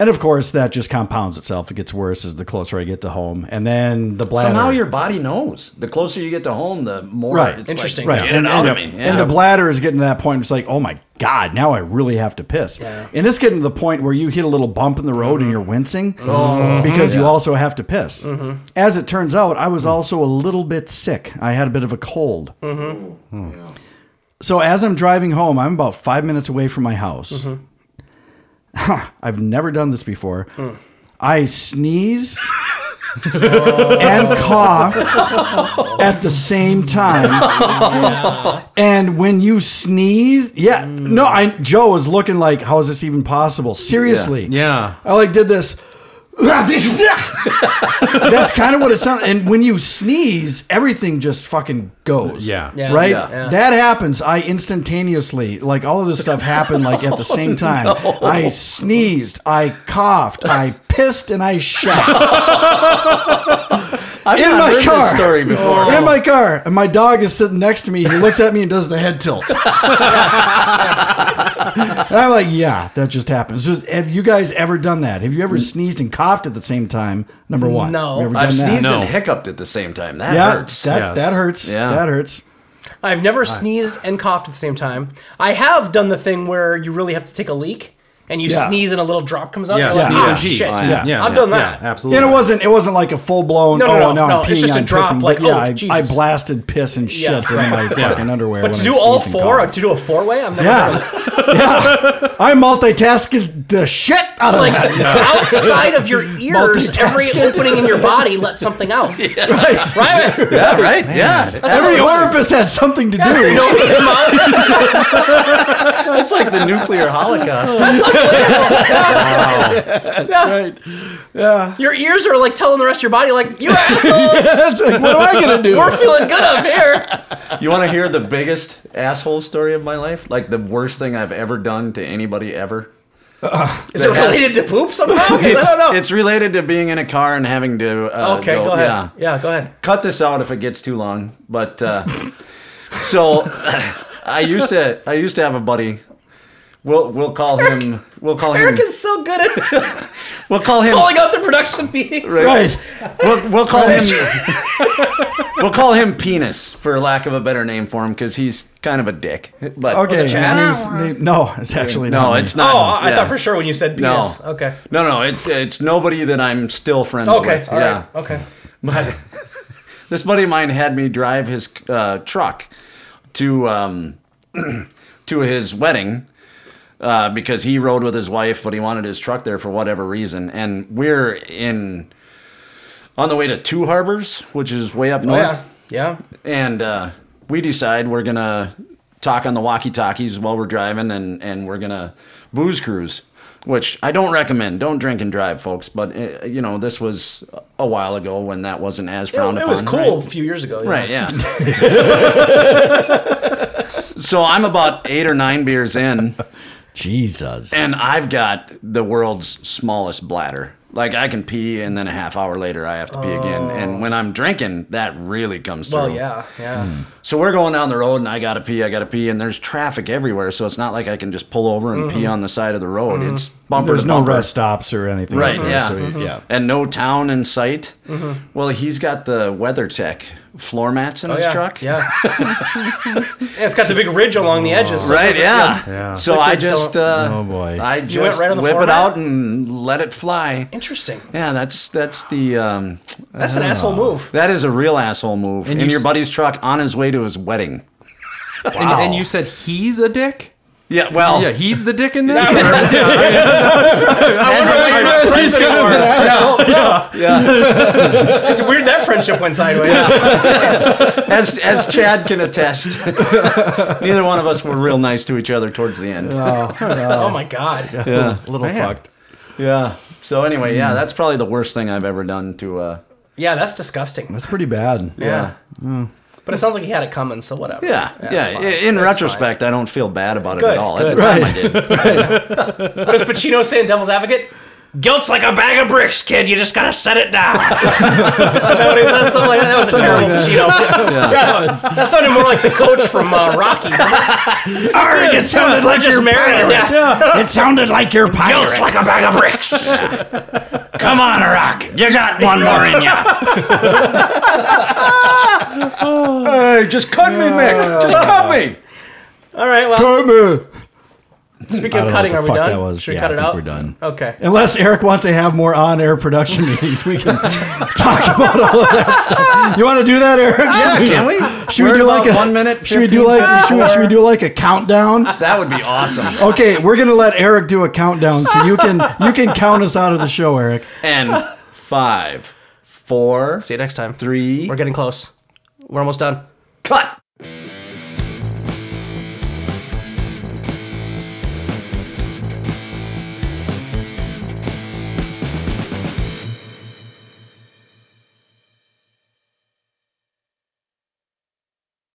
Speaker 1: And of course, that just compounds itself. It gets worse as the closer I get to home, and then the bladder.
Speaker 3: Somehow your body knows. The closer you get to home, the more
Speaker 1: Right.
Speaker 3: it's
Speaker 4: Interesting.
Speaker 3: Like,
Speaker 1: Right.
Speaker 3: Get it
Speaker 1: and,
Speaker 3: out
Speaker 1: and
Speaker 3: of
Speaker 1: the-
Speaker 3: me.
Speaker 1: and
Speaker 3: Yeah.
Speaker 1: the bladder is getting to that point. It's like, oh my God, now I really have to piss. And it's getting to the point where you hit a little bump in the road and you're wincing because you also have to piss. As it turns out, I was also a little bit sick. I had a bit of a cold. Hmm. So as I'm driving home, I'm about five minutes away from my house. I've never done this before. I sneezed and coughed at the same time. And when you sneezed, yeah, no, I Joe was looking like, how is this even possible? Seriously,
Speaker 2: Yeah.
Speaker 1: I like did this. That's kind of what it sounded. And when you sneeze, everything just fucking goes.
Speaker 2: Yeah.
Speaker 4: Yeah.
Speaker 1: Right.
Speaker 3: Yeah.
Speaker 4: Yeah.
Speaker 1: That happens. I instantaneously, like all of this stuff happened, like at the same time. I sneezed. I coughed. I pissed, and I shot
Speaker 3: I've
Speaker 1: in
Speaker 3: not
Speaker 1: my
Speaker 3: heard this
Speaker 1: car.
Speaker 3: story before.
Speaker 4: Oh.
Speaker 1: in my car. And my dog is sitting next to me. He looks at me and does the head tilt. and I'm like, yeah, that just happens. Just- have you guys ever done that? Have you ever sneezed and coughed at the same time? Number one.
Speaker 4: No.
Speaker 1: Have you ever
Speaker 3: I've
Speaker 1: done that?
Speaker 3: sneezed
Speaker 2: No.
Speaker 3: and hiccuped at the same time. That
Speaker 1: Yeah,
Speaker 3: hurts.
Speaker 1: That,
Speaker 2: Yes.
Speaker 1: that hurts.
Speaker 3: Yeah.
Speaker 1: That hurts.
Speaker 4: I've never sneezed and coughed at the same time. I have done the thing where you really have to take a leak and you
Speaker 1: Yeah.
Speaker 4: sneeze and a little drop comes out.
Speaker 2: Yeah,
Speaker 4: You're like,
Speaker 2: sneeze
Speaker 4: "Ah,
Speaker 2: and pee.
Speaker 4: shit."
Speaker 3: Oh, yeah.
Speaker 2: Yeah,
Speaker 4: I've done that.
Speaker 2: Yeah, absolutely.
Speaker 1: And it wasn't. It wasn't like a full blown.
Speaker 4: No, no,
Speaker 1: oh,
Speaker 4: no,
Speaker 1: now
Speaker 4: no,
Speaker 1: I'm
Speaker 4: it's
Speaker 1: peeing.
Speaker 4: just a
Speaker 1: I'm
Speaker 4: drop,
Speaker 1: pissing."
Speaker 4: like,
Speaker 1: but yeah,
Speaker 4: oh,
Speaker 1: I- I,
Speaker 4: Jesus.
Speaker 1: blasted piss and shit
Speaker 4: Yeah,
Speaker 1: in my fucking underwear.
Speaker 4: But
Speaker 1: when
Speaker 4: to
Speaker 1: I
Speaker 4: do all
Speaker 1: sneezed and
Speaker 4: four, or
Speaker 1: coughed.
Speaker 4: to do a four way, I'm never
Speaker 1: Yeah, yeah. I multitasked the shit out of
Speaker 4: like
Speaker 1: that.
Speaker 4: outside of your ears, every opening in your body lets something out.
Speaker 1: Right.
Speaker 4: Right?
Speaker 3: Yeah, right? Yeah.
Speaker 1: Every orifice had something to do.
Speaker 4: You know, come out.
Speaker 3: That's like the nuclear holocaust.
Speaker 4: Yeah.
Speaker 1: Right.
Speaker 4: Your ears are like telling the rest of your body, like, you assholes,
Speaker 1: It's like, what am I gonna do?
Speaker 4: we're feeling good up here.
Speaker 3: You want to hear the biggest asshole story of my life? Like the worst thing I've ever done to anybody ever?
Speaker 4: Is it
Speaker 3: That has-
Speaker 4: related to poop somehow? 'Cause
Speaker 3: It's,
Speaker 4: I don't know.
Speaker 3: it's related to being in a car and having to. Uh,
Speaker 4: okay, go, ahead.
Speaker 3: yeah.
Speaker 4: Yeah. go ahead.
Speaker 1: Hmm.
Speaker 3: Cut this out if it gets too long. But uh, so I used to I used to have a buddy. We'll we'll call him we'll call
Speaker 4: Eric
Speaker 3: him
Speaker 4: is so good at
Speaker 3: we'll call him
Speaker 4: calling out the production meetings.
Speaker 1: right.
Speaker 3: we'll, we'll call him we'll call him penis for lack of a better name for him because he's kind of a dick. But
Speaker 1: Okay.
Speaker 4: Chad?
Speaker 1: and he's- he- no, it's actually
Speaker 3: no,
Speaker 1: not me.
Speaker 3: it's
Speaker 4: Oh,
Speaker 3: not.
Speaker 4: I
Speaker 3: yeah.
Speaker 4: thought for sure when you said
Speaker 3: No.
Speaker 4: penis. Okay.
Speaker 3: No, no, it's it's nobody that I'm still friends
Speaker 4: Okay.
Speaker 3: with.
Speaker 4: All right.
Speaker 3: yeah,
Speaker 4: Okay.
Speaker 3: but this buddy of mine had me drive his uh, truck to um, to his wedding uh, because he rode with his wife, but he wanted his truck there for whatever reason. And we're in on the way to Two Harbors, which is way up
Speaker 4: Oh,
Speaker 3: north.
Speaker 4: yeah. Yeah.
Speaker 3: And uh, we decide we're going to talk on the walkie talkies while we're driving and, and we're going to booze cruise, which I don't recommend. Don't drink and drive, folks. But, uh, you know, this was a while ago when that wasn't as frowned
Speaker 4: It,
Speaker 3: upon.
Speaker 4: was cool
Speaker 3: right?
Speaker 4: a few years ago.
Speaker 3: Right, yeah. so I'm about eight or nine beers in,
Speaker 1: Jesus.
Speaker 3: and I've got the world's smallest bladder. Like I can pee, and then a half hour later I have to pee again. And when I'm drinking, that really comes through.
Speaker 4: Oh. Well, yeah. Yeah.
Speaker 3: So we're going down the road, and I gotta pee, I gotta pee, and there's traffic everywhere. So it's not like I can just pull over and
Speaker 4: Mm-hmm.
Speaker 3: pee on the side of the road. It's bumper
Speaker 1: There's
Speaker 3: to
Speaker 1: no
Speaker 3: bumper.
Speaker 1: rest stops or anything.
Speaker 3: Right,
Speaker 1: like that,
Speaker 3: yeah. Mm-hmm.
Speaker 1: so you- yeah.
Speaker 3: and no town in sight. Well, he's got the WeatherTech floor mats in
Speaker 4: Mm-hmm. Oh,
Speaker 3: his
Speaker 4: yeah.
Speaker 3: truck.
Speaker 4: Yeah. Yeah, it's got the big ridge along the edges. so it
Speaker 3: right
Speaker 4: doesn't-
Speaker 3: yeah.
Speaker 1: Yeah.
Speaker 3: so
Speaker 4: Liquids
Speaker 3: i just
Speaker 4: don't-
Speaker 3: uh
Speaker 1: Oh, boy.
Speaker 3: i
Speaker 4: You went
Speaker 3: just
Speaker 4: right on the
Speaker 3: whip
Speaker 4: floor
Speaker 3: it
Speaker 4: mat?
Speaker 3: out and let it fly
Speaker 4: Interesting.
Speaker 3: yeah that's that's the um
Speaker 4: That's an asshole move.
Speaker 3: that is a real asshole move
Speaker 2: And
Speaker 3: in
Speaker 2: you
Speaker 3: your
Speaker 2: s-
Speaker 3: buddy's truck on his way to his wedding
Speaker 2: And, and you said he's a dick?
Speaker 3: yeah well
Speaker 2: Yeah, he's the dick in this?
Speaker 4: I wonder why you're not friends anymore.
Speaker 3: yeah.
Speaker 4: It's weird that friendship went sideways.
Speaker 3: as as chad can attest neither one of us were real nice to each other towards the end
Speaker 4: Oh my god.
Speaker 1: yeah. A little
Speaker 2: Man.
Speaker 1: fucked.
Speaker 3: yeah so anyway yeah that's probably the worst thing i've ever done to uh
Speaker 4: Yeah, that's disgusting.
Speaker 1: That's pretty bad.
Speaker 3: yeah
Speaker 4: Mm. But it sounds like he had it coming, so whatever.
Speaker 3: yeah yeah,
Speaker 4: it's fine.
Speaker 3: I- in
Speaker 4: It's
Speaker 3: retrospect i don't feel bad about it
Speaker 4: Good,
Speaker 3: at all at
Speaker 4: good.
Speaker 3: the time i did
Speaker 4: fine. What does Pacino say in Devil's Advocate? Guilt's like a bag of bricks, kid. You just gotta set it down. Is that what he says? Something like that. That was a terrible Pacino. That sounded more like the coach from uh, Rocky.
Speaker 1: Arg, it sounded like
Speaker 4: Just married. Yeah.
Speaker 1: It sounded like your pirate.
Speaker 3: like a bag of bricks. Come on, Rock. You got one more in you. hey, just cut me, Mick. Just cut me.
Speaker 4: All right.
Speaker 1: I
Speaker 4: Well, speaking
Speaker 1: don't
Speaker 4: of
Speaker 1: know
Speaker 4: cutting,
Speaker 1: what the
Speaker 4: are
Speaker 1: fuck
Speaker 4: we done?
Speaker 1: that was.
Speaker 4: Should we
Speaker 1: Yeah,
Speaker 4: cut
Speaker 1: I
Speaker 4: it
Speaker 1: think
Speaker 4: out?
Speaker 1: we're done.
Speaker 4: Okay.
Speaker 1: Unless Eric wants to have more on-air production meetings, we can talk about all of that stuff. You want to do that, Eric?
Speaker 3: Yeah,
Speaker 1: Should
Speaker 3: can we?
Speaker 1: Should
Speaker 3: We're
Speaker 1: we do
Speaker 3: about
Speaker 1: like a
Speaker 3: one minute,
Speaker 1: Should we do
Speaker 3: 15,
Speaker 1: like should we, should we do like a countdown?
Speaker 3: That would be awesome.
Speaker 1: Okay, we're gonna let Eric do a countdown, so you can you can count us out of the show, Eric.
Speaker 3: And five, four,
Speaker 4: See you next time.
Speaker 3: three,
Speaker 4: We're getting close. We're almost done.
Speaker 3: cut.